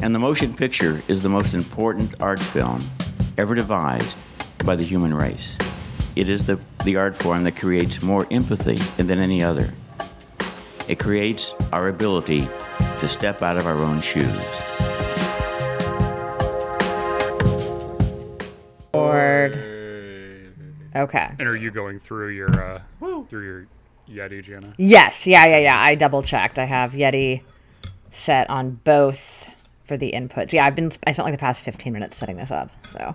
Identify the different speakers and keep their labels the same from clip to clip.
Speaker 1: And the motion picture is the most important art film ever devised by the human race. It is the, the art form that creates more empathy than any other. It creates our ability to step out of our own shoes.
Speaker 2: Lord. Okay.
Speaker 3: And are you going through your uh, through your Yeti, Jenna?
Speaker 2: Yes. Yeah. Yeah. Yeah. I double checked. I have Yeti set on both for the inputs. Yeah. I've been. I spent like the past fifteen minutes setting this up. So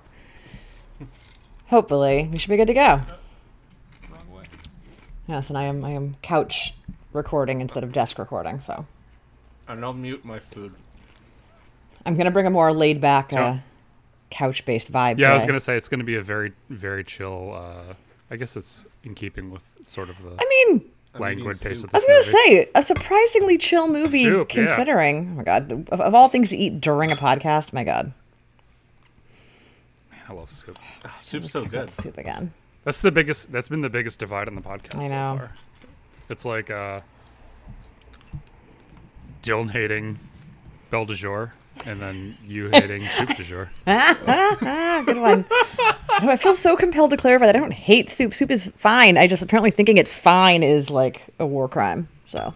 Speaker 2: hopefully we should be good to go. Yes, and I am. I am couch recording instead of desk recording. So
Speaker 4: And I'll mute my food.
Speaker 2: I'm gonna bring a more laid back, uh,
Speaker 3: Yeah.
Speaker 2: couch based vibe.
Speaker 3: Yeah, I was
Speaker 2: today.
Speaker 3: gonna say it's gonna be a very very chill. Uh, I guess it's in keeping with sort of the
Speaker 2: I mean,
Speaker 3: languid
Speaker 4: eating
Speaker 3: taste
Speaker 4: soup.
Speaker 3: of
Speaker 2: I
Speaker 3: this
Speaker 2: was gonna
Speaker 3: movie.
Speaker 2: say a surprisingly chill movie,
Speaker 3: Soup, yeah.
Speaker 2: considering. Oh my god, the- of, of all things to eat during a podcast, my god,
Speaker 3: I love soup.
Speaker 4: Soup's so good.
Speaker 2: soup again.
Speaker 3: That's the biggest. That's been the biggest divide on the podcast.
Speaker 2: I know.
Speaker 3: So far. It's like uh, Dylan hating Belle de Jour, and then you hating soup de jour.
Speaker 2: Good one. I know, I feel so compelled to clarify that I don't hate soup. Soup is fine. I just apparently thinking it's fine is like a war crime. So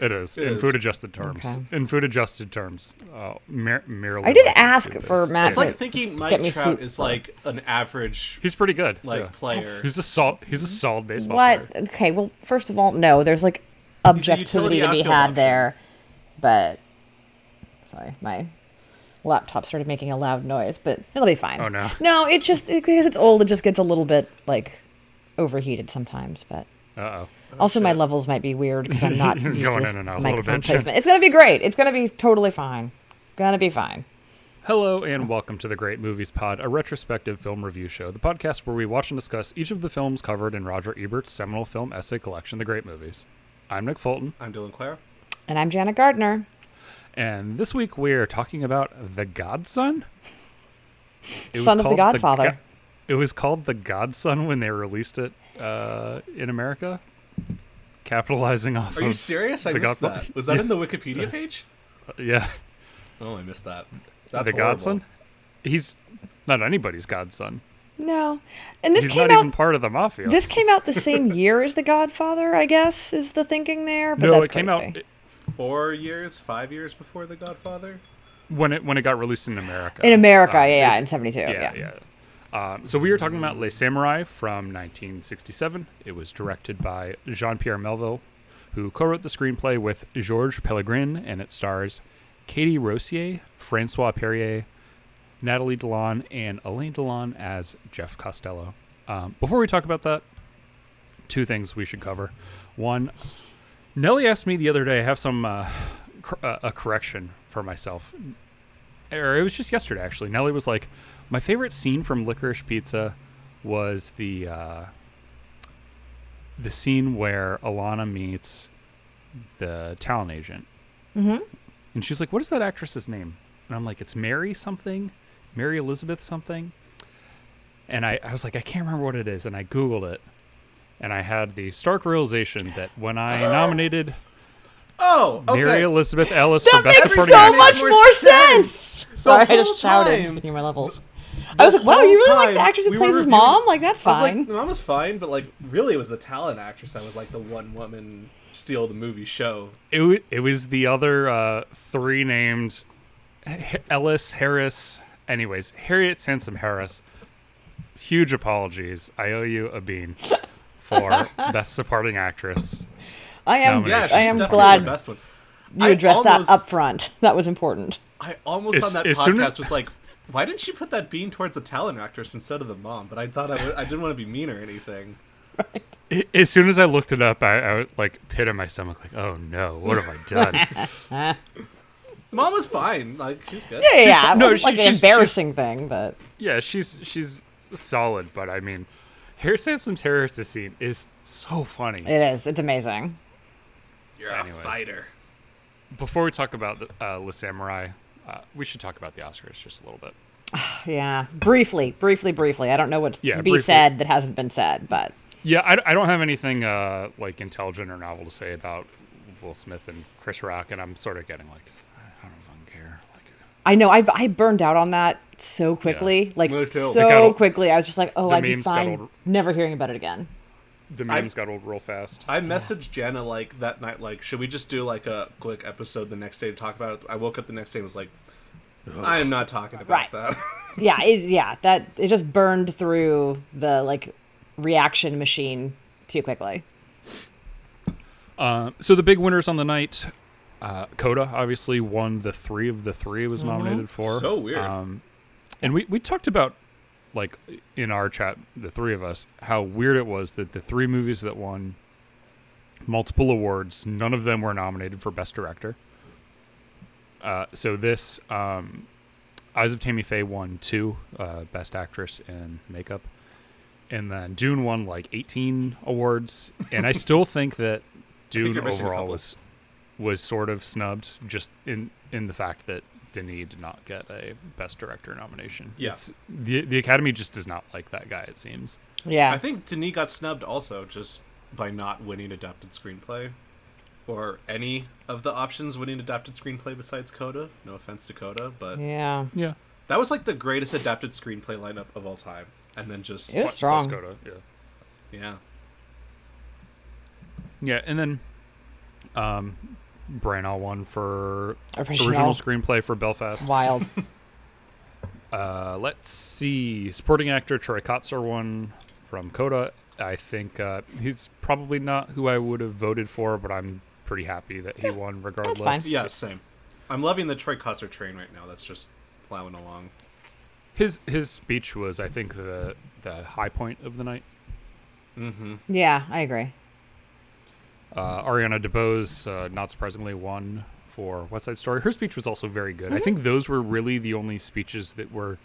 Speaker 3: It is in
Speaker 4: is.
Speaker 3: food adjusted terms. In food adjusted terms, uh, mer- merely.
Speaker 2: I did
Speaker 3: liking
Speaker 2: ask
Speaker 3: soup
Speaker 2: for
Speaker 3: is-
Speaker 2: Matt-
Speaker 4: It's like
Speaker 2: Wait,
Speaker 4: thinking
Speaker 2: get
Speaker 4: Mike
Speaker 2: me
Speaker 4: Trout
Speaker 2: soup.
Speaker 4: is like an average
Speaker 3: He's pretty good.
Speaker 4: like
Speaker 3: yeah.
Speaker 4: player.
Speaker 3: He's a sol He's a solid baseball
Speaker 2: what?
Speaker 3: player.
Speaker 2: Okay. Well, first of all, no. There's like
Speaker 4: utility
Speaker 2: objectivity to be
Speaker 4: outfield
Speaker 2: had
Speaker 4: option.
Speaker 2: there, but sorry, my laptop started making a loud noise, but it'll be fine.
Speaker 3: Oh, no.
Speaker 2: No, it just it, because it's old, it just gets a little bit like overheated sometimes, but.
Speaker 3: Uh oh.
Speaker 2: Also, my levels might be weird because I'm not
Speaker 3: You're
Speaker 2: used
Speaker 3: going
Speaker 2: to this
Speaker 3: in and out a little
Speaker 2: microphone
Speaker 3: bit.
Speaker 2: placement. It's gonna be great. It's gonna be totally fine. Gonna be fine.
Speaker 3: Hello and welcome to the Great Movies Pod, a retrospective film review show, the podcast where we watch and discuss each of the films covered in Roger Ebert's seminal film essay collection, The Great Movies. I'm Nick Fulton,
Speaker 4: I'm Dylan Clare.
Speaker 2: And I'm Janet Gardner.
Speaker 3: and this week we're talking about The Godson. It was
Speaker 2: Son of the
Speaker 3: called
Speaker 2: Godfather.
Speaker 3: Go- it was called The Godson when they released it uh, in America, capitalizing off
Speaker 4: Are
Speaker 3: of.
Speaker 4: you serious? I
Speaker 3: The
Speaker 4: missed
Speaker 3: Godfather.
Speaker 4: that. Was that in the Wikipedia page?
Speaker 3: Yeah.
Speaker 4: Oh, I missed that. That's
Speaker 3: the
Speaker 4: horrible.
Speaker 3: Godson? He's not anybody's Godson.
Speaker 2: No, and this
Speaker 3: He's
Speaker 2: came
Speaker 3: not
Speaker 2: out.
Speaker 3: even part of the mafia.
Speaker 2: This came out the same year as The Godfather, I guess, is the thinking there. But
Speaker 3: no,
Speaker 2: that's
Speaker 3: it came
Speaker 2: crazy.
Speaker 3: out uh,
Speaker 4: Four years, five years before The Godfather.
Speaker 3: when it when it got released in America.
Speaker 2: in America,
Speaker 3: Uh,
Speaker 2: yeah, yeah,
Speaker 3: it-
Speaker 2: in '72. Yeah,
Speaker 3: yeah, yeah. Um, so we were talking about Les Samurai from 1967. It was directed by Jean-Pierre Melville, who co-wrote the screenplay with Georges Pellegrin, and it stars Katie Rossier, Francois Perrier, Natalie Delon, and Elaine Delon as Jeff Costello. Um, before we talk about that, two things we should cover. One, Nellie asked me the other day. I have some uh, cor- uh, a correction for myself or it was just yesterday actually. Nelly was like, my favorite scene from Licorice Pizza was the uh, the scene where Alana meets the talent agent, mm-hmm. and she's like, "What is that actress's name?" And I'm like, "It's Mary something, Mary Elizabeth something." And I, I was like, I can't remember what it is, and I googled it, and I had the stark realization that when I nominated
Speaker 4: Oh, okay.
Speaker 3: Mary Elizabeth Ellis
Speaker 2: That
Speaker 3: for best
Speaker 2: makes
Speaker 3: supporting
Speaker 2: so
Speaker 3: actress.
Speaker 2: much
Speaker 4: more
Speaker 2: more sense.
Speaker 4: sense.
Speaker 2: Sorry, I
Speaker 4: whole
Speaker 2: just shouted
Speaker 4: time-
Speaker 2: between my levels. I was like, "Wow, you really like the actress who plays his mom? Like that's
Speaker 4: I was
Speaker 2: fine."
Speaker 4: like, the mom was fine, but like, really, it was the talent actress that was like the one woman steal the movie show.
Speaker 3: It, w- it was the other uh, three named H- Ellis Harris. Anyways, Harriet Sansom Harris. Huge apologies. I owe you a bean for best supporting actress.
Speaker 2: I am.
Speaker 3: Yeah,
Speaker 4: Yeah,
Speaker 3: she's
Speaker 4: she's
Speaker 2: I am
Speaker 4: definitely
Speaker 2: glad
Speaker 4: the best one.
Speaker 2: you
Speaker 4: I
Speaker 2: addressed
Speaker 4: almost-
Speaker 2: that up front. That was important.
Speaker 4: I almost
Speaker 3: As-
Speaker 4: on that
Speaker 3: as soon
Speaker 4: podcast
Speaker 3: as-
Speaker 4: was like, why didn't she put that bean towards the talent actress instead of the mom? But I thought I w- I didn't want to be mean or anything.
Speaker 3: I- As soon as I looked it up, I, I was like pit in my stomach, like, oh no, what have I done?
Speaker 4: The mom was fine. Like, she's good.
Speaker 2: Yeah, yeah, yeah. It
Speaker 3: no,
Speaker 2: wasn't
Speaker 3: she-
Speaker 2: like an
Speaker 3: she's- she's-
Speaker 2: embarrassing thing, but
Speaker 3: yeah, she's she's solid, but I mean, Harriet Sansom Harris' scene is so funny.
Speaker 2: it is. It's amazing.
Speaker 4: You're
Speaker 3: Anyways.
Speaker 4: a fighter.
Speaker 3: Before we talk about the, uh, Le Samurai, uh, we should talk about the Oscars just a little bit.
Speaker 2: Yeah, briefly, briefly, briefly. I don't know what's
Speaker 3: Yeah,
Speaker 2: to be
Speaker 3: briefly.
Speaker 2: said that hasn't been said, but
Speaker 3: Yeah, I, I don't have anything uh, like intelligent or novel to say about Will Smith and Chris Rock, and I'm sort of getting like, I don't fucking care. Like,
Speaker 2: I know I I burned out on that so quickly, like
Speaker 5: Me
Speaker 2: so
Speaker 5: too. It got
Speaker 3: old.
Speaker 2: quickly. I was just like, oh,
Speaker 3: The
Speaker 2: I'd be
Speaker 3: memes got
Speaker 2: fine.
Speaker 3: old.
Speaker 2: Never hearing about it again.
Speaker 3: The memes got old real fast.
Speaker 5: I messaged Jana like that night, like, should we just do like a quick episode the next day to talk about it? I woke up the next day and was like, I am not talking about
Speaker 2: Right.
Speaker 5: that.
Speaker 2: Yeah, it, yeah, that it just burned through the like reaction machine too quickly.
Speaker 3: Um, So the big winners on the night, uh, Coda obviously won the three of the three it was nominated for.
Speaker 5: so weird.
Speaker 3: um, and we, we talked about like in our chat, the three of us, how weird it was that the three movies that won multiple awards, none of them were nominated for Best Director. Uh, so this um, Eyes of Tammy Faye won two, uh, Best Actress in Makeup, and then Dune won like 18 awards, and I still think that Dune
Speaker 5: you're missing a
Speaker 3: overall
Speaker 5: couple.
Speaker 3: was was sort of snubbed just in in the fact that Denis did not get a Best Director nomination.
Speaker 5: Yeah.
Speaker 3: It's, the the Academy just does not like that guy. It seems.
Speaker 2: Yeah,
Speaker 5: I think Denis got snubbed also just by not winning adapted screenplay or any of the options winning adapted screenplay besides Coda. No offense to Coda, but
Speaker 2: yeah,
Speaker 3: Yeah,
Speaker 5: that was like the greatest adapted screenplay lineup of all time. And then just,
Speaker 2: It was strong.
Speaker 3: Coda. Yeah.
Speaker 5: yeah.
Speaker 3: Yeah, and then um Branagh won for original,
Speaker 2: Original.
Speaker 3: screenplay for Belfast.
Speaker 2: wild.
Speaker 3: Uh, let's see. Supporting actor Troy Kotzer won from Coda. I think uh, he's probably not who I would have voted for, but I'm pretty happy that he won regardless.
Speaker 2: fine.
Speaker 5: Yeah, same. I'm loving the Troy Kotzer train right now. That's just plowing along.
Speaker 3: His his speech was I think the the high point of the night.
Speaker 2: yeah, I agree.
Speaker 3: Uh, Ariana DeBose, uh, not surprisingly, won for West Side Story. Her speech was also very good.
Speaker 2: Mm-hmm.
Speaker 3: I think those were really the only speeches that were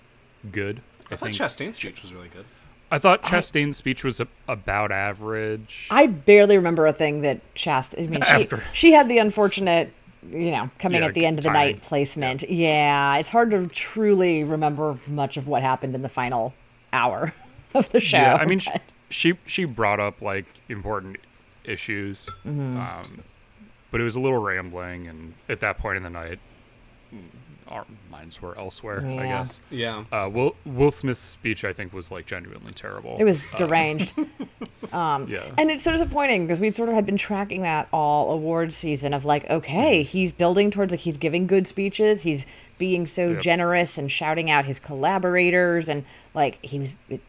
Speaker 3: good.
Speaker 5: I, thought
Speaker 3: think
Speaker 5: Chastain's speech was really good.
Speaker 3: I thought Chastain's speech was a, about average.
Speaker 2: I barely remember a thing that Chast. I mean, she,
Speaker 3: After.
Speaker 2: she had the unfortunate, you know, coming
Speaker 3: Yeah,
Speaker 2: at the end of the
Speaker 3: timing.
Speaker 2: night placement. Yeah. it's hard to truly remember much of what happened in the final hour of the show.
Speaker 3: yeah, I mean, sh
Speaker 2: but-
Speaker 3: she she brought up like important issues,
Speaker 2: Mm-hmm.
Speaker 3: um, but it was a little rambling, and at that point in the night, mm, our minds were elsewhere. I
Speaker 2: Yeah.
Speaker 3: guess.
Speaker 5: Yeah.
Speaker 3: Uh, Will Will Smith's speech, I think, was like genuinely terrible.
Speaker 2: it was
Speaker 5: Oh.
Speaker 2: deranged.
Speaker 3: yeah.
Speaker 2: And it's so disappointing because we sort of had been tracking that all awards season of like, okay,
Speaker 5: Mm-hmm.
Speaker 2: he's building towards like he's giving good speeches, he's being so
Speaker 3: Yep.
Speaker 2: generous and shouting out his collaborators, and like he was it-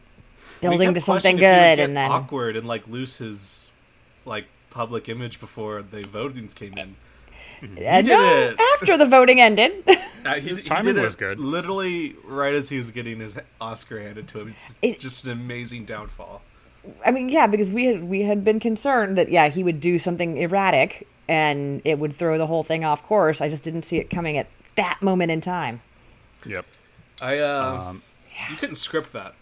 Speaker 5: We
Speaker 2: building
Speaker 5: kept
Speaker 2: to something
Speaker 5: questioning if he
Speaker 2: good,
Speaker 5: would get
Speaker 2: and then
Speaker 5: awkward and like lose his like public image before the voting came in.
Speaker 2: Uh,
Speaker 5: did
Speaker 2: no,
Speaker 5: it.
Speaker 2: after the voting ended.
Speaker 5: Uh, he,
Speaker 3: His
Speaker 5: he
Speaker 3: timing
Speaker 5: did
Speaker 3: was
Speaker 5: it
Speaker 3: good.
Speaker 5: Literally right as he was getting his Oscar handed to him, it's
Speaker 2: It-
Speaker 5: just an amazing downfall.
Speaker 2: I mean, yeah, because we had we had been concerned that yeah he would do something erratic and it would throw the whole thing off course. I just didn't see it coming at that moment in time.
Speaker 3: Yep.
Speaker 5: I uh, you couldn't script that.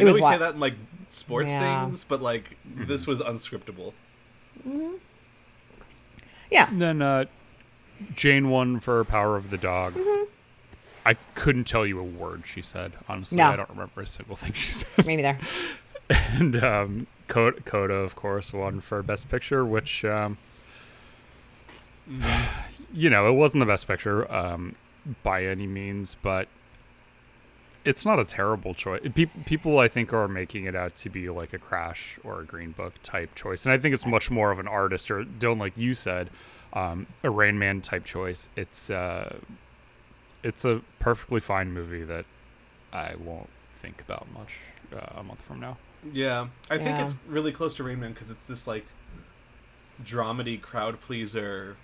Speaker 2: It
Speaker 5: know
Speaker 2: was
Speaker 5: we say
Speaker 2: wild.
Speaker 5: that in like sports
Speaker 2: Yeah.
Speaker 5: things, but like this was unscriptable.
Speaker 2: Yeah,
Speaker 3: And then uh, Jane won for Power of the Dog.
Speaker 2: Mm-hmm.
Speaker 3: I couldn't tell you a word she said. Honestly,
Speaker 2: No.
Speaker 3: I don't remember a single thing she said.
Speaker 2: me neither.
Speaker 3: and um, Coda, Coda, of course, won for Best Picture, which, um, you know, it wasn't the best picture um, by any means, but it's not a terrible choice. Peop people, I think, are making it out to be like a Crash or a Green Book type choice, and I think it's much more of an artist or Dylan, like you said, um, a Rain Man type choice. It's uh, it's a perfectly fine movie that I won't think about much uh, a month from now.
Speaker 5: Yeah, I think
Speaker 2: Yeah.
Speaker 5: it's really close to Rain Man because it's this like dramedy crowd pleaser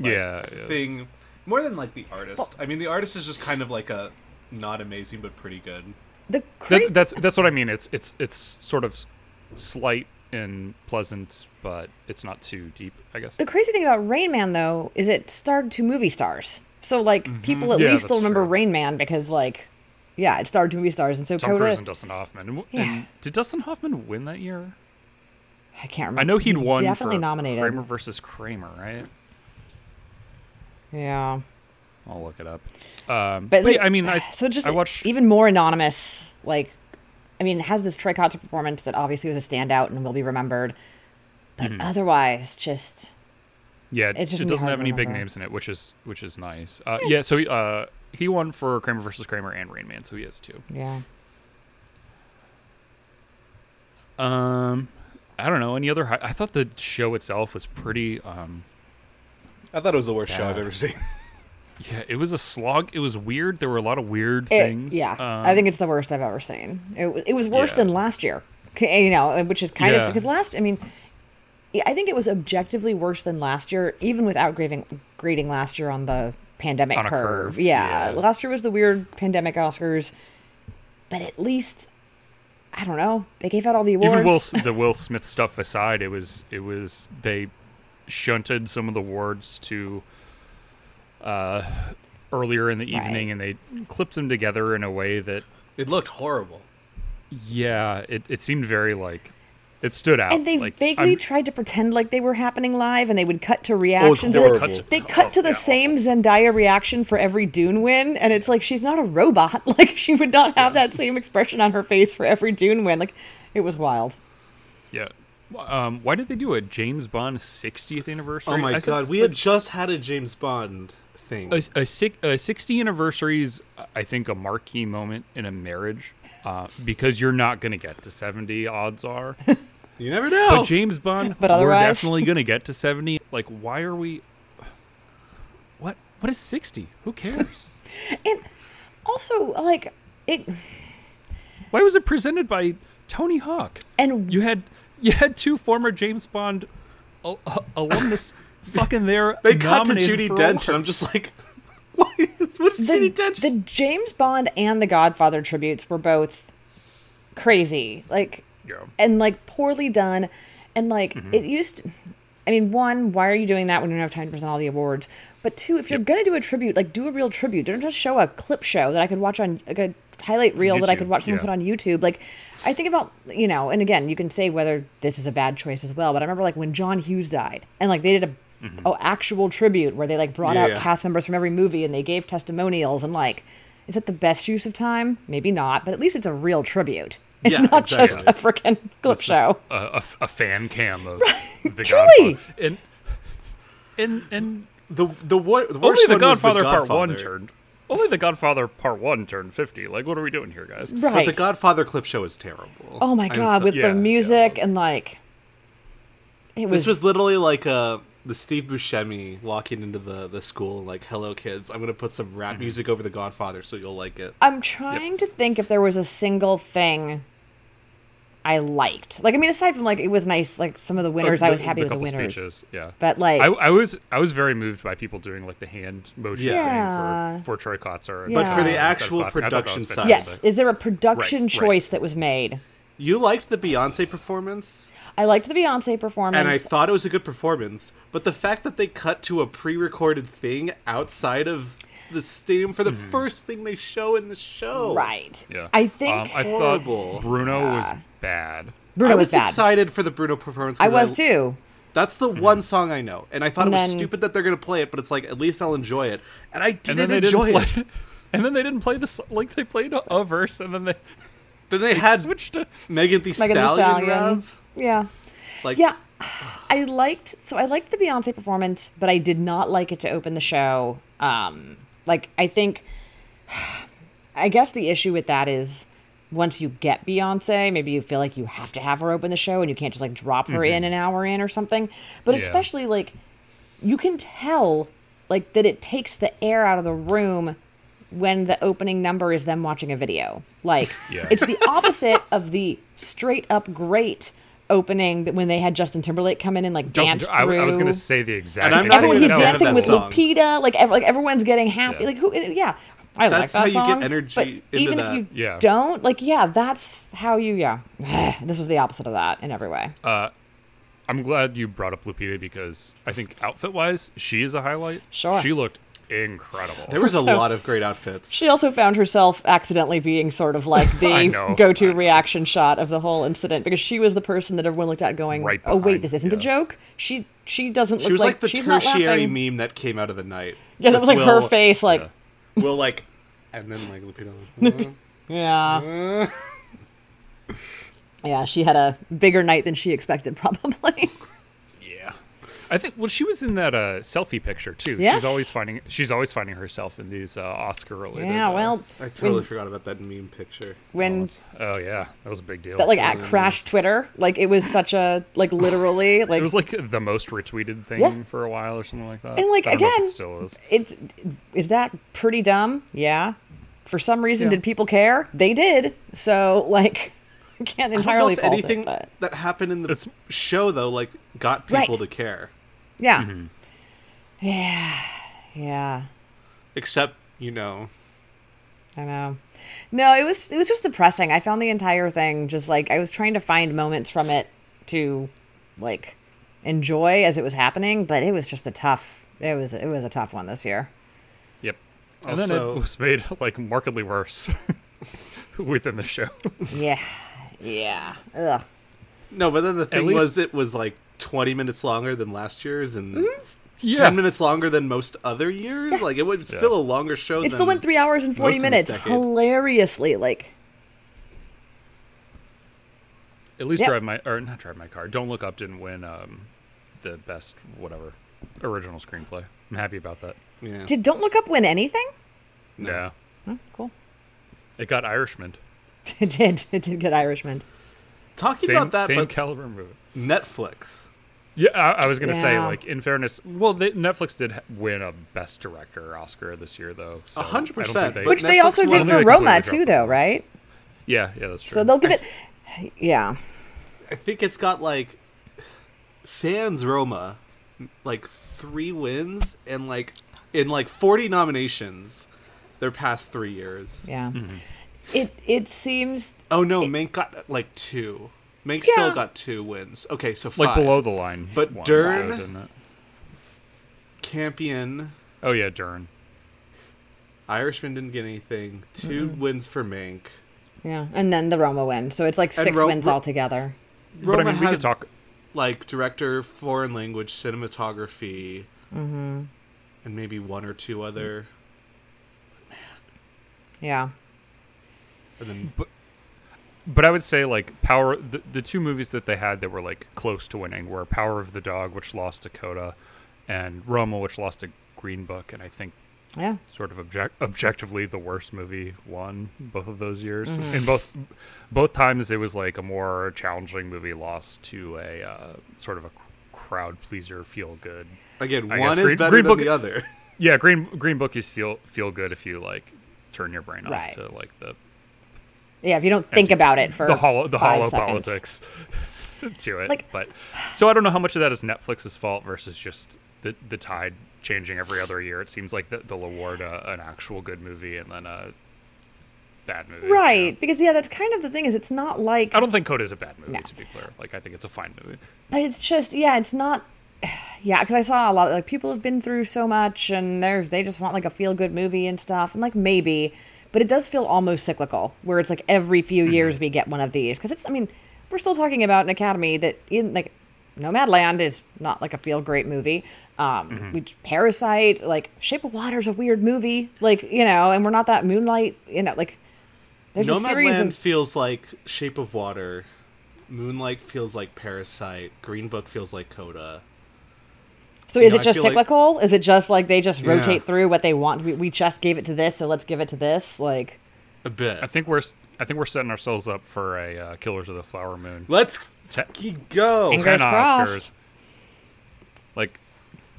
Speaker 5: like,
Speaker 3: yeah, yeah,
Speaker 5: thing
Speaker 3: it's-
Speaker 5: more than like the artist. I mean, the artist is just kind of like a not amazing but pretty good.
Speaker 2: The
Speaker 3: That's,
Speaker 2: critic
Speaker 3: that's that's what I mean. It's it's it's sort of slight and pleasant, but it's not too deep. I guess.
Speaker 2: The crazy thing about Rain Man though is it starred two movie stars. So like people at
Speaker 3: Mm-hmm. Yeah,
Speaker 2: least still
Speaker 3: that's
Speaker 2: remember
Speaker 3: true.
Speaker 2: Rain Man because like yeah, it starred two movie stars and so
Speaker 3: Tom
Speaker 2: Coda
Speaker 3: Cruise and Dustin Hoffman. And, w-
Speaker 2: Yeah.
Speaker 3: and did Dustin Hoffman win that year?
Speaker 2: I can't remember.
Speaker 3: I know he'd
Speaker 2: He's
Speaker 3: won
Speaker 2: definitely
Speaker 3: for
Speaker 2: nominated.
Speaker 3: Kramer versus Kramer, right?
Speaker 2: Yeah.
Speaker 3: I'll look it up. Um,
Speaker 2: But,
Speaker 3: but yeah,
Speaker 2: like,
Speaker 3: I mean, I
Speaker 2: So just
Speaker 3: I watched.
Speaker 2: even more anonymous like I mean, it has this Troy Kotzer
Speaker 3: Mm-hmm.
Speaker 2: performance that obviously was a standout and will be remembered. But otherwise just
Speaker 3: Yeah,
Speaker 2: It's just
Speaker 3: it doesn't
Speaker 2: hard
Speaker 3: have
Speaker 2: to
Speaker 3: any big
Speaker 2: remember.
Speaker 3: names in it, which is which is nice. Uh, yeah, so he, uh, he won for Kramer versus Kramer and Rain Man, so he has two.
Speaker 2: Yeah.
Speaker 3: Um, I don't know any other. Hi- I thought the show itself was pretty. Um,
Speaker 6: I thought it was the worst show I've
Speaker 3: Yeah.
Speaker 6: ever seen.
Speaker 3: yeah, it was a slog. It was weird. There were a lot of weird things.
Speaker 2: It, yeah,
Speaker 3: Um,
Speaker 2: I think it's the worst I've ever seen. It, wa- it was worse
Speaker 3: Yeah.
Speaker 2: than last year, 'Kay, you know, uh, which is kind of
Speaker 3: Yeah.
Speaker 2: because last, I mean, yeah, I think it was objectively worse than last year, even without grading, grading last year on the pandemic
Speaker 3: On a
Speaker 2: curve.
Speaker 3: curve,
Speaker 2: Yeah,
Speaker 3: yeah.
Speaker 2: last year was the weird pandemic Oscars, but at least I don't know they gave out all the awards.
Speaker 3: even Will S- the Will Smith stuff aside, it was it was they shunted some of the awards to uh, earlier in the evening,
Speaker 2: Right.
Speaker 3: and they clipped them together in a way that
Speaker 5: It looked horrible.
Speaker 3: yeah, it, it seemed very like it stood out.
Speaker 2: and they
Speaker 3: like,
Speaker 2: vaguely
Speaker 3: I'm- Oh,
Speaker 2: tried to pretend like they were happening live, and they would cut to reactions.
Speaker 6: they
Speaker 2: and
Speaker 6: were
Speaker 2: they-
Speaker 6: cut to-
Speaker 2: they cut to the
Speaker 3: yeah,
Speaker 2: same Zendaya reaction for every Dune win, and it's like she's not a robot. Like she would not have that same expression on her face for every Dune win. Like it was wild.
Speaker 3: Yeah. Um, why did they do a James Bond 60th anniversary?
Speaker 5: Oh my
Speaker 3: I
Speaker 5: god,
Speaker 3: said,
Speaker 5: we had just had a James Bond thing.
Speaker 2: Oh,
Speaker 3: a, a, six, a 60 anniversary is, I think, a marquee moment in a marriage uh, because you're not going to get to 70, odds are.
Speaker 5: You never know.
Speaker 3: But James Bond,
Speaker 2: But
Speaker 3: we're
Speaker 2: otherwise-
Speaker 3: definitely going to get to 70. Like, why are we. What? What is 60? Who cares?
Speaker 2: And also, like it.
Speaker 3: why was it presented by Tony Hawk?
Speaker 2: And
Speaker 3: You had you had two former James Bond al- uh, alumnus fucking there.
Speaker 5: they cut to
Speaker 3: nominated
Speaker 5: Judy
Speaker 3: for
Speaker 5: Dench,
Speaker 3: awards.
Speaker 5: and I'm just like, what is, what
Speaker 2: the,
Speaker 5: is Judy Dench?
Speaker 2: the James Bond and the Godfather tributes were both crazy. Like
Speaker 3: Yeah. Mm-hmm.
Speaker 2: and like poorly done and like it used i mean one why are you doing that when you don't have time to present all the awards but two if you're gonna do a tribute like do a real tribute don't just show a clip show that i could watch on like a highlight reel that i could
Speaker 3: YouTube,
Speaker 2: watch someone
Speaker 3: yeah.
Speaker 2: put on youtube like i think about you know and again you can say whether this is a bad choice as well but i remember like when john hughes died and like they did a oh, actual tribute where they like brought
Speaker 5: Mm-hmm. Yeah.
Speaker 2: out cast members from every movie and they gave testimonials and like is that the best use of time maybe not but at least it's a real tribute it's
Speaker 5: Yeah,
Speaker 2: not just
Speaker 5: exactly.
Speaker 2: a freaking clip
Speaker 3: It's just
Speaker 2: show.
Speaker 3: A, a f- a fan cam of the
Speaker 2: Truly.
Speaker 3: Godfather. And and and
Speaker 5: the the, wor- the
Speaker 3: only
Speaker 5: worst
Speaker 3: the
Speaker 5: one was
Speaker 3: Godfather,
Speaker 5: the
Speaker 3: Part One
Speaker 5: Godfather.
Speaker 3: turned. Only the Godfather Part One turned fifty. Like, what are we doing here, guys?
Speaker 5: But
Speaker 2: Right.
Speaker 5: the Godfather clip show is terrible.
Speaker 2: oh my
Speaker 5: I'm
Speaker 2: god,
Speaker 5: so-
Speaker 2: with
Speaker 3: yeah, yeah,
Speaker 2: the
Speaker 3: it
Speaker 2: music
Speaker 3: was.
Speaker 2: and like it was,
Speaker 5: this was literally like uh the Steve Buscemi walking into the the school like, "Hello, kids. I'm gonna put some rap music over the Godfather, so you'll like it."
Speaker 2: I'm trying to think if there was a single thing I liked. Like I mean aside from like it was nice like some of the winners I was happy with the
Speaker 3: couple
Speaker 2: winners.
Speaker 3: Speeches, yeah.
Speaker 2: But like
Speaker 3: I, I was I was very moved by people doing like the hand motion
Speaker 2: Yeah.
Speaker 3: thing for, for Troy Kotzer. and-
Speaker 2: But for the
Speaker 3: and Seth
Speaker 5: actual
Speaker 3: Godin. I thought that was
Speaker 5: production side
Speaker 3: fantastic.
Speaker 2: yes, is there a production
Speaker 3: right.
Speaker 2: choice that was made?
Speaker 5: You liked the Beyonce performance,
Speaker 2: I liked the Beyonce performance.
Speaker 5: and I thought it was a good performance, but the fact that they cut to a pre-recorded thing outside of the stadium for the first thing they show in the show.
Speaker 2: right.
Speaker 3: Yeah.
Speaker 2: I think
Speaker 3: um, I
Speaker 5: Horrible.
Speaker 3: thought Bruno was bad.
Speaker 2: Bruno
Speaker 5: I
Speaker 2: was,
Speaker 5: was,
Speaker 2: bad.
Speaker 5: excited for the Bruno performance.
Speaker 2: I
Speaker 5: 'cause
Speaker 2: was too.
Speaker 5: That's the one song I know, and I thought
Speaker 2: And
Speaker 5: it was
Speaker 2: then-
Speaker 5: stupid that they're gonna play it, but it's like at least I'll enjoy it, and I
Speaker 3: And
Speaker 5: didn't
Speaker 3: then they
Speaker 5: enjoy
Speaker 3: didn't
Speaker 5: it.
Speaker 3: play. And then they didn't play the so- like they played a, a verse and then they
Speaker 5: Then they had
Speaker 3: switched to
Speaker 5: Megan Thee
Speaker 2: Megan Thee
Speaker 5: Stallion,
Speaker 2: Stallion.
Speaker 5: Rev.
Speaker 2: Yeah.
Speaker 5: Like,
Speaker 2: Yeah. I liked so I liked the Beyonce performance, but I did not like it to open the show. Um like I think I guess the issue with that is once you get Beyonce, maybe you feel like you have to have her open the show and you can't just like drop her in an hour in or something. But
Speaker 3: Yeah.
Speaker 2: especially like you can tell like that it takes the air out of the room when the opening number is them watching a video. Like
Speaker 3: Yeah.
Speaker 2: it's the opposite of the straight up great opening that when they had Justin Timberlake come in and like
Speaker 3: Justin,
Speaker 2: dance
Speaker 3: I,
Speaker 2: through.
Speaker 3: I was going to say the exact
Speaker 5: And I'm
Speaker 3: same
Speaker 5: not
Speaker 3: thing.
Speaker 2: everyone
Speaker 5: even
Speaker 2: he's
Speaker 5: a fan of
Speaker 2: dancing
Speaker 5: that
Speaker 2: with
Speaker 5: song.
Speaker 2: Lupita, like ev- like everyone's getting happy.
Speaker 3: Yeah.
Speaker 2: Like who? Yeah, I
Speaker 5: That's
Speaker 2: like
Speaker 5: how
Speaker 2: that
Speaker 5: you get
Speaker 2: song,
Speaker 5: energy
Speaker 2: But
Speaker 5: into
Speaker 2: even
Speaker 5: that.
Speaker 2: if you
Speaker 3: Yeah.
Speaker 2: don't, like yeah, that's how you yeah. this was the opposite of that in every way.
Speaker 3: I'm glad you brought up Lupita because I think outfit wise, she is a highlight.
Speaker 2: Sure.
Speaker 3: She looked incredible.
Speaker 5: there was a
Speaker 2: So-
Speaker 5: lot of great outfits.
Speaker 2: she also found herself accidentally being sort of like
Speaker 3: I
Speaker 2: the
Speaker 3: know,
Speaker 2: go-to reaction shot of the whole incident because she was the person that everyone looked at going,
Speaker 3: Right
Speaker 2: "Oh wait,
Speaker 3: behind,
Speaker 2: this isn't a
Speaker 3: yeah.
Speaker 2: joke." She she doesn't look
Speaker 5: She was like,
Speaker 2: like,
Speaker 5: the
Speaker 2: she's not
Speaker 5: tertiary
Speaker 2: laughing.
Speaker 5: meme that came out of the night.
Speaker 2: Yeah, that was like
Speaker 5: Will,
Speaker 2: her face, like
Speaker 5: Will like, and then like Lupita. like,
Speaker 2: yeah. Yeah, she had a bigger night than she expected, probably.
Speaker 3: yeah. I think well, she was in that uh, selfie picture too.
Speaker 2: Yes.
Speaker 3: She's always finding she's always finding herself in these uh, Oscar related.
Speaker 2: Yeah, well,
Speaker 5: I totally forgot about that meme picture.
Speaker 2: when
Speaker 3: oh yeah, that was a big deal.
Speaker 2: that like at crash Twitter, like it was such a like literally like
Speaker 3: it was like the most retweeted thing
Speaker 2: Yeah.
Speaker 3: for a while or something like that.
Speaker 2: And, like,
Speaker 3: I don't know if
Speaker 2: again-
Speaker 3: it still is.
Speaker 2: it's is that pretty dumb? Yeah. For some reason,
Speaker 3: Yeah.
Speaker 2: did people care? They did. So like, I can't entirely
Speaker 5: I don't
Speaker 2: fault
Speaker 5: know if anything
Speaker 2: it. But
Speaker 5: that happened in the
Speaker 3: It's-
Speaker 5: show though like got
Speaker 2: Right.
Speaker 5: people to care.
Speaker 2: yeah, yeah, yeah.
Speaker 5: Except you know,
Speaker 2: I know. No, it was it was just depressing. I found the entire thing just like I was trying to find moments from it to like enjoy as it was happening, but it was just a tough. It was it was a tough one this year.
Speaker 3: Yep. And then
Speaker 5: Also-
Speaker 3: it was made like markedly worse within the show.
Speaker 2: Yeah, yeah. Ugh.
Speaker 5: no. But then the thing
Speaker 3: least-
Speaker 5: was, it was like twenty minutes longer than last year's and
Speaker 2: Mm-hmm.
Speaker 5: s-
Speaker 3: Yeah.
Speaker 5: ten minutes longer than most other years. Like it was still a longer show.
Speaker 2: It
Speaker 5: than,
Speaker 2: still went three hours and forty
Speaker 5: most of this
Speaker 2: minutes.
Speaker 5: decade.
Speaker 2: Hilariously, like
Speaker 3: At least
Speaker 2: Yeah.
Speaker 3: drive my or not drive my car. Don't look up didn't win um, the best whatever original screenplay. I'm happy about that.
Speaker 5: Yeah.
Speaker 2: did Don't Look Up win anything?
Speaker 3: Yeah.
Speaker 2: Oh, cool.
Speaker 3: It got Irishman.
Speaker 2: It did. It did get Irishman.
Speaker 5: Talking
Speaker 3: Same,
Speaker 5: about that,
Speaker 3: same
Speaker 5: but
Speaker 3: caliber movie.
Speaker 5: Netflix.
Speaker 3: Yeah, I, I was gonna say
Speaker 2: Yeah.
Speaker 3: like in fairness, well, they, Netflix did ha- win a Best Director Oscar this year though. So
Speaker 5: A hundred
Speaker 3: I don't
Speaker 5: percent,
Speaker 3: think they-
Speaker 5: But
Speaker 2: Which they
Speaker 5: Netflix
Speaker 2: also
Speaker 5: won.
Speaker 2: did for
Speaker 3: They completely
Speaker 2: Roma
Speaker 3: dropped
Speaker 2: too,
Speaker 3: the
Speaker 2: though,
Speaker 3: ball.
Speaker 2: right?
Speaker 3: yeah, yeah, that's true.
Speaker 2: So they'll give it. Yeah.
Speaker 5: I think it's got like Sans Roma, like three wins and like in like forty nominations their past three years.
Speaker 2: Yeah.
Speaker 3: Mm-hmm.
Speaker 2: It it seems
Speaker 5: Oh no, Mank got like two. Mank
Speaker 2: Yeah.
Speaker 5: still got two wins. Okay, so five.
Speaker 3: like below the line.
Speaker 5: But
Speaker 3: ones,
Speaker 5: Dern-
Speaker 3: though, didn't it?
Speaker 5: Campion,
Speaker 3: Oh yeah, Dern.
Speaker 5: Irishman didn't get anything. 2 wins for Mank.
Speaker 2: yeah, and then the Roma win. So it's like
Speaker 5: And
Speaker 2: six
Speaker 5: Ro-
Speaker 2: wins
Speaker 5: Ro-
Speaker 2: altogether.
Speaker 5: Roma
Speaker 3: but I mean, we
Speaker 5: had
Speaker 3: could talk.
Speaker 5: like director, foreign language, cinematography,
Speaker 2: Mm-hmm.
Speaker 5: and maybe one or two other.
Speaker 2: Yeah. Mm-hmm.
Speaker 5: And then
Speaker 3: But I would say like Power, the, the two movies that they had that were like close to winning were Power of the Dog, which lost to Coda, and Roma, which lost to Green Book, and I think
Speaker 2: Yeah.
Speaker 3: sort of object objectively the worst movie won both of those years. In both both times, it was like a more challenging movie lost to a uh, sort of a crowd pleaser, feel good.
Speaker 5: again,
Speaker 3: I
Speaker 5: one
Speaker 3: guess
Speaker 5: is
Speaker 3: Green-
Speaker 5: better
Speaker 3: Green
Speaker 5: than
Speaker 3: Book-
Speaker 5: the other.
Speaker 3: Yeah, Green Green Book is feel feel good if you like turn your brain off
Speaker 2: Right.
Speaker 3: to like the
Speaker 2: Yeah, if you don't think about it for
Speaker 3: the hollow the
Speaker 2: five
Speaker 3: hollow
Speaker 2: seconds.
Speaker 3: politics to it.
Speaker 2: Like-
Speaker 3: but so I don't know how much of that is Netflix's fault versus just the the tide changing every other year. It seems like that they'll award a, uh, an actual good movie and then a bad movie. you know?
Speaker 2: Right. Because yeah, that's kind of the thing is it's not like
Speaker 3: I don't think Coda is a bad movie
Speaker 2: No.
Speaker 3: to be clear. Like I think it's a fine movie.
Speaker 2: but it's just yeah, it's not yeah, because I saw a lot like people have been through so much and they're they just want like a feel good movie and stuff. And like maybe, but it does feel almost cyclical where it's like every few years we get one of these because it's I mean we're still talking about an academy that in like Nomadland is not like a feel great movie. Um, which Parasite, like Shape of Water's a weird movie, like you know, and we're not that Moonlight, you know, like there's a series
Speaker 5: Nomadland
Speaker 2: of
Speaker 5: feels like Shape of Water. Moonlight feels like Parasite. Green Book feels like Coda.
Speaker 2: So is
Speaker 5: know,
Speaker 2: it
Speaker 5: I
Speaker 2: just
Speaker 5: feel like-
Speaker 2: cyclical? is it just like they just
Speaker 5: Yeah.
Speaker 2: rotate through what they want? We, we just gave it to this, so let's give it to this. Like,
Speaker 5: A bit.
Speaker 3: I think we're s- I think we're setting ourselves up for a uh, Killers of the Flower Moon.
Speaker 7: Let's
Speaker 3: Te-
Speaker 7: fucking go.
Speaker 2: Fingers
Speaker 3: ten
Speaker 2: crossed.
Speaker 3: Oscars. Like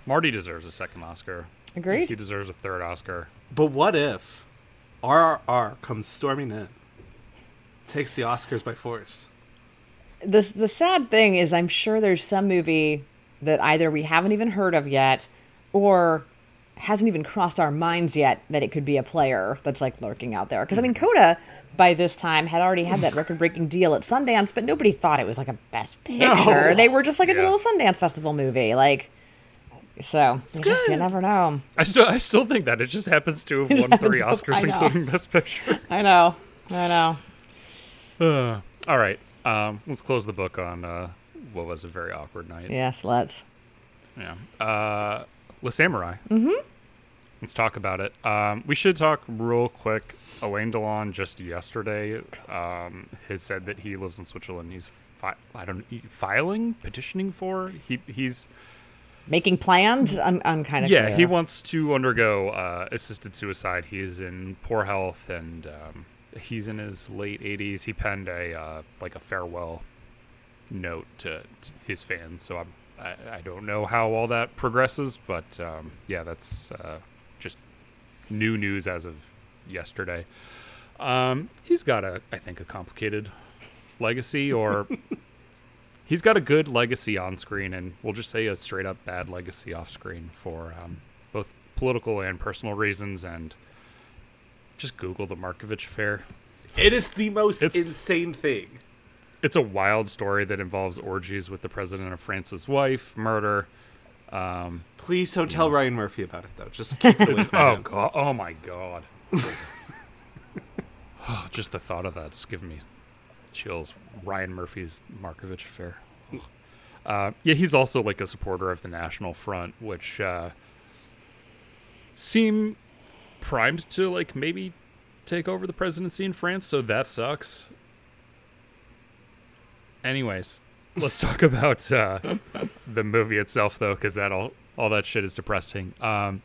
Speaker 3: Marty deserves a second Oscar.
Speaker 2: Agreed.
Speaker 3: He deserves a third Oscar.
Speaker 5: But what if RRR comes storming in, takes the Oscars by force?
Speaker 2: the the sad thing is, I'm sure there's some movie that either we haven't even heard of yet, or hasn't even crossed our minds yet that it could be a player that's like lurking out there. Because I mean,
Speaker 5: Hmm.
Speaker 2: Coda by this time had already had that record breaking deal at Sundance, but nobody thought it was like a best picture. They were just like it's a
Speaker 3: Yeah.
Speaker 2: little Sundance festival movie, like. So you just you
Speaker 5: good.
Speaker 2: never know.
Speaker 3: I still I still think that it just happens to have
Speaker 2: It
Speaker 3: won three
Speaker 2: happens to- I
Speaker 3: Oscars,
Speaker 2: know.
Speaker 3: including Best Picture.
Speaker 2: I know. I know.
Speaker 3: Uh, all right, um, let's close the book on uh, what was a very awkward night.
Speaker 2: Yes, let's.
Speaker 3: Yeah. Uh, Le Samurai. Mm-hmm. Let's talk about it. Um, we should talk real quick. Alain Delon just yesterday um, has said that he lives in Switzerland. He's fi- I don't he- filing, petitioning for. He he's
Speaker 2: making plans. I'm, I'm kind of
Speaker 3: yeah,
Speaker 2: clear.
Speaker 3: he wants to undergo uh, assisted suicide. He is in poor health, and um, he's in his late 80s. He penned a uh, like a farewell note to, to his fans. So I'm, I I don't know how all that progresses, but um, yeah, that's uh, just new news as of yesterday. Um, he's got a I think a complicated legacy, or he's got a good legacy on screen, and we'll just say a straight up bad legacy off screen for um, both political and personal reasons. And just Google the Markovich affair.
Speaker 5: It is the most
Speaker 3: It's-
Speaker 5: insane thing.
Speaker 3: It's a wild story that involves orgies with the president of France's wife, murder.
Speaker 5: Please don't tell Ryan Murphy about it though. Just keep it away from
Speaker 3: Oh
Speaker 5: him.
Speaker 3: god! Oh my god! Oh, just the thought of that's giving me chills. Ryan Murphy's Markovich affair. Uh, yeah, he's also like a supporter of the National Front, which uh, seem primed to like maybe take over the presidency in France. So that sucks. Anyways, let's talk about uh, the movie itself, though, because that all all that shit is depressing. Um,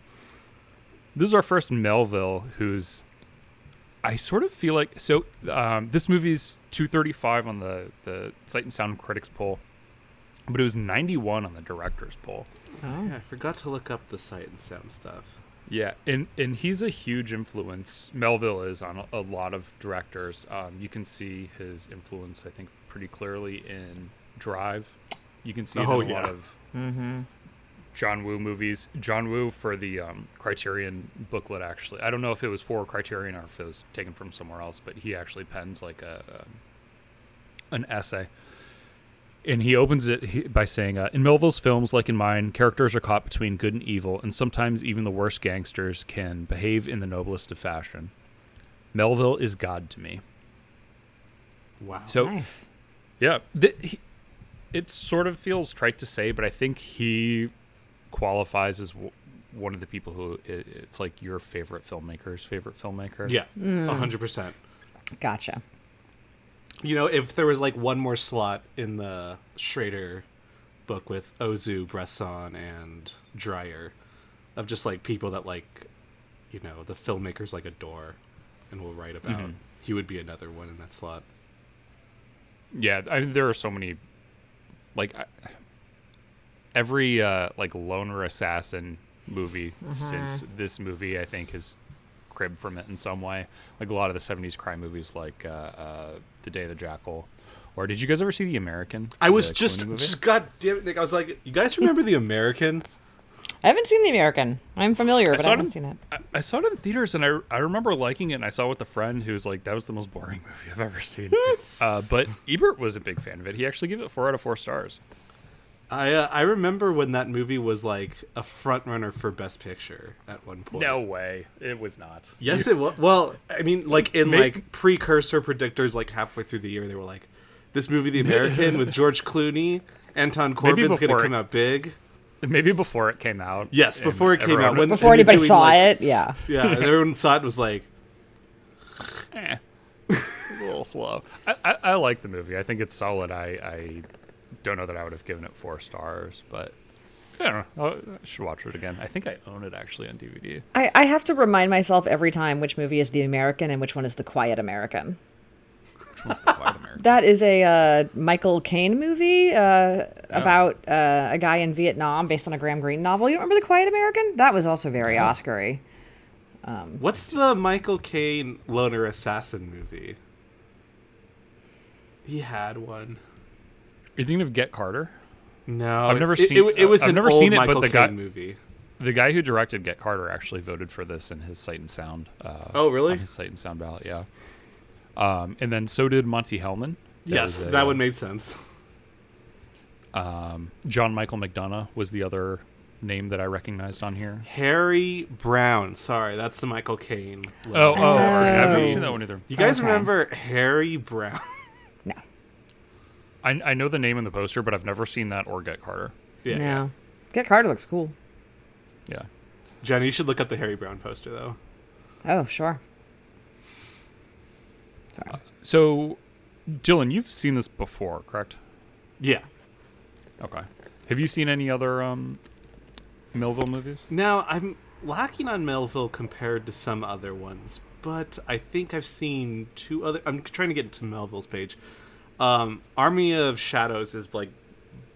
Speaker 3: this is our first Melville, who's I sort of feel like so. Um, this movie's 235 on the the Sight and Sound critics poll, but it was 91 on the directors poll.
Speaker 5: Yeah, I forgot to look up the sight and sound stuff.
Speaker 3: Yeah, and and he's a huge influence. Melville is on a, a lot of directors. Um, you can see his influence, I think, pretty clearly in Drive. You can see it
Speaker 5: Oh,
Speaker 3: in a lot
Speaker 5: yeah. Mm-hmm.
Speaker 3: of John Woo movies. John Woo for the um, Criterion booklet, actually. I don't know if it was for Criterion or if it was taken from somewhere else, but he actually pens like a um, an essay and he opens it he- by saying, uh, "In Melville's films, like in mine, characters are caught between good and evil, and sometimes even the worst gangsters can behave in the noblest of fashion. Melville is God to me."
Speaker 5: Wow.
Speaker 3: So,
Speaker 2: nice.
Speaker 3: yeah, th- he, it sort of feels trite to say, but I think he qualifies as w- one of the people who i it's like your favorite filmmaker's favorite filmmaker.
Speaker 5: yeah, a hundred percent.
Speaker 2: Gotcha.
Speaker 5: You know, if there was like one more slot in the Schrader book with Ozu, Bresson, and Dreyer, of just like people that like, you know, the filmmakers like adore, and will write about, he would be another one in that slot.
Speaker 3: yeah i mean there are so many like I, every uh like loner assassin movie since this movie i think is cribbed from it in some way like a lot of the 70s crime movies like uh, uh the day of the jackal or did you guys ever see the american
Speaker 5: I was
Speaker 3: The
Speaker 5: just,
Speaker 3: Clooney movie?
Speaker 5: just god damn it, Nick! I was like, you guys remember the American?
Speaker 2: I haven't seen The American. I'm familiar, but I,
Speaker 3: saw it
Speaker 2: haven't
Speaker 3: in-
Speaker 2: seen it.
Speaker 3: I, I saw it in theaters and I, I remember liking it and I saw it with a friend who was like, that was the most boring movie I've ever seen. uh, but Ebert was a big fan of it. He actually gave it four out of four stars.
Speaker 5: I uh, I remember when that movie was like a front runner for Best Picture at one point.
Speaker 3: No way. It was not.
Speaker 5: Yes, it was. Well, I mean, like in
Speaker 3: May-
Speaker 5: like precursor predictors, like halfway through the year, they were like, "This movie, The American, with George Clooney, Anton Corbin's going
Speaker 3: before
Speaker 5: to
Speaker 3: it-
Speaker 5: come out big."
Speaker 3: Maybe before it came out.
Speaker 5: Yes,
Speaker 3: and
Speaker 5: before it came
Speaker 3: everyone-
Speaker 5: out, when
Speaker 2: Before
Speaker 5: and they're
Speaker 2: anybody
Speaker 5: doing,
Speaker 2: saw it,
Speaker 5: like-
Speaker 2: yeah.
Speaker 5: yeah, and everyone saw it was like,
Speaker 3: eh, it's a little slow. I, I, I like the movie. I think it's solid. I, I don't know that I would have given it four stars, but I don't know. I'll- I should watch it again. I think I own it actually on DVD.
Speaker 2: I, I have to remind myself every time which movie is The American and which one is The Quiet American.
Speaker 3: Which one's the Quiet American?
Speaker 2: That is a uh, Michael Caine movie uh, about uh, a guy in Vietnam based on a Graham Greene novel. You don't remember The Quiet American? That was also very Oscary.
Speaker 5: "What's the Michael Caine loner assassin movie?" He had one.
Speaker 3: Are you thinking of Get Carter?
Speaker 5: No,
Speaker 3: I've never
Speaker 5: it- it-
Speaker 3: seen-
Speaker 5: It, was
Speaker 3: I've
Speaker 5: an
Speaker 3: never
Speaker 5: old
Speaker 3: seen it, but
Speaker 5: Michael
Speaker 3: the
Speaker 5: Caine
Speaker 3: guy-
Speaker 5: movie.
Speaker 3: The guy who directed Get Carter actually voted for this in his Sight and Sound. Uh,
Speaker 5: Oh, really?
Speaker 3: on his Sight and Sound ballot, yeah. Um, and then so did Monty Hellman. That
Speaker 5: yes,
Speaker 3: was a- uh,
Speaker 5: that one made sense.
Speaker 3: John Michael McDonough was the other name that I recognized on here.
Speaker 5: Harry Brown. Sorry, that's the Michael Caine.
Speaker 3: Oh, oh,
Speaker 5: look.
Speaker 3: sorry. I haven't
Speaker 2: Oh.
Speaker 3: seen that one either.
Speaker 5: you guys
Speaker 2: Okay.
Speaker 5: remember Harry Brown?
Speaker 2: No.
Speaker 3: I, I know the name in the poster, but I've never seen that or Get Carter.
Speaker 5: yeah.
Speaker 2: No. Get Carter looks cool.
Speaker 3: Yeah.
Speaker 5: Jenny, you should look up the Harry Brown poster though.
Speaker 2: Oh, sure.
Speaker 3: So, Dylan, you've seen this before, correct?
Speaker 5: Yeah.
Speaker 3: Okay. Have you seen any other um, Melville movies?
Speaker 5: Now I'm lacking on Melville compared to some other ones, but I think I've seen two other. I'm trying to get to Melville's page. Um, Army of Shadows is like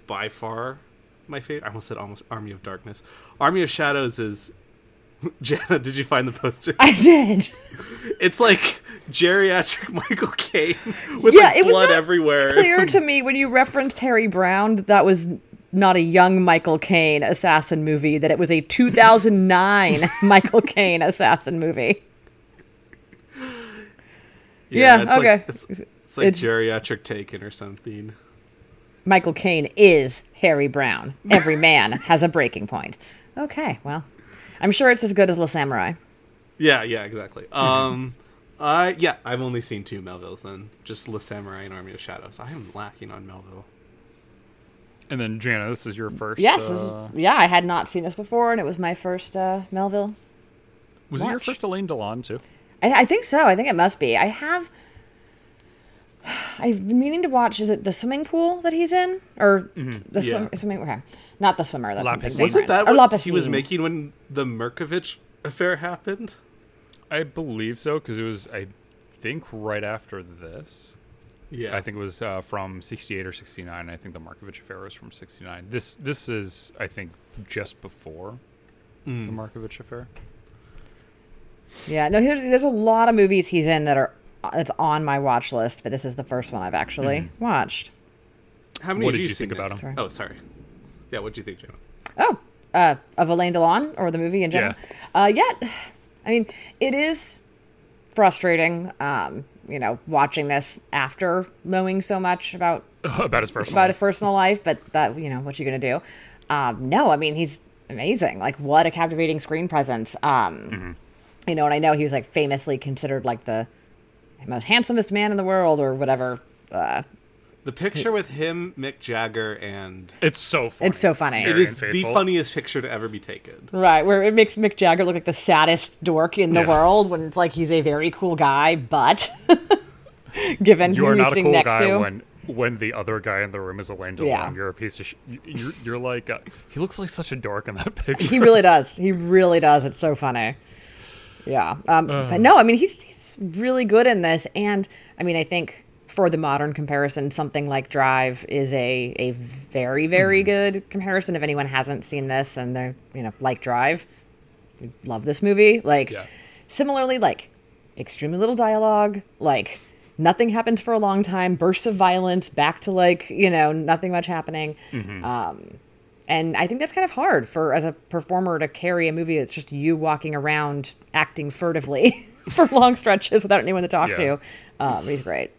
Speaker 5: by far my favorite. I almost said almost Army of Darkness. Army of Shadows is. Jana, did you find the poster?
Speaker 2: I did.
Speaker 5: It's like geriatric Michael Caine with
Speaker 2: yeah,
Speaker 5: like
Speaker 2: it was
Speaker 5: blood
Speaker 2: not
Speaker 5: everywhere.
Speaker 2: clear to me when you referenced Harry Brown that that was not a young Michael Caine assassin movie, that it was a 2009 Michael Caine assassin movie. Yeah,
Speaker 5: it's
Speaker 2: okay.
Speaker 5: Like, it's, it's like
Speaker 2: It's-
Speaker 5: geriatric Taken or something.
Speaker 2: Michael Caine is Harry Brown. Every man has a breaking point. Okay, well, I'm sure it's as good as La Samurai.
Speaker 5: Yeah, yeah, exactly. Um, I yeah, I've only seen two Melvilles then, just Le Samurai and Army of Shadows. I am lacking on Melville.
Speaker 3: And then Jana, this is your first.
Speaker 2: Yes, this is-
Speaker 3: uh,
Speaker 2: yeah, I had not seen this before, and it was my first uh, Melville.
Speaker 3: was it your
Speaker 2: watch.
Speaker 3: first Elaine Delon too?
Speaker 2: I, I think so. I think it must be. I have. I've been meaning to watch. Is it the swimming pool that he's in, or the
Speaker 5: Yeah.
Speaker 2: swim, swimming? Okay, not the swimmer. That's something
Speaker 3: Lapisine.
Speaker 2: different.
Speaker 3: Wasn't
Speaker 5: That
Speaker 2: or
Speaker 5: what he was
Speaker 2: Lapisine.
Speaker 5: making when the Merkovich affair happened.
Speaker 3: I believe so because it was I think right after this.
Speaker 5: Yeah,
Speaker 3: I think it was uh, from '68 or '69. I think the Markovich affair was from '69. This this is I think just before the Markovich affair.
Speaker 2: Yeah, no. Here's, there's a lot of movies he's in that are that's on my watch list, but this is the first one I've actually watched.
Speaker 5: How many
Speaker 3: What
Speaker 5: have
Speaker 3: did
Speaker 5: you,
Speaker 3: you
Speaker 5: seen
Speaker 3: think about
Speaker 5: Nick?
Speaker 3: him?
Speaker 5: Oh, sorry. Yeah, what do you think, Jenna?
Speaker 2: Oh, uh, of Elaine Delon or the movie in general. Uh, yeah, I mean, it is frustrating. Um, you know, watching this after knowing so much about
Speaker 3: About his personal.
Speaker 2: about his personal life, but that you know what you gonna do. Um, no, I mean he's amazing. Like what a captivating screen presence. Um,
Speaker 3: Mm-hmm.
Speaker 2: You know, and I know he was like famously considered like the most handsomest man in the world or whatever. Uh,
Speaker 5: The picture with him, Mick Jagger, and
Speaker 3: it's so funny.
Speaker 2: it's so funny.
Speaker 3: It
Speaker 5: it is
Speaker 3: Very
Speaker 5: the
Speaker 3: faithful.
Speaker 5: funniest picture to ever be taken.
Speaker 2: Right, where it makes Mick Jagger look like the saddest dork in the world when it's like he's a very cool guy, but given
Speaker 3: You
Speaker 2: who
Speaker 3: are
Speaker 2: he's
Speaker 3: not a
Speaker 2: sitting
Speaker 3: cool
Speaker 2: next
Speaker 3: guy
Speaker 2: to.
Speaker 3: when when the other guy in the room is Elaine Delon.
Speaker 2: Yeah.
Speaker 3: You're a piece of. Sh- you're you're like uh, he looks like such a dork in that picture.
Speaker 2: he really does. He really does. It's so funny. Yeah. Um, but no, I mean, he's, he's really good in this. And I mean, I think for the modern comparison, something like Drive is a, a very, very good comparison. If anyone hasn't seen this and they're, you know, like Drive, you love this movie. Like,
Speaker 3: Yeah.
Speaker 2: similarly, like, extremely little dialogue, like, nothing happens for a long time, bursts of violence, back to like, you know, nothing much happening.
Speaker 3: Mm-hmm.
Speaker 2: Um, and I think that's kind of hard for as a performer to carry a movie that's just you walking around acting furtively for long stretches without anyone to talk
Speaker 3: Yeah.
Speaker 2: to. Um, he's great.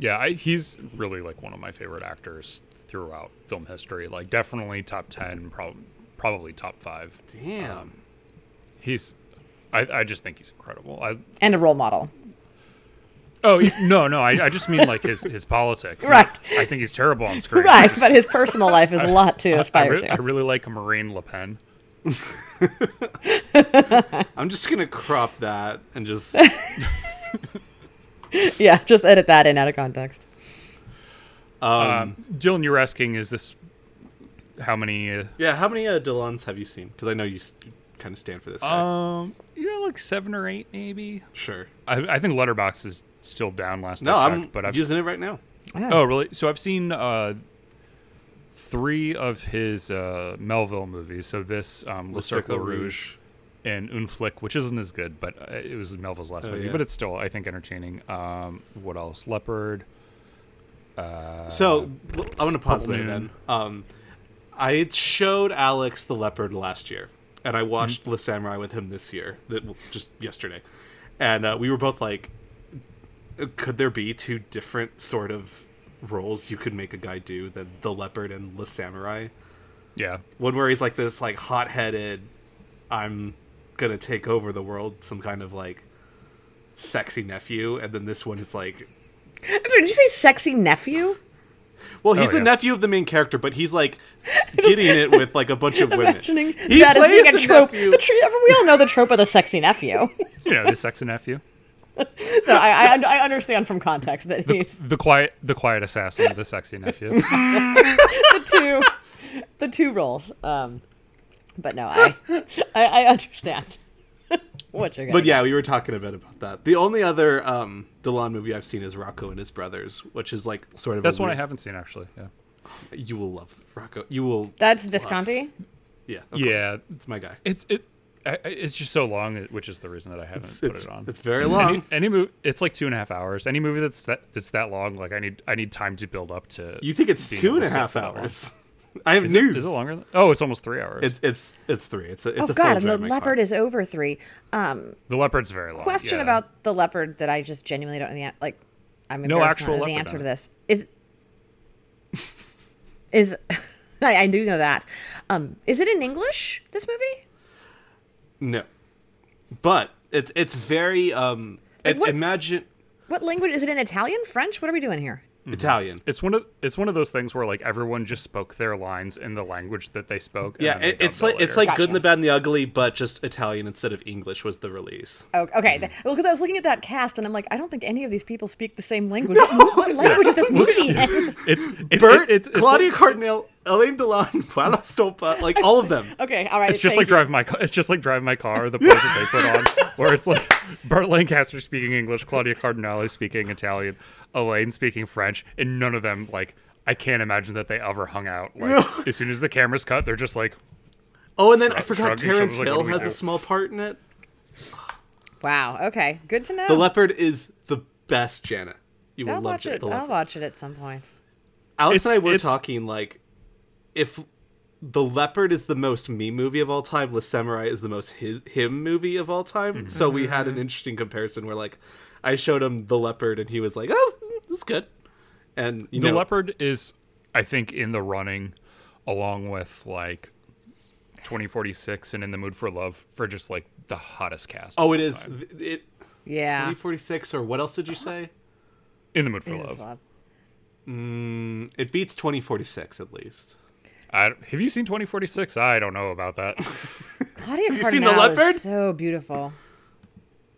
Speaker 3: Yeah, I, he's really like one of my favorite actors throughout film history. Like definitely top ten, prob- probably top five.
Speaker 5: Damn.
Speaker 3: He's, I, I just think he's incredible. I
Speaker 2: And a role model.
Speaker 3: oh y- no no I, I just mean like his his politics.
Speaker 2: Right.
Speaker 3: I, think he's terrible on screen.
Speaker 2: Right, but his personal life is a lot to
Speaker 3: I,
Speaker 2: aspire
Speaker 3: re- I
Speaker 2: to.
Speaker 3: really like Marine Le Pen.
Speaker 5: I'm just gonna crop that and just
Speaker 2: yeah, just edit that in out of context.
Speaker 3: Um, Dylan, you're asking, is this how many? Uh,
Speaker 5: yeah. How many uh, Delons have you seen? Because I know you st- kind of stand for this guy.
Speaker 3: um, yeah, like seven or eight, maybe.
Speaker 5: sure.
Speaker 3: I, I think Letterbox is still down last
Speaker 5: No,
Speaker 3: I
Speaker 5: I'm
Speaker 3: checked, but I've
Speaker 5: using it right now.
Speaker 2: Yeah.
Speaker 3: Oh, really? So I've seen uh, three of his uh, Melville movies. So this um, Le Cercle Rouge and Un Flick, which isn't as good, but uh, it was Melville's last
Speaker 5: Oh,
Speaker 3: movie.
Speaker 5: yeah.
Speaker 3: But it's still, I think, entertaining. Um, what else? Leopard.
Speaker 5: So
Speaker 3: uh,
Speaker 5: l- I want to pause there
Speaker 3: Purple
Speaker 5: then.
Speaker 3: Moon.
Speaker 5: Um, I showed Alex the leopard last year, and I watched
Speaker 3: Mm-hmm.
Speaker 5: Le Samurai with him this year, that just yesterday, and uh, we were both like, uh, "Could there be two different sort of roles you could make a guy do than the leopard and Le Samurai?
Speaker 3: Yeah.
Speaker 5: One where he's like this, like hot-headed, I'm gonna take over the world, some kind of like sexy nephew, and then this one is like."
Speaker 2: I'm sorry, did you say sexy nephew?
Speaker 5: Well, he's the
Speaker 3: Oh, yeah.
Speaker 5: nephew of the main character, but he's like getting it with like a bunch of women.
Speaker 2: Imagining that as
Speaker 5: plays
Speaker 2: being a
Speaker 5: the
Speaker 2: trope.
Speaker 5: nephew.
Speaker 2: The tr- we all know the trope of the sexy nephew.
Speaker 3: You know, the sex and nephew.
Speaker 2: so I, I, I understand from context that he's
Speaker 3: The quiet, the quiet assassin, the sexy nephew.
Speaker 2: the two, the two roles. Um, But no, I I, I understand what you're going.
Speaker 5: But yeah, we were talking a bit about that. The only other um, Delon movie I've seen is Rocco and His Brothers, which is like sort of
Speaker 3: That's
Speaker 5: a
Speaker 3: one I
Speaker 5: weird-
Speaker 3: haven't seen actually. Yeah.
Speaker 5: You will love Rocco. You will.
Speaker 2: that's Visconti.
Speaker 5: Yeah. of course.
Speaker 3: Yeah.
Speaker 5: It's my guy.
Speaker 3: It's it. I- I- It's just so long, which is the reason that I haven't
Speaker 5: It's
Speaker 3: put
Speaker 5: it's,
Speaker 3: it on.
Speaker 5: it's very
Speaker 3: any,
Speaker 5: long.
Speaker 3: any movie, it's like two and a half hours. Any movie that's that that's that long, like I need I need time to build up to.
Speaker 5: You think it's
Speaker 3: being
Speaker 5: two
Speaker 3: able
Speaker 5: and
Speaker 3: to
Speaker 5: a
Speaker 3: sit
Speaker 5: half
Speaker 3: for that long.
Speaker 5: hours? I have
Speaker 3: Is it,
Speaker 5: news.
Speaker 3: is it longer? Than, oh, it's almost three hours.
Speaker 5: It's it's it's three. It's a it's
Speaker 2: Oh
Speaker 5: a full
Speaker 2: God, and the
Speaker 5: drive in my car.
Speaker 2: leopard is over three. Um,
Speaker 3: the leopard's very long.
Speaker 2: question
Speaker 3: yeah.
Speaker 2: about the leopard that I just genuinely don't know the an- like. I'm
Speaker 3: No
Speaker 2: embarrassed
Speaker 3: actual
Speaker 2: not to know the
Speaker 3: leopard
Speaker 2: answer
Speaker 3: on
Speaker 2: to
Speaker 3: it.
Speaker 2: this is is I, I do know that. Um, is it in English? This movie?
Speaker 5: No, but it's it's very um. it-
Speaker 2: what-
Speaker 5: imagine
Speaker 2: What language is it in? Italian, French? What are we doing here?
Speaker 5: Italian.
Speaker 3: Hmm. It's one of it's one of those things where like everyone just spoke their lines in the language that they spoke. and
Speaker 5: Yeah,
Speaker 3: then they
Speaker 5: it, it's
Speaker 3: dubbed
Speaker 5: like
Speaker 3: it
Speaker 5: it's
Speaker 3: later.
Speaker 5: like Good and the Bad and the Ugly, but just Italian instead of English was the release.
Speaker 2: Oh,
Speaker 5: Hmm.
Speaker 2: okay. th- Well, because I was looking at that cast and I'm like, I don't think any of these people speak the same language. What language is this movie in?
Speaker 3: it's it,
Speaker 5: Bert,
Speaker 3: it- it's it's
Speaker 5: Claudia
Speaker 3: like-
Speaker 5: Cardinale, Elaine Delon, Paola Stopa, like all of them.
Speaker 2: Okay, all right.
Speaker 3: It's just like
Speaker 2: thank
Speaker 3: drive my car. It's just like drive my car. The part that they put on, where it's like Burt Lancaster speaking English, Claudia Cardinale speaking Italian, Elaine speaking French, and none of them like I can't imagine that they ever hung out. Like as soon as the cameras cut, they're just like
Speaker 5: Oh, and then I
Speaker 3: Shrug-
Speaker 5: forgot
Speaker 3: shrugging
Speaker 5: Terrence
Speaker 3: shoulders, like,
Speaker 5: Hill
Speaker 3: what do we
Speaker 5: has
Speaker 3: do?
Speaker 5: a small part in it.
Speaker 2: you. Wow. Okay. Good to know.
Speaker 5: The Leopard is the best, Jana. You will
Speaker 2: Oh. I'll
Speaker 5: love
Speaker 2: watch it.
Speaker 5: The
Speaker 2: I'll
Speaker 5: Leopard.
Speaker 2: watch it at some point.
Speaker 5: Alex
Speaker 3: It's-
Speaker 5: and I were
Speaker 3: it's-
Speaker 5: talking like if The Leopard is the most me movie of all time, Le Samurai is the most his him movie of all time.
Speaker 3: Mm-hmm.
Speaker 5: So we had an interesting comparison where like I showed him The Leopard and he was like, "Oh, it's, it's good." And you
Speaker 3: the
Speaker 5: know,
Speaker 3: leopard is, I think, in the running, along with like 2046 and In the Mood for Love for just like the hottest cast.
Speaker 5: Oh, it is it
Speaker 2: Yeah.
Speaker 5: 2046 or what else did you say?
Speaker 3: In the Mood for
Speaker 2: Beautiful
Speaker 3: Love.
Speaker 2: love.
Speaker 5: It beats 2046 at least.
Speaker 3: I, have you seen 2046? I don't know about that.
Speaker 2: Claudia Cardinale
Speaker 5: you seen The Leopard?
Speaker 2: is so beautiful.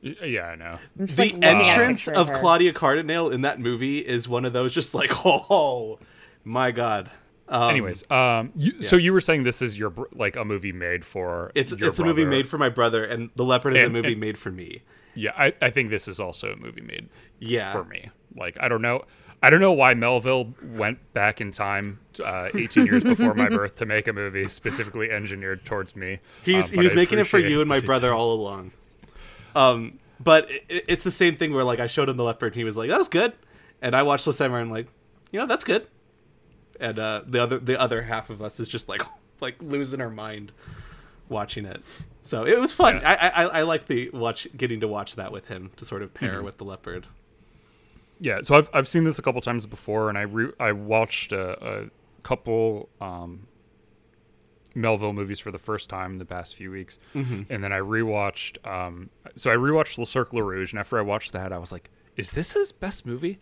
Speaker 3: Y- yeah, I know.
Speaker 2: I'm just,
Speaker 5: the
Speaker 2: like, looking at a
Speaker 5: entrance
Speaker 2: picture
Speaker 5: of
Speaker 2: her.
Speaker 5: Claudia Cardinale in that movie is one of those just like, oh my god. Um,
Speaker 3: Anyways, um, you, so you were saying this is your br- like a movie made for
Speaker 5: it's
Speaker 3: your
Speaker 5: it's a movie
Speaker 3: brother.
Speaker 5: made for my brother, and The Leopard is
Speaker 3: And-
Speaker 5: a movie
Speaker 3: and-
Speaker 5: made for me.
Speaker 3: yeah. I, I think this is also a movie made
Speaker 5: Yeah,
Speaker 3: for me. Like I don't know, I don't know why Melville went back in time uh, 18 years before my birth to make a movie specifically engineered towards me.
Speaker 5: He was,
Speaker 3: Um,
Speaker 5: he
Speaker 3: but
Speaker 5: was
Speaker 3: I
Speaker 5: making it for
Speaker 3: appreciate
Speaker 5: you and my
Speaker 3: that he-
Speaker 5: brother all along. Um, but it, it- it's the same thing where like I showed him The Leopard, and he was like, "That was good," and I watched The Samurai, and I'm like, you know, that's good. And uh, the other the other half of us is just like like losing our mind watching it. So it was fun.
Speaker 3: Yeah.
Speaker 5: I I, I- I liked the watch getting to watch that with him to sort of pair
Speaker 3: Mm-hmm.
Speaker 5: with The Leopard.
Speaker 3: Yeah, so I've I've seen this a couple times before, and I re- I watched a, a couple um, Melville movies for the first time the past few weeks,
Speaker 5: Mm-hmm.
Speaker 3: and then I rewatched. Um, so I rewatched Le Cercle Rouge, and after I watched that, I was like, "Is this his best movie?"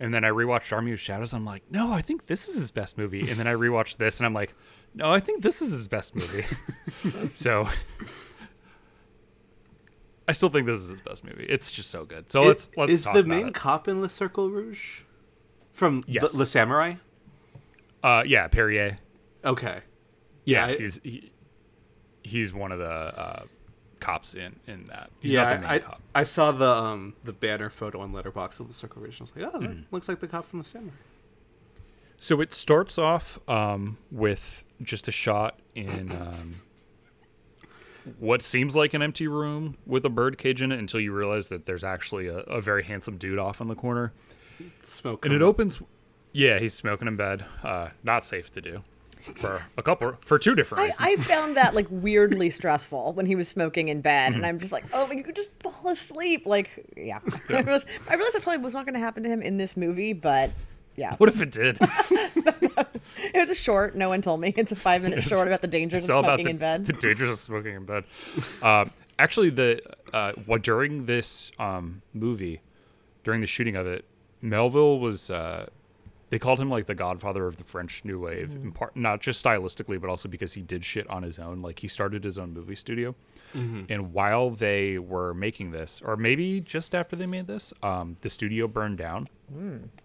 Speaker 3: And then I rewatched Army of Shadows. I'm like, "No, I think this is his best movie." And then I rewatched this, and I'm like, "No, I think this is his best movie." so. I still think this is his best movie. It's just so good. So
Speaker 5: It-
Speaker 3: let's let's
Speaker 5: is
Speaker 3: talk
Speaker 5: the
Speaker 3: about
Speaker 5: main
Speaker 3: it.
Speaker 5: cop in Le Cercle Rouge from
Speaker 3: Yes.
Speaker 5: Le, Le Samurai?
Speaker 3: Uh, yeah, Perrier.
Speaker 5: Okay.
Speaker 3: Yeah,
Speaker 5: I-
Speaker 3: he's he, he's one of the uh, cops in in that. He's
Speaker 5: yeah,
Speaker 3: not the main
Speaker 5: I,
Speaker 3: cop.
Speaker 5: I saw the um the banner photo on Letterbox of the Circle Ridge. and I was like, oh,
Speaker 3: Mm.
Speaker 5: that looks like the cop from the Samurai.
Speaker 3: So it starts off um, with just a shot in um, what seems like an empty room with a bird cage in it, until you realize that there's actually a, a very handsome dude off in the corner.
Speaker 5: Smoke.
Speaker 3: and it
Speaker 5: coming.
Speaker 3: opens yeah he's smoking in bed uh not safe to do for a couple for two different
Speaker 2: I,
Speaker 3: reasons
Speaker 2: I found that like weirdly stressful when he was smoking in bed,
Speaker 5: Mm-hmm.
Speaker 2: and I'm just like, oh, you could just fall asleep. Like, yeah. I realized I realized that probably was not going to happen to him in this movie, but yeah,
Speaker 3: what if it did
Speaker 2: it was a short. No one told me it's a five minute short about the dangers
Speaker 3: it's
Speaker 2: of
Speaker 3: all
Speaker 2: smoking
Speaker 3: about the,
Speaker 2: in bed.
Speaker 3: the dangers of smoking in bed um actually the uh what during this um movie during the shooting of it melville was uh they called him like the godfather of the French New Wave,
Speaker 2: Mm-hmm.
Speaker 3: in part, not just stylistically, but also because he did shit on his own. Like he started his own movie studio, and while they were making this, or maybe just after they made this, um, the studio burned down.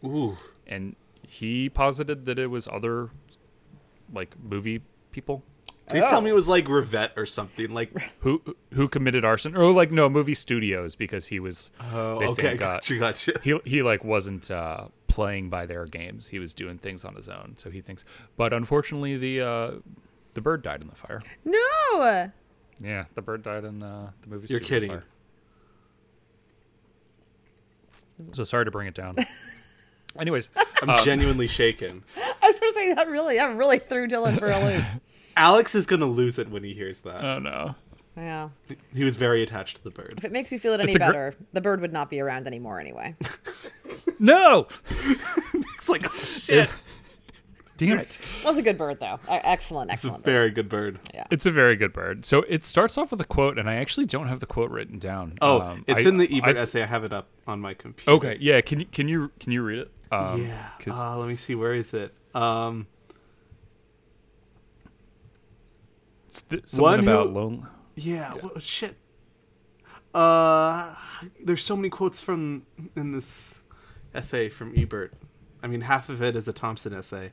Speaker 5: Ooh.
Speaker 3: and he posited that it was other like movie people
Speaker 5: Please tell me it was like Rivette or something. Like,
Speaker 3: Who who committed arson? Or like no, movie studios because he was. Oh, they
Speaker 5: okay,
Speaker 3: think, uh,
Speaker 5: gotcha, gotcha.
Speaker 3: he he like wasn't uh, playing by their games. He was doing things on his own. So he thinks. But unfortunately, the uh, the bird died in the fire.
Speaker 2: No.
Speaker 3: Yeah, the bird died in uh, the movie.
Speaker 5: You're
Speaker 3: studio
Speaker 5: kidding.
Speaker 3: fire. So sorry to bring it down. Anyways,
Speaker 5: I'm
Speaker 3: Um,
Speaker 5: genuinely shaken.
Speaker 2: I was gonna say that really, that really threw Dylan for a loop.
Speaker 5: Alex is gonna lose it when he hears that.
Speaker 3: oh no.
Speaker 2: yeah.
Speaker 5: he was very attached to the bird.
Speaker 2: If it makes you feel it any
Speaker 3: It's a gr-
Speaker 2: better, the bird would not be around anymore anyway.
Speaker 3: No!
Speaker 5: It's like, oh, shit.
Speaker 3: Damn it.
Speaker 2: was a good bird though. E- Excellent,
Speaker 5: It's a
Speaker 2: excellent. bird.
Speaker 5: very good bird.
Speaker 3: It's a very good bird. So it starts off with a quote, and I actually don't have the quote written down.
Speaker 5: Oh,
Speaker 3: Um,
Speaker 5: it's
Speaker 3: I-
Speaker 5: in the Ebert
Speaker 3: I've-
Speaker 5: essay. I have it up on my computer.
Speaker 3: Okay, yeah. Can you can you can you read it? Um,
Speaker 5: Yeah.
Speaker 3: 'cause-
Speaker 5: Uh, let me see. Where is it? Um,
Speaker 3: It's th- something
Speaker 5: One who-
Speaker 3: about lone.
Speaker 5: yeah. Well, shit. Uh, there's so many quotes from in this essay from Ebert. I mean, half of it is a Thompson essay.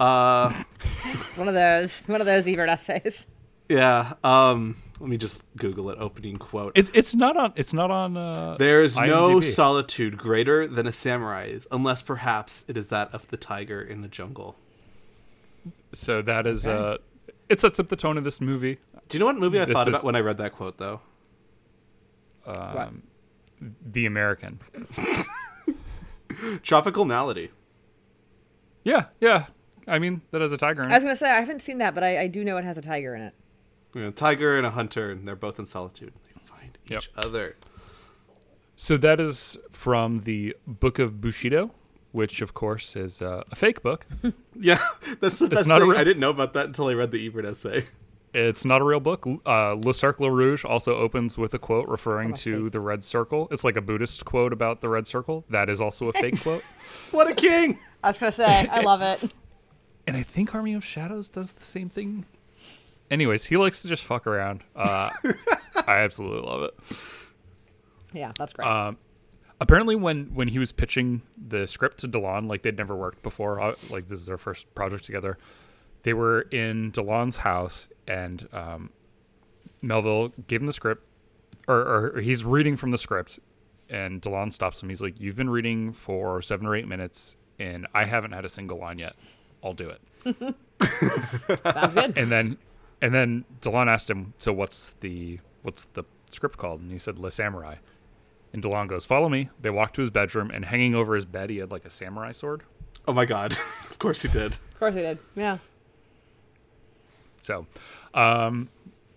Speaker 5: Uh,
Speaker 2: One of those, one of those Ebert essays.
Speaker 5: yeah. Um, let me just Google it. Opening quote.
Speaker 3: It's it's not on. It's not on. Uh,
Speaker 5: There is no
Speaker 3: IMDb.
Speaker 5: solitude greater than a samurai's, unless perhaps it is that of the tiger in the jungle.
Speaker 3: So that is. Uh, it sets up the tone of this movie.
Speaker 5: Do you know what movie I
Speaker 3: This
Speaker 5: thought
Speaker 3: is-
Speaker 5: about when I read that quote, though?
Speaker 3: The American.
Speaker 5: Tropical Malady.
Speaker 3: Yeah, yeah. I mean, that has a tiger in
Speaker 2: I was
Speaker 3: it.
Speaker 2: gonna say I haven't seen that, but I, I do know it has a tiger in it.
Speaker 5: You know, tiger and a hunter, and they're both in solitude. They find each
Speaker 3: Yep.
Speaker 5: other.
Speaker 3: So that is from the Book of Bushido, which of course is uh, a fake book.
Speaker 5: Yeah, that's the best
Speaker 3: not a
Speaker 5: thing.
Speaker 3: re-
Speaker 5: I didn't know about that until I read the Ebert essay.
Speaker 3: It's not a real book. L- Uh, Le Cercle Rouge also opens with a quote referring to the red circle. It's like a Buddhist quote about the red circle. That is also a fake quote.
Speaker 5: What a king!
Speaker 2: I was gonna say I love it.
Speaker 3: And I think Army of Shadows does the same thing. Anyways, he likes to just fuck around. Uh, I absolutely love it.
Speaker 2: Yeah, that's great.
Speaker 3: Uh, apparently when when he was pitching the script to delon like they'd never worked before uh, like this is their first project together they were in delon's house and um, melville gave him the script or, or, or he's reading from the script and delon stops him he's like you've been reading for seven or eight minutes and i haven't had a single line yet i'll do it
Speaker 2: Sounds good.
Speaker 3: and then and then Delon asked him, "So what's the what's the script called?" And he said, "Le Samurai." And Delon goes, "Follow me." They walk to his bedroom, and hanging over his bed, he had like a samurai sword.
Speaker 5: Oh my god. of course he did.
Speaker 2: Of course we did. Yeah.
Speaker 3: So, um,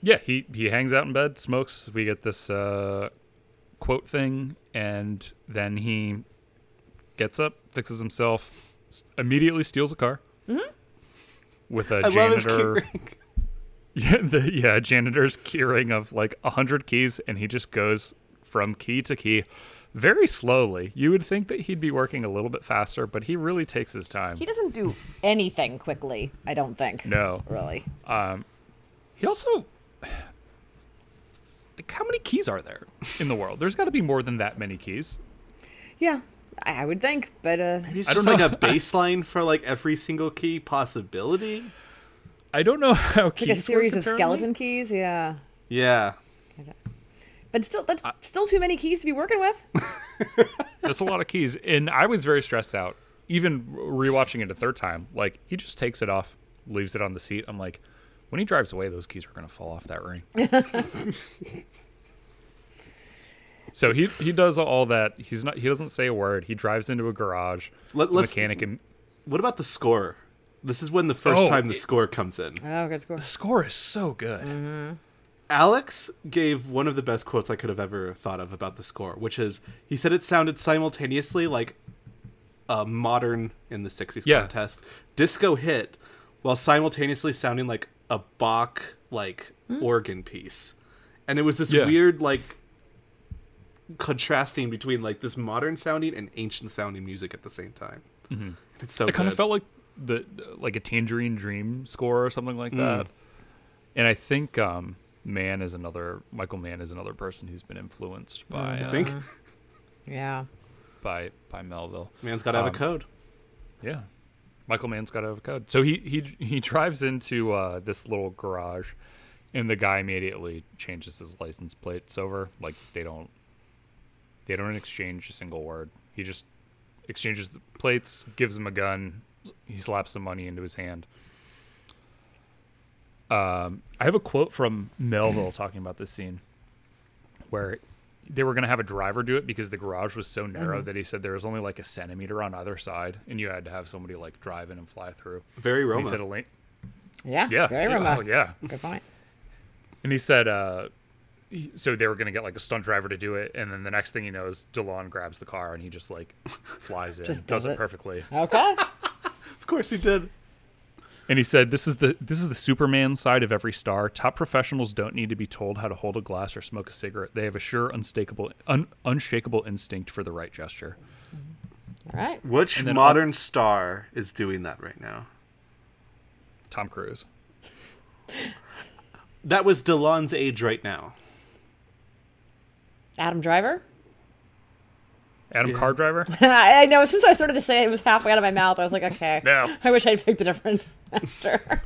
Speaker 3: yeah, he he hangs out in bed, smokes. We get this uh, quote thing, and then he gets up, fixes himself, s- immediately steals a car with a
Speaker 5: Mm-hmm. I love his key
Speaker 3: janitor.
Speaker 5: ring.
Speaker 3: Yeah, the, yeah, janitor's keyring of like a hundred keys, and he just goes from key to key, very slowly. You would think that he'd be working a little bit faster, but he really takes his time.
Speaker 2: He doesn't do anything quickly. I don't think.
Speaker 3: No,
Speaker 2: Really.
Speaker 3: he also. Like, how many keys are there in the world? There's got to be more than that many keys.
Speaker 2: Yeah, I, I would think, but uh,
Speaker 5: He's
Speaker 3: I
Speaker 5: just
Speaker 3: don't
Speaker 5: like a baseline for like every single key possibility.
Speaker 3: I don't know how
Speaker 2: like
Speaker 3: keys
Speaker 2: a series
Speaker 3: work,
Speaker 2: of
Speaker 3: apparently.
Speaker 2: skeleton keys. Yeah.
Speaker 5: Yeah.
Speaker 2: But still, that's still too many keys to be working with.
Speaker 3: That's a lot of keys, and I was very stressed out. Even rewatching it a third time, like he just takes it off, leaves it on the seat. I'm like, when he drives away, those keys are gonna fall off that ring. so he he does all that. He's not. He doesn't say a word. He drives into a garage.
Speaker 5: Let-
Speaker 3: the
Speaker 5: let's-
Speaker 3: mechanic and
Speaker 5: What about the score? This is when the first
Speaker 3: Oh,
Speaker 5: time the
Speaker 3: it-
Speaker 5: score comes in.
Speaker 2: Oh, good score.
Speaker 3: the score is so good.
Speaker 5: Alex gave one of the best quotes I could have ever thought of about the score, which is he said it sounded simultaneously like a modern in the 60s
Speaker 3: Yeah.
Speaker 5: contest disco hit while simultaneously sounding like a Bach like organ piece. And it was this
Speaker 3: Yeah.
Speaker 5: weird like contrasting between like this modern sounding and ancient sounding music at the same time. Mm-hmm. It's so
Speaker 3: It kind of
Speaker 5: good.
Speaker 3: felt like the like a Tangerine Dream score or something like that. And I think um, Mann is another Michael Mann is another person who's been influenced by
Speaker 5: I
Speaker 3: uh,
Speaker 5: think
Speaker 2: Yeah.
Speaker 3: by by Melville.
Speaker 5: man's got to have
Speaker 3: Um,
Speaker 5: a code.
Speaker 3: Yeah. Michael Mann's got to have a code. So he he he drives into uh, this little garage, and the guy immediately changes his license plates over. Like they don't they don't exchange a single word. He just exchanges the plates, gives him a gun, he slaps the money into his hand. Um, I have a quote from Melville talking about this scene where they were going to have a driver do it because the garage was so narrow that he said there was only like a centimeter on either side and you had to have somebody like drive in and fly through.
Speaker 5: Very
Speaker 3: And
Speaker 5: Roma.
Speaker 3: he said a lane.
Speaker 2: Yeah.
Speaker 3: Yeah.
Speaker 2: Very
Speaker 3: yeah,
Speaker 2: remote.
Speaker 3: Oh, yeah.
Speaker 2: Good point.
Speaker 3: And he said, uh, he- so they were going to get like a stunt driver to do it. And then the next thing he knows, DeLon grabs the car and he just like flies in,
Speaker 2: Just
Speaker 3: does,
Speaker 2: does
Speaker 3: it
Speaker 2: it.
Speaker 3: perfectly.
Speaker 2: Okay.
Speaker 5: of course he did.
Speaker 3: And he said, "This is the this is the Superman side of every star. Top professionals don't need to be told how to hold a glass or smoke a cigarette. They have a sure, unstakeable, un, unshakable instinct for the right gesture."
Speaker 2: All right.
Speaker 5: Which
Speaker 3: then
Speaker 5: modern star is doing that right now?
Speaker 3: Tom Cruise.
Speaker 5: That was Delon's age right now.
Speaker 2: Adam Driver.
Speaker 3: Adam Car Driver.
Speaker 2: I I know. As soon as I started to say it, it was halfway out of my mouth. I was like, okay.
Speaker 3: No.
Speaker 2: I wish I'd picked a different actor.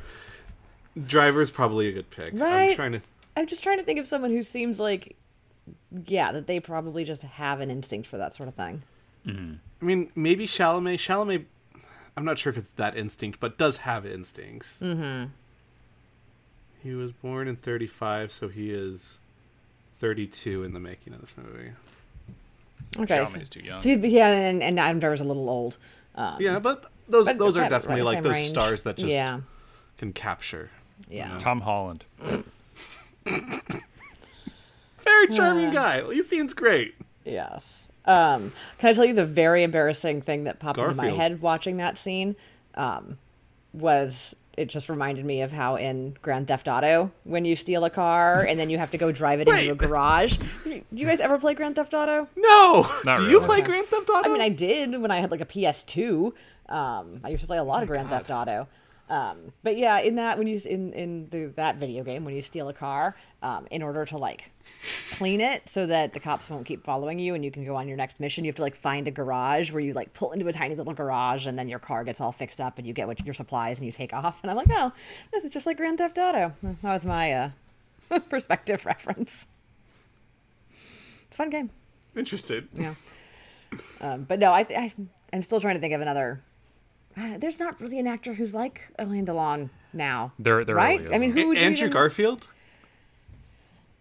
Speaker 5: Driver's probably a good pick.
Speaker 2: Right.
Speaker 5: I'm trying to
Speaker 2: I'm just trying to think of someone who seems like, yeah, that they probably just have an instinct for that sort of thing.
Speaker 5: I mean, maybe Chalamet. Chalamet, I'm not sure if it's that instinct, but does have instincts. Mm-hmm. He was born in 35, so he is 32 in the making of this movie.
Speaker 2: Okay. So,
Speaker 3: Chalamet's too young.
Speaker 2: so he'd be- yeah, and, and Adam Driver's a little old. Um,
Speaker 5: Yeah, but those
Speaker 2: but
Speaker 5: those are
Speaker 2: kind of
Speaker 5: definitely
Speaker 2: the
Speaker 5: like
Speaker 2: same
Speaker 5: those
Speaker 2: range.
Speaker 5: stars that just
Speaker 2: yeah,
Speaker 5: can capture.
Speaker 2: yeah.
Speaker 3: Tom Holland.
Speaker 5: Very charming guy. He seems great.
Speaker 2: Yes. Um, can I tell you the very embarrassing thing that popped into
Speaker 5: Garfield.
Speaker 2: my head watching that scene? Um, was it just reminded me of how in Grand Theft Auto, when you steal a car and then you have to go drive it into a
Speaker 5: Wait.
Speaker 2: garage. Do you guys ever play Grand Theft Auto?
Speaker 5: No,
Speaker 3: Not
Speaker 5: do you
Speaker 3: really.
Speaker 5: play Grand Theft Auto?
Speaker 2: I mean, I did when I had like a PS2. Um, I used to play a lot of Grand Theft Auto. Um, but yeah, in that when you in in the, that video game when you steal a car, um, in order to like clean it so that the cops won't keep following you and you can go on your next mission, you have to like find a garage where you like pull into a tiny little garage and then your car gets all fixed up and you get what your supplies and you take off. And I'm like, oh, this is just like Grand Theft Auto. That was my uh, perspective reference. It's a fun game.
Speaker 5: Interested.
Speaker 2: Yeah. Um, but no, I, th- I I'm still trying to think of another. Uh, there's not really an actor who's like Alain Delon now.
Speaker 3: There- there
Speaker 2: right?
Speaker 3: really
Speaker 2: I mean,
Speaker 3: isn't.
Speaker 2: who would you
Speaker 5: Andrew
Speaker 2: even-
Speaker 5: Garfield.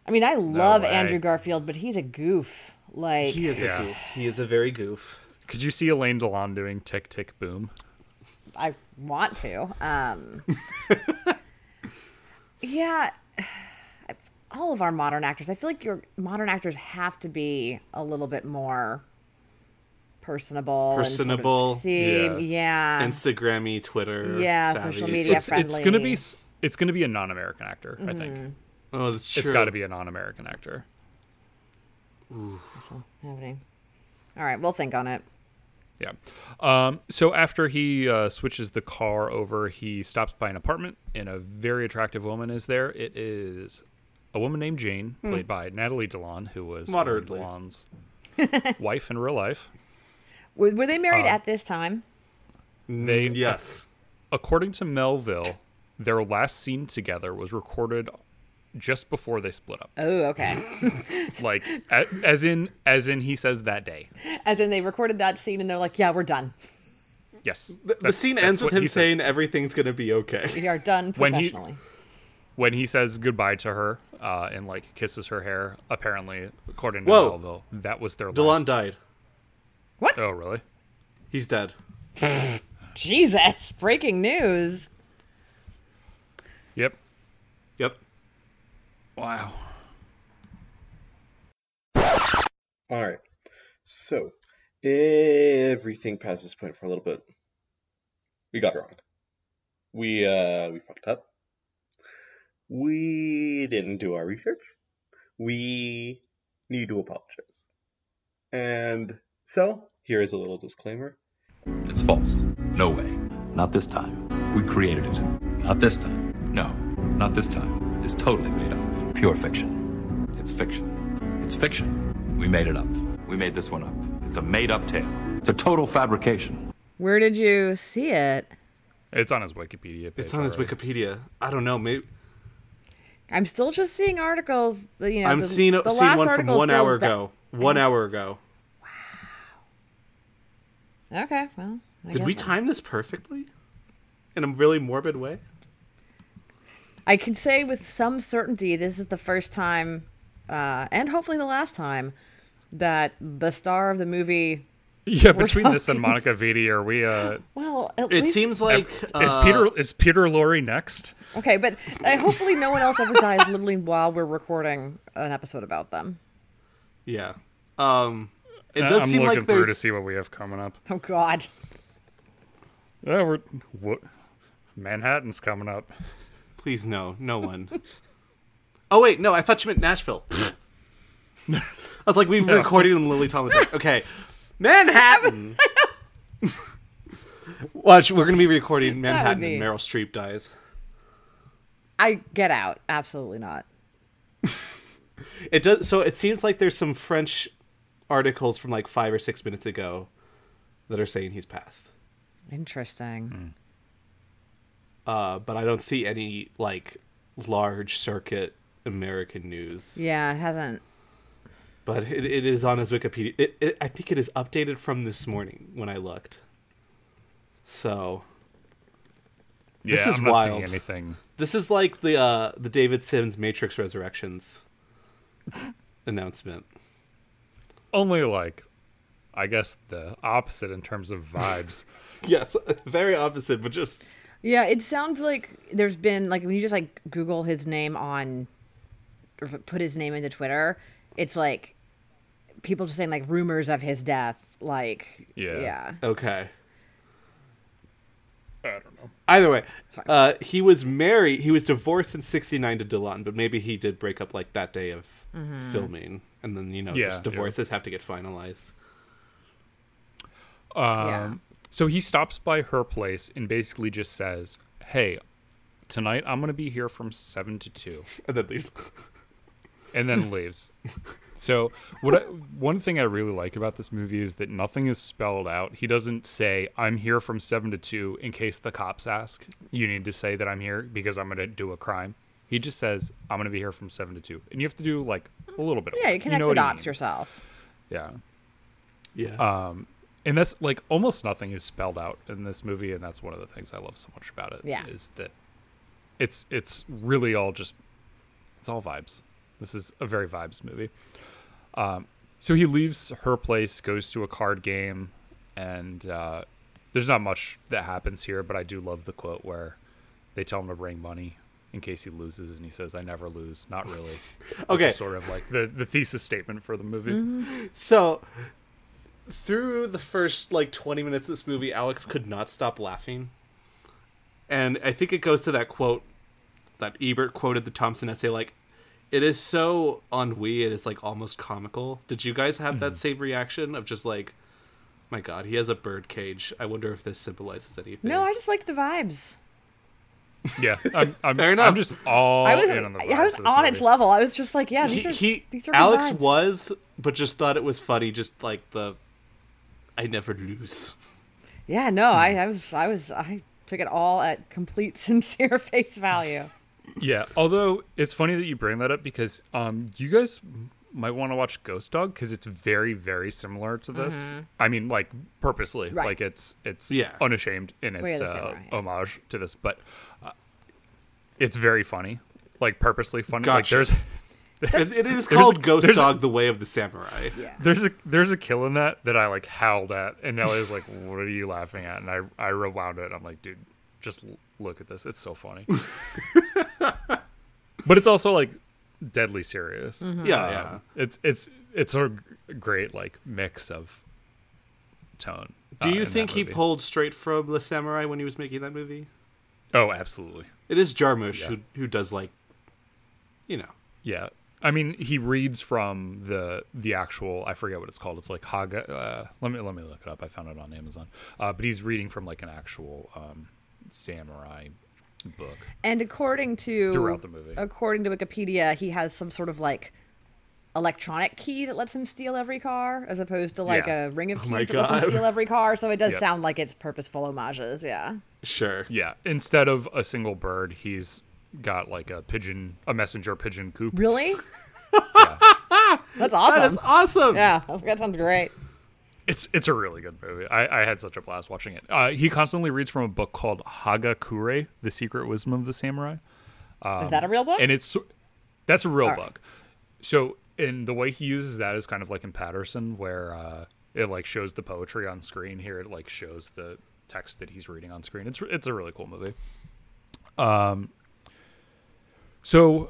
Speaker 2: I mean, I love
Speaker 3: way.
Speaker 2: Andrew Garfield, but he's a goof. Like,
Speaker 5: He is
Speaker 3: Yeah.
Speaker 5: a goof. He is a very goof.
Speaker 3: Could you see Elaine Delon doing Tick Tick Boom?
Speaker 2: I want to. Um, yeah, all of our modern actors. I feel like your modern actors have to be a little bit more personable,
Speaker 5: Personable,
Speaker 2: and sort of seen. yeah,
Speaker 5: Instagrammy, Twitter.
Speaker 2: Yeah,
Speaker 5: savvy.
Speaker 2: social media.
Speaker 3: It's, it's
Speaker 2: friendly. Mm-hmm.
Speaker 3: gonna be s- it's gonna be a non-American actor. I think
Speaker 5: Oh, that's true.
Speaker 3: it's got to be a non-American actor.
Speaker 2: So, happening. All right, we'll think on it.
Speaker 3: Yeah. Um, so after he uh, switches the car over, he stops by an apartment, and a very attractive woman is there. It is a woman named Jane, played by Natalie Delon, who was Alain
Speaker 5: Hmm. Moderately.
Speaker 3: Delon's wife in real life.
Speaker 2: Were, were they married
Speaker 5: Um.
Speaker 2: at this time?
Speaker 5: Mm,
Speaker 3: They,
Speaker 5: Yes.
Speaker 3: according to Melville, their last scene together was recorded just before they split up.
Speaker 2: Oh, okay.
Speaker 3: Like, a, as in, as in, he says that day.
Speaker 2: As in, they recorded that scene and they're like, "Yeah, we're done.
Speaker 3: Yes.
Speaker 5: The, the
Speaker 3: That's-
Speaker 5: scene
Speaker 3: that's
Speaker 5: ends
Speaker 3: what
Speaker 5: with him
Speaker 3: he says.
Speaker 5: saying everything's gonna be okay.
Speaker 2: We are done
Speaker 3: When he-
Speaker 2: professionally."
Speaker 3: when he says goodbye to her uh, and like kisses her hair, apparently, according to
Speaker 5: Whoa.
Speaker 3: Melville, that was their
Speaker 5: Delon
Speaker 3: last.
Speaker 5: died.
Speaker 2: What?
Speaker 3: Oh, really?
Speaker 5: He's dead.
Speaker 2: Jesus! Breaking news.
Speaker 3: Yep.
Speaker 5: Yep.
Speaker 3: Wow.
Speaker 8: All right. So everything past this point for a little bit, we got wrong. We uh we fucked up. We didn't do our research. We need to apologize. And so here is a little disclaimer.
Speaker 9: It's false. No way. Not this time. We created it. Not this time. No. Not this time. It's totally made up. Pure fiction. It's fiction. It's fiction. We made it up. We made this one up. It's a made up tale. It's a total fabrication.
Speaker 2: Where did you see it?
Speaker 3: It's on his Wikipedia. Page
Speaker 5: It's on his
Speaker 3: already.
Speaker 5: Wikipedia. I don't know. Maybe
Speaker 2: I'm still just seeing articles. that, You know,
Speaker 5: I'm
Speaker 2: the,
Speaker 5: seeing,
Speaker 2: the
Speaker 5: seeing
Speaker 2: last
Speaker 5: one from
Speaker 2: article
Speaker 5: one
Speaker 2: still
Speaker 5: hour
Speaker 2: is that-
Speaker 5: ago. One hour ago.
Speaker 2: Okay, well. I
Speaker 5: Did we
Speaker 2: guess
Speaker 5: time this perfectly? In a really morbid way?
Speaker 2: I can say with some certainty this is the first time, uh, and hopefully the last time, that the star of the movie.
Speaker 3: Yeah, between this and Monica Vitti, are we? Uh,
Speaker 2: Well, at
Speaker 5: It
Speaker 2: least,
Speaker 5: seems like
Speaker 3: is
Speaker 5: uh,
Speaker 3: Peter is Peter Lorre next?
Speaker 2: okay, but uh, hopefully no one else ever dies literally while we're recording an episode about them.
Speaker 5: Yeah. Um it
Speaker 3: Uh,
Speaker 5: does
Speaker 3: I'm
Speaker 5: seem
Speaker 3: looking
Speaker 5: like
Speaker 3: through to
Speaker 5: there's
Speaker 3: see what we have coming up.
Speaker 2: Oh God,
Speaker 3: Yeah, we're what? Manhattan's coming up.
Speaker 5: Please no, no one. oh wait, no, I thought you meant Nashville. I was like, we've recorded in Lily Tomlin. Okay, Manhattan. Watch, we're gonna be recording Manhattan
Speaker 2: be-
Speaker 5: and Meryl Streep dies.
Speaker 2: I get out. Absolutely not.
Speaker 5: It does. So it seems like there's some French articles from like five or six minutes ago that are saying he's passed,
Speaker 2: Interesting.
Speaker 3: Hmm.
Speaker 5: uh, but I don't see any like large circuit American news.
Speaker 2: Yeah, it hasn't.
Speaker 5: But it, it is on his Wikipedia. It, it, I think it is updated from this morning when I looked. So
Speaker 3: Yeah,
Speaker 5: This is
Speaker 3: I'm not seeing
Speaker 5: wild.
Speaker 3: anything.
Speaker 5: this is like the uh, the David Sims Matrix Resurrections announcement.
Speaker 3: Only like, I guess the opposite in terms of vibes.
Speaker 5: Yes, very opposite, but just
Speaker 2: Yeah, it sounds like there's been like when you just like Google his name on or put his name into Twitter, it's like people just saying like rumors of his death. Like
Speaker 3: Yeah.
Speaker 2: yeah.
Speaker 5: okay.
Speaker 3: I don't know.
Speaker 5: Either way, uh, he was married. He was divorced in '69 to Delon, but maybe he did break up like that day of Mm-hmm. filming, and then you know,
Speaker 3: Yeah,
Speaker 5: just
Speaker 3: yeah.
Speaker 5: divorces have to get finalized.
Speaker 2: yeah.
Speaker 3: So he stops by her place and basically just says, "Hey, tonight I'm gonna be here from seven to 2.
Speaker 5: And then these,
Speaker 3: and then leaves. So what I, one thing I really like about this movie is that nothing is spelled out. He doesn't say I'm here from 7 to 2 in case the cops ask. You need to say that I'm here because I'm going to do a crime. He just says I'm going to be here from 7 to 2. And you have to do like a little bit of
Speaker 2: Yeah,
Speaker 3: work.
Speaker 2: you connect
Speaker 3: know
Speaker 2: the
Speaker 3: what he
Speaker 2: dots
Speaker 3: means.
Speaker 2: yourself.
Speaker 3: Yeah.
Speaker 5: yeah,
Speaker 3: And that's like almost nothing is spelled out in this movie and that's one of the things I love so much about it
Speaker 2: Yeah.
Speaker 3: is that it's it's really all just it's all vibes. This is a very vibes movie. Um, so he leaves her place, goes to a card game, and uh, there's not much that happens here, but I do love the quote where they tell him to bring money in case he loses, and he says, "I never lose, not really." Which
Speaker 5: Okay.
Speaker 3: is sort of like the the thesis statement for the movie.
Speaker 5: So, through the first like 20 minutes of this movie, Alex could not stop laughing. And I think it goes to that quote that Ebert quoted the Thompson essay like, it is so ennui, it is like almost comical. Did you guys have that same reaction of just like, my god, he has a bird cage. I wonder if this symbolizes anything.
Speaker 2: No, I just liked the vibes.
Speaker 3: Yeah, I'm, I'm,
Speaker 5: Fair enough.
Speaker 3: I'm just all
Speaker 2: I was
Speaker 3: in on the
Speaker 2: I was
Speaker 3: vibes of this
Speaker 2: on its
Speaker 3: movie.
Speaker 2: level. I was just like, yeah,
Speaker 5: he,
Speaker 2: these are
Speaker 5: he
Speaker 2: these are good
Speaker 5: Alex
Speaker 2: vibes.
Speaker 5: was, but just thought it was funny, just like the I never lose.
Speaker 2: Yeah, no, I,
Speaker 3: Hmm.
Speaker 2: I was I was I took it all at complete sincere face value.
Speaker 3: Yeah, although it's funny that you bring that up because um, you guys m- might want to watch Ghost Dog because it's very, very similar to this. I mean, like purposely,
Speaker 2: Mm-hmm. Right.
Speaker 3: like it's it's
Speaker 5: Yeah.
Speaker 3: unashamed in its
Speaker 2: the same
Speaker 3: uh,
Speaker 2: way, yeah.
Speaker 3: homage to this, but uh, it's very funny, like purposely funny.
Speaker 5: Gotcha.
Speaker 3: Like there's
Speaker 5: It- it is called Ghost
Speaker 3: there's a-
Speaker 5: Dog: The Way of the Samurai.
Speaker 3: there's a there's a kill in that that I like howled at, and Ellie was like, "What are you laughing at?" And I I rewound it. I'm like, "Dude, just l- look at this. It's so funny." but it's also like deadly serious.
Speaker 5: Yeah, yeah.
Speaker 3: It's it's it's a g- great like mix of tone.
Speaker 5: Do
Speaker 3: uh,
Speaker 5: you
Speaker 3: in that
Speaker 5: think he
Speaker 3: movie.
Speaker 5: pulled straight from The Samurai when he was making that movie?
Speaker 3: Oh, absolutely.
Speaker 5: It is Jarmusch who
Speaker 3: Yeah.
Speaker 5: who does like, you know,
Speaker 3: Yeah. I mean, he reads from the the actual. I forget what it's called. It's like Haga. Uh, let me let me look it up. I found it on Amazon. Uh, but he's reading from like an actual um, samurai book.
Speaker 2: And according to
Speaker 3: Throughout the movie.
Speaker 2: according to Wikipedia, he has some sort of like electronic key that lets him steal every car, as opposed to like
Speaker 3: Yeah. Oh
Speaker 2: a ring of keys
Speaker 5: my
Speaker 2: that lets him
Speaker 5: God.
Speaker 2: steal every car. So it does
Speaker 3: Yep.
Speaker 2: sound like it's purposeful homages. Yeah,
Speaker 5: Sure.
Speaker 3: Yeah. Instead of a single bird, he's got like a pigeon, a messenger pigeon coop.
Speaker 2: Really? That's awesome.
Speaker 5: That is awesome.
Speaker 2: yeah, that sounds great.
Speaker 3: It's it's a really good movie. I, I had such a blast watching it. Uh, he constantly reads from a book called Haga Kure: The Secret Wisdom of the Samurai,
Speaker 2: is that a real book?
Speaker 3: Um, and it's that's a real
Speaker 2: All right.
Speaker 3: book. So, and the way he uses that is kind of like in Patterson, where uh, it like shows the poetry on screen. Here, it like shows the text that he's reading on screen. It's it's a really cool movie. Um, so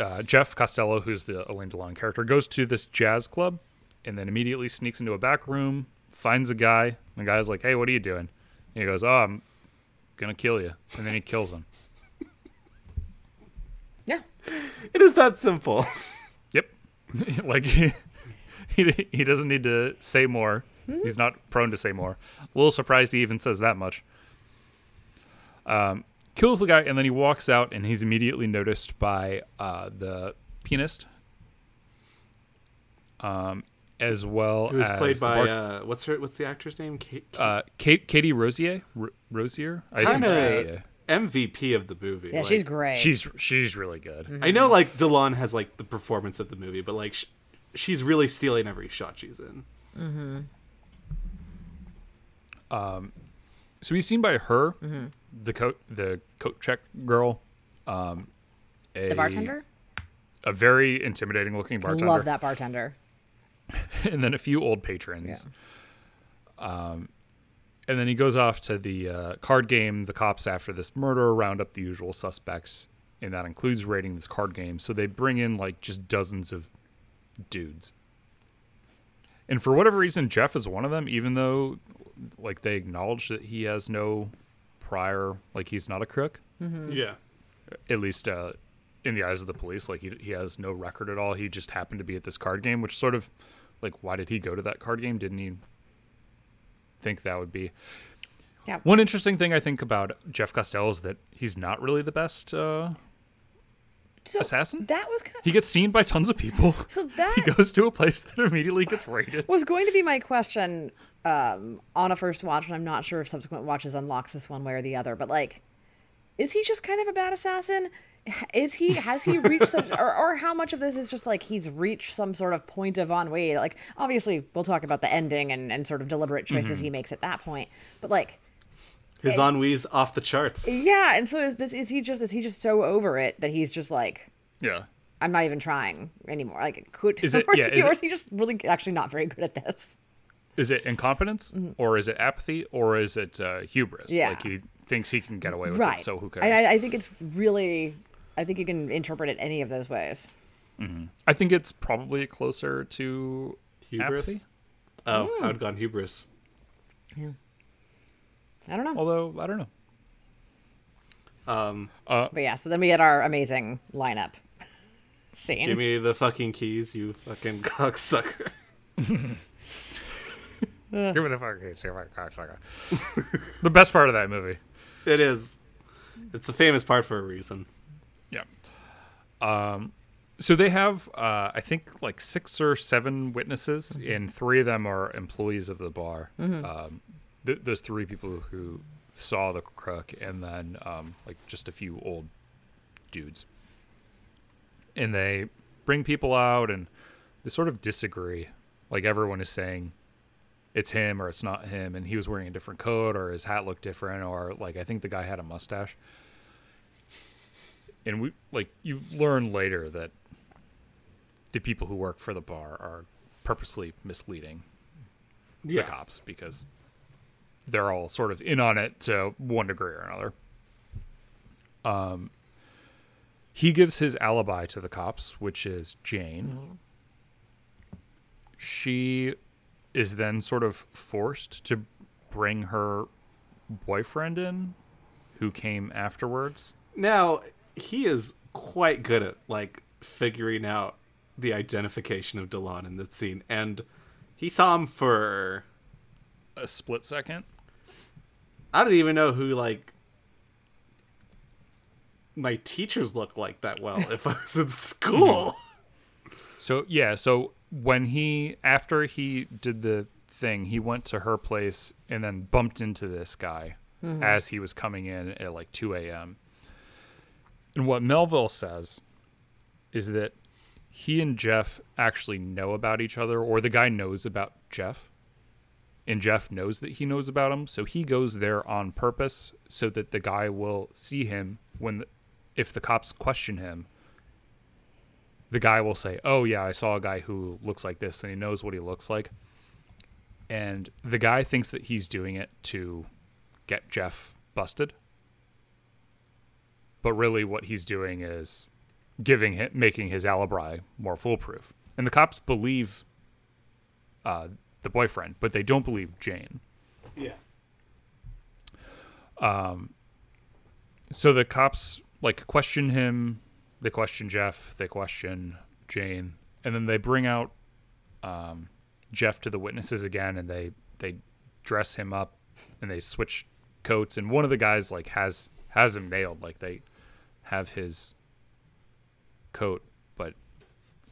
Speaker 3: uh, Jeff Costello, who's the Elaine Delon character, goes to this jazz club and then immediately sneaks into a back room, finds a guy. And the guy's like, "Hey, what are you doing?" And he goes, "Oh, I'm gonna kill you," and then he kills him.
Speaker 2: yeah.
Speaker 5: It is that simple.
Speaker 3: Yep. like he, he he doesn't need to say more. He's not prone to say more. A little surprised he even says that much. Um, kills the guy and then he walks out and he's immediately noticed by uh, the pianist. Um, as well
Speaker 5: It was
Speaker 3: as
Speaker 5: played
Speaker 3: the
Speaker 5: by
Speaker 3: bar-
Speaker 5: uh, what's her what's the actor's name? Kate,
Speaker 3: uh, Kate Katie Rosier R- Rosier. I assume
Speaker 5: Kinda- uh,
Speaker 3: it's Rosier.
Speaker 5: MVP of the movie.
Speaker 2: Yeah,
Speaker 5: like-
Speaker 2: she's great.
Speaker 3: She's she's really good.
Speaker 5: I know like Delon has like the performance of the movie, but like sh- she's really stealing every shot she's in.
Speaker 3: so he's seen by her, the coat the coat check girl, um, a,
Speaker 2: the bartender.
Speaker 3: a very intimidating looking bartender,
Speaker 2: Love that bartender.
Speaker 3: and then a few old patrons. Um, and then he goes off to the uh, card game. The cops, after this murder, round up the usual suspects, and that includes raiding this card game. So they bring in like just dozens of dudes. And for whatever reason, Jeff is one of them, even though like they acknowledge that he has no prior, like he's not a crook.
Speaker 2: Hmm.
Speaker 5: Yeah.
Speaker 3: at least uh, in the eyes of the police, like he, he has no record at all. He just happened to be at this card game, which sort of like why did he go to that card game? Didn't he think that would be?
Speaker 2: Yeah.
Speaker 3: One interesting thing I think about Jeff Costello is that he's not really the best. Uh,
Speaker 2: So
Speaker 3: assassin?
Speaker 2: That was kind
Speaker 3: he gets seen by tons of people.
Speaker 2: So that-
Speaker 3: he goes to a place that immediately gets raided.
Speaker 2: was going to be my question um, on a first watch, and I'm not sure if subsequent watches unlocks this one way or the other. But like, is he just kind of a bad assassin? Is he has he reached such or, or how much of this is just like he's reached some sort of point of ennui? Like obviously we'll talk about the ending and, and sort of deliberate choices
Speaker 3: Mm-hmm.
Speaker 2: he makes at that point. But like
Speaker 5: His ennui's off the charts.
Speaker 2: yeah, and so is this is he just is he just so over it that he's just like
Speaker 3: Yeah.
Speaker 2: I'm not even trying anymore. Like could
Speaker 3: Is it-
Speaker 2: or, is
Speaker 3: yeah,
Speaker 2: he-
Speaker 3: is
Speaker 2: or
Speaker 3: it-
Speaker 2: is he just really actually not very good at this?
Speaker 3: Is it incompetence or is it apathy or is it uh, hubris?
Speaker 2: Mm-hmm. Yeah.
Speaker 3: Like he thinks he can get away with
Speaker 2: right
Speaker 3: it, so who cares?
Speaker 2: And I, I think it's really i think you can interpret it any of those ways
Speaker 3: I think it's probably closer to
Speaker 5: Hubris.
Speaker 3: apathy.
Speaker 5: Oh,
Speaker 2: Hmm.
Speaker 5: I would gone hubris.
Speaker 2: i don't know
Speaker 3: Although I don't know. Oh.
Speaker 2: but yeah so then we get our amazing lineup scene
Speaker 5: Give me the fucking keys, you fucking cocksucker.
Speaker 3: Give me the fuck keys, give me the cocksucker. the best part of that movie.
Speaker 5: It is. It's a famous part for a reason.
Speaker 3: Yeah. Um, so they have, uh, I think, like six or seven witnesses, and three of them are employees of the bar. Um, th- those three people who saw the crook, and then um, like just a few old dudes. And they bring people out, and they sort of disagree. Like everyone is saying, it's him or it's not him, and he was wearing a different coat, or his hat looked different, or like I think the guy had a mustache. and we like you learn later that the people who work for the bar are purposely misleading
Speaker 5: Yeah.
Speaker 3: the cops because they're all sort of in on it to one degree or another. Um, he gives his alibi to the cops, which is Jane. She is then sort of forced to bring her boyfriend in, who came afterwards.
Speaker 5: Now, he is quite good at like figuring out the identification of Delon in that scene, and he saw him for
Speaker 3: A split second.
Speaker 5: I don't even know who like my teachers look like that well if I was in school.
Speaker 3: So yeah, so when he after he did the thing, he went to her place and then bumped into this guy as he was coming in at like 2 a.m. And what Melville says is that he and Jeff actually know about each other, or the guy knows about Jeff. And Jeff knows that he knows about him, so he goes there on purpose so that the guy will see him when, the, if the cops question him, the guy will say, "Oh yeah, I saw a guy who looks like this, and he knows what he looks like." And the guy thinks that he's doing it to get Jeff busted, but really, what he's doing is giving him, making his alibi more foolproof. And the cops believe uh, the boyfriend, but they don't believe Jane.
Speaker 5: Yeah.
Speaker 3: So the cops like question him, they question Jeff, they question Jane, and then they bring out um, Jeff to the witnesses again, and they they dress him up, and they switch coats, and one of the guys like has has him nailed, like they have his coat, but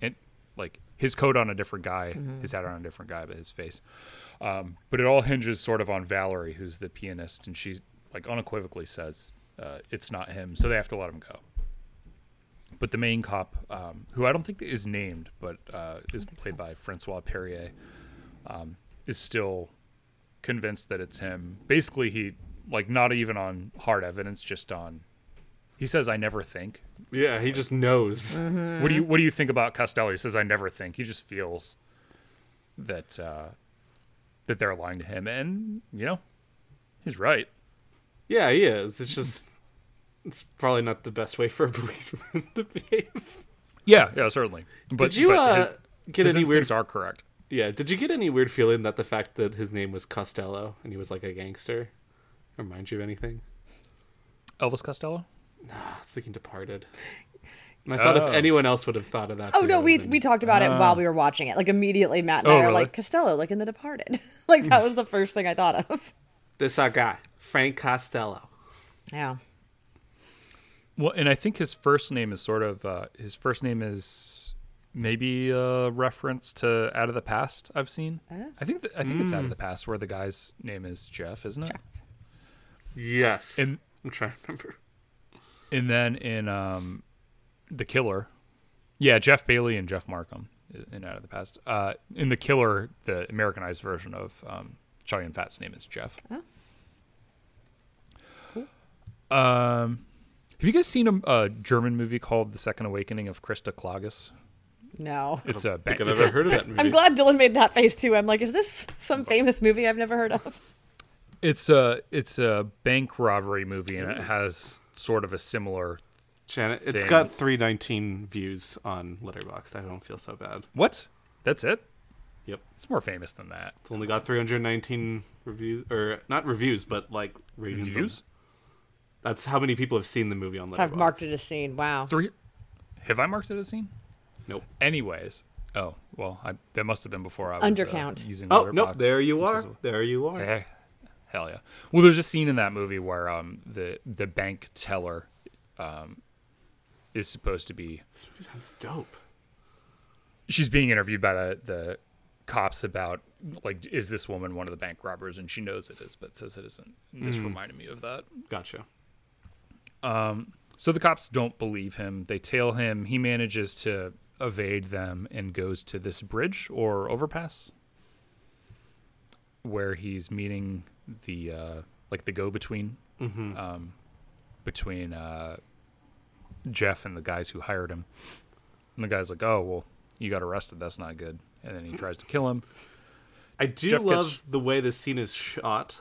Speaker 3: it like his coat on a different guy, his hat on a different guy, but his face. Um, but it all hinges sort of on Valerie, who's the pianist, and she like unequivocally says uh, it's not him, so they have to let him go. But the main cop, um, who I don't think is named, but uh, is played by Francois Perrier, um, is still convinced that it's him. Basically, he like not even on hard evidence, just on. He says, "I never think."
Speaker 5: Yeah, he just knows.
Speaker 3: What do you What do you think about Costello? He says, "I never think." He just feels that uh, that they're lying to him, and you know, he's right.
Speaker 5: Yeah, he is. It's just it's probably not the best way for a policeman to behave.
Speaker 3: Yeah, yeah, certainly. But
Speaker 5: Did you
Speaker 3: but
Speaker 5: uh,
Speaker 3: his,
Speaker 5: get
Speaker 3: his
Speaker 5: any weird
Speaker 3: instincts are correct?
Speaker 5: Yeah, did you get any weird feeling that the fact that his name was Costello and he was like a gangster remind you of anything?
Speaker 3: Elvis Costello.
Speaker 5: I was thinking Departed. And I thought if anyone else would have thought of that.
Speaker 2: Oh
Speaker 5: too,
Speaker 2: no,
Speaker 5: it
Speaker 2: we
Speaker 5: would've
Speaker 2: we talked about it while we were watching it. Like immediately, Matt and
Speaker 3: Oh,
Speaker 2: I are
Speaker 3: really?
Speaker 2: like Costello, like in The Departed. like that was the first thing I thought of.
Speaker 5: been- this our guy Frank Costello.
Speaker 2: Yeah.
Speaker 3: Well, and I think his first name is sort of uh, his first name is maybe a reference to Out of the Past. I've seen. I think th- I think it's Out of the Past where the guy's name is Jeff, isn't it?
Speaker 5: Yes,
Speaker 3: And
Speaker 5: I'm trying to remember.
Speaker 3: and then in um, the Killer, yeah, Jeff Bailey and Jeff Markham i- in Out of the Past. Uh, in the Killer, the Americanized version of um, Charlie and Fat's name is Jeff. Um, have you guys seen a, a German movie called The Second Awakening of Christa Klages?
Speaker 2: No.
Speaker 3: It's a
Speaker 5: Think
Speaker 3: ba-
Speaker 5: I've
Speaker 3: it's
Speaker 5: ever
Speaker 3: a-
Speaker 5: heard of that movie.
Speaker 2: I'm glad Dylan made that face too. I'm like, is this some famous movie I've never heard of?
Speaker 3: it's a it's a bank robbery movie and it has sort of a similar
Speaker 5: Janet, it's
Speaker 3: thing.
Speaker 5: got 319 views on Letterboxd. I don't feel so bad.
Speaker 3: what? That's it.
Speaker 5: Yep.
Speaker 3: It's more famous than that.
Speaker 5: It's only got 319 reviews, or not reviews, but like ratings. on-
Speaker 3: Views?
Speaker 5: That's how many people have seen the movie on Letterboxd.
Speaker 2: I've marked it as seen. Wow.
Speaker 3: Three. Have I marked it as seen?
Speaker 5: Nope.
Speaker 3: Anyways, oh well, I, that must have been before I was uh,
Speaker 2: Undercount.
Speaker 3: using
Speaker 5: Oh
Speaker 3: Letterboxd.
Speaker 5: nope, there you
Speaker 3: This
Speaker 5: are.
Speaker 3: is a-
Speaker 5: There you are.
Speaker 3: Eh, hell yeah. Well, there's a scene in that movie where um the the bank teller um is supposed to be
Speaker 5: This movie sounds dope.
Speaker 3: she's being interviewed by the, the cops about like is this woman one of the bank robbers and she knows it is but says it isn't And
Speaker 5: Hmm.
Speaker 3: this reminded me of that
Speaker 5: Gotcha.
Speaker 3: so the cops don't believe him they tail him he manages to evade them and goes to this bridge or overpass where he's meeting the uh like the go-between um between uh jeff and the guys who hired him and the guy's like oh well you got arrested that's not good and then he tries to kill him
Speaker 5: I do
Speaker 3: Jeff
Speaker 5: love
Speaker 3: gets-
Speaker 5: the way this scene is shot.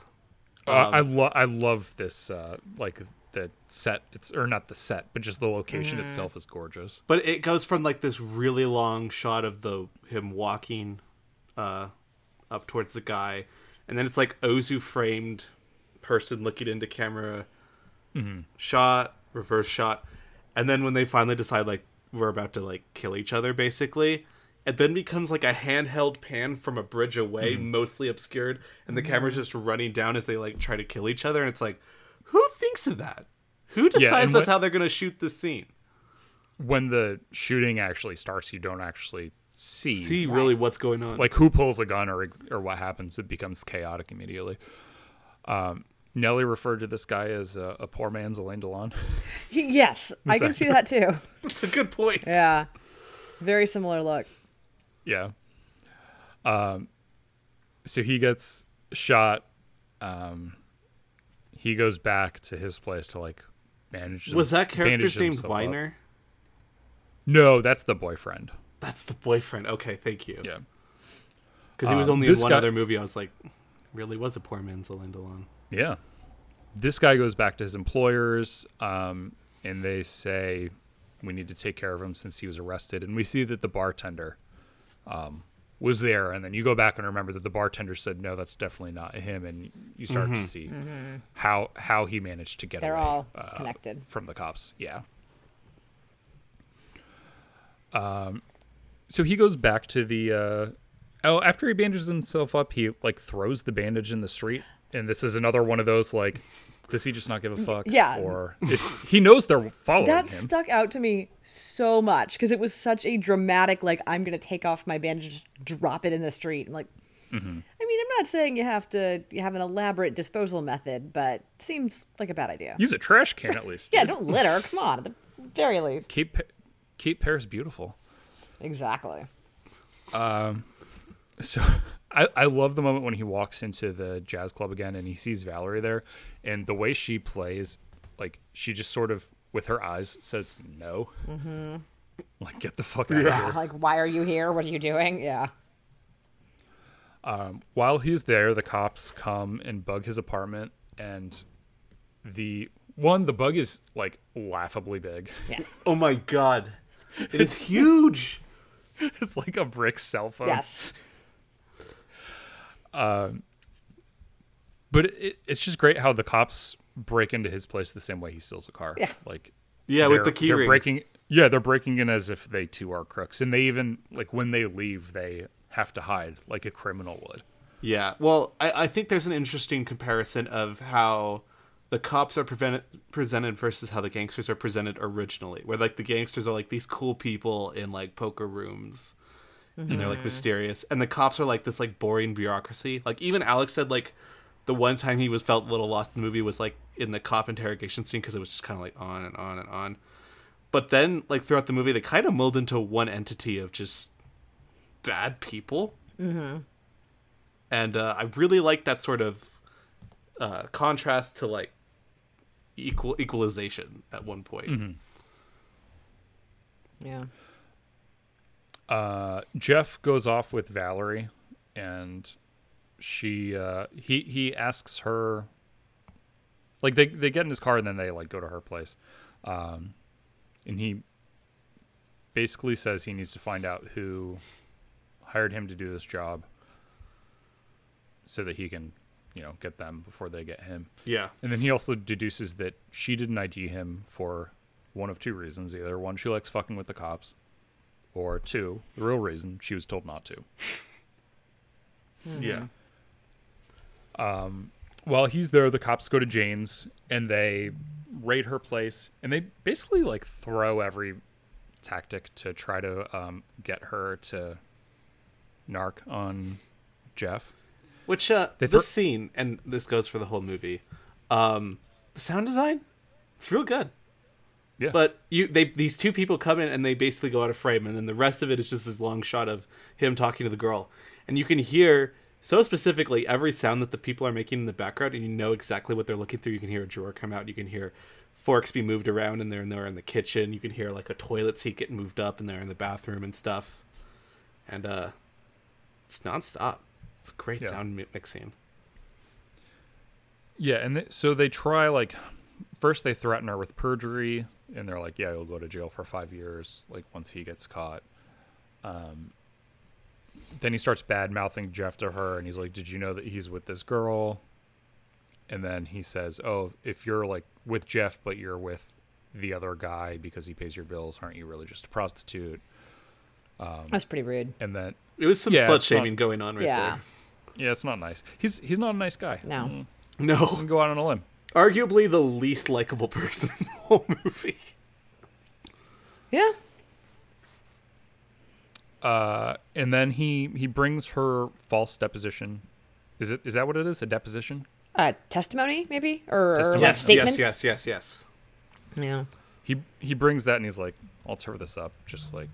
Speaker 3: Uh, I love I love this uh, like the set it's or not the set but just the location itself is gorgeous.
Speaker 5: But it goes from like this really long shot of the him walking uh up towards the guy and then it's like Ozu framed person looking into camera shot, reverse shot, and then when they finally decide like we're about to like kill each other basically, it then becomes like a handheld pan from a bridge away, mostly obscured, and the camera's just running down as they like try to kill each other and it's like who thinks of that? Who decides
Speaker 3: and
Speaker 5: that's
Speaker 3: when-
Speaker 5: how they're going to shoot this scene?
Speaker 3: When the shooting actually starts, you don't actually see,
Speaker 5: see really what's going on.
Speaker 3: like who pulls a gun or or what happens. It becomes chaotic immediately. Um, Nelly referred to this guy as a, a poor man's Elaine Delon.
Speaker 2: yes, I can see that too.
Speaker 5: That's a good point.
Speaker 2: Yeah, very similar look.
Speaker 3: yeah. Um, so he gets shot. Um, he goes back to his place to like manage.
Speaker 5: Was that
Speaker 3: bandage
Speaker 5: character's name
Speaker 3: himself up.
Speaker 5: Viner?
Speaker 3: No, that's the boyfriend.
Speaker 5: That's the boyfriend. Okay, thank you.
Speaker 3: Yeah.
Speaker 5: Because he was
Speaker 3: Um,
Speaker 5: only in
Speaker 3: this
Speaker 5: one
Speaker 3: guy-
Speaker 5: other movie. I was like, really was a poor man's Alain Delon.
Speaker 3: Yeah. This guy goes back to his employers, um, and they say we need to take care of him since he was arrested. And we see that the bartender um, was there. And then you go back and remember that the bartender said, "No, that's definitely not him." And you start to see how how he managed to get
Speaker 2: Mm-hmm. They're
Speaker 3: away
Speaker 2: all
Speaker 3: uh,
Speaker 2: connected.
Speaker 3: from the cops. Yeah. Um, Um, so he goes back to the. Uh, oh, after he bandages himself up, he like throws the bandage in the street, and this is another one of those like, does he just not give a fuck?
Speaker 2: Yeah.
Speaker 3: Or is, he knows they're following
Speaker 2: That
Speaker 3: him.
Speaker 2: stuck out to me so much because it was such a dramatic, like, I'm going to take off my bandage, drop it in the street. and like,
Speaker 5: Mm-hmm.
Speaker 2: I mean, I'm not saying you have to you have an elaborate disposal method, but seems like a bad idea.
Speaker 3: Use a trash can at least.
Speaker 2: yeah,
Speaker 3: dude.
Speaker 2: don't litter. Come on, at the very least.
Speaker 3: keep Pa- keep Paris beautiful.
Speaker 2: Exactly.
Speaker 3: So I, I love the moment when he walks into the jazz club again and he sees Valerie there and the way she plays, like she just sort of with her eyes says no. Mm-hmm. Like get the fuck out of here.
Speaker 2: Like, why are you here? What are you doing? Yeah.
Speaker 3: While he's there, the cops come and bug his apartment and the one, the bug is like laughably big.
Speaker 2: Yes.
Speaker 5: Oh my god, it's huge.
Speaker 3: it's like a brick cell
Speaker 5: Uh,
Speaker 3: phone.
Speaker 2: Yes.
Speaker 3: But it, it's just great how the cops break into his place the same way he steals a car.
Speaker 2: Yeah.
Speaker 3: Like
Speaker 5: Yeah, with
Speaker 3: they're-
Speaker 5: the key
Speaker 3: they're
Speaker 5: ring.
Speaker 3: breaking yeah they're breaking in as if they too are crooks and they even like when they leave they have to hide like a criminal would
Speaker 5: Yeah. Well, I, I think there's an interesting comparison of how the cops are prevented, presented versus how the gangsters are presented originally, where like the gangsters are like these cool people in like poker rooms, and they're like mysterious, and the cops are like this like boring bureaucracy. Like even Alex said like the one time he was felt a little lost in the movie was like in the cop interrogation scene because it was just kind of like on and on and on. But then like throughout the movie, they kind of mold into one entity of just bad people and uh, I really like that sort of uh, contrast to like equal equalization at one point.
Speaker 2: Yeah.
Speaker 3: uh, jeff goes off with valerie and she uh, he he asks her like they, they get in his car and then they like go to her place um, and he basically says he needs to find out who hired him to do this job so that he can you know get them before they get him
Speaker 5: Yeah,
Speaker 3: And then he also deduces that she didn't ID him for one of two reasons. Either one, she likes fucking with the cops, or two, the real reason, she was told not to.
Speaker 5: yeah.
Speaker 3: While he's there, the cops go to Jane's and they raid her place and they basically like throw every tactic to try to um, get her to narc on Jeff.
Speaker 5: Which uh,
Speaker 3: They
Speaker 5: this
Speaker 3: thro-
Speaker 5: scene and this goes for the whole movie. Um, the sound design, it's real good.
Speaker 3: Yeah.
Speaker 5: But you, they these two people come in and they basically go out of frame, and then the rest of it is just this long shot of him talking to the girl, and you can hear so specifically every sound that the people are making in the background, and you know exactly what they're looking through. You can hear a drawer come out, you can hear forks be moved around, and they're in there in the kitchen. You can hear like a toilet seat getting moved up, and they're in the bathroom and stuff, and uh, it's nonstop. It's a great
Speaker 3: Yeah.
Speaker 5: sound mi- mixing.
Speaker 3: Yeah, and they, so they try like first they threaten her with perjury, and they're like, "Yeah, you'll go to jail for five years." Like once he gets caught, um, then he starts bad mouthing Jeff to her, and he's like, "Did you know that he's with this girl?" And then he says, "Oh, if you're like with Jeff, but you're with the other guy because he pays your bills, aren't you really just a prostitute?"
Speaker 2: That's pretty rude.
Speaker 3: And then
Speaker 5: It was some
Speaker 3: Yeah,
Speaker 5: slut
Speaker 3: it's not-
Speaker 5: shaming going on right
Speaker 2: yeah.
Speaker 3: yeah, it's not nice. He's he's not a nice guy.
Speaker 2: No.
Speaker 5: there. No,
Speaker 3: Go out on a limb.
Speaker 5: arguably the least likable person in the whole movie.
Speaker 2: Yeah.
Speaker 3: and then he he brings her false deposition. Is it is that what it is? A deposition?
Speaker 2: uh, testimony, maybe, or, or
Speaker 3: Testimony.
Speaker 2: like
Speaker 5: Yes,
Speaker 2: statement.
Speaker 5: yes, yes, yes, yes.
Speaker 2: Yeah.
Speaker 3: He he brings that and he's like, I'll tear this up. Just like,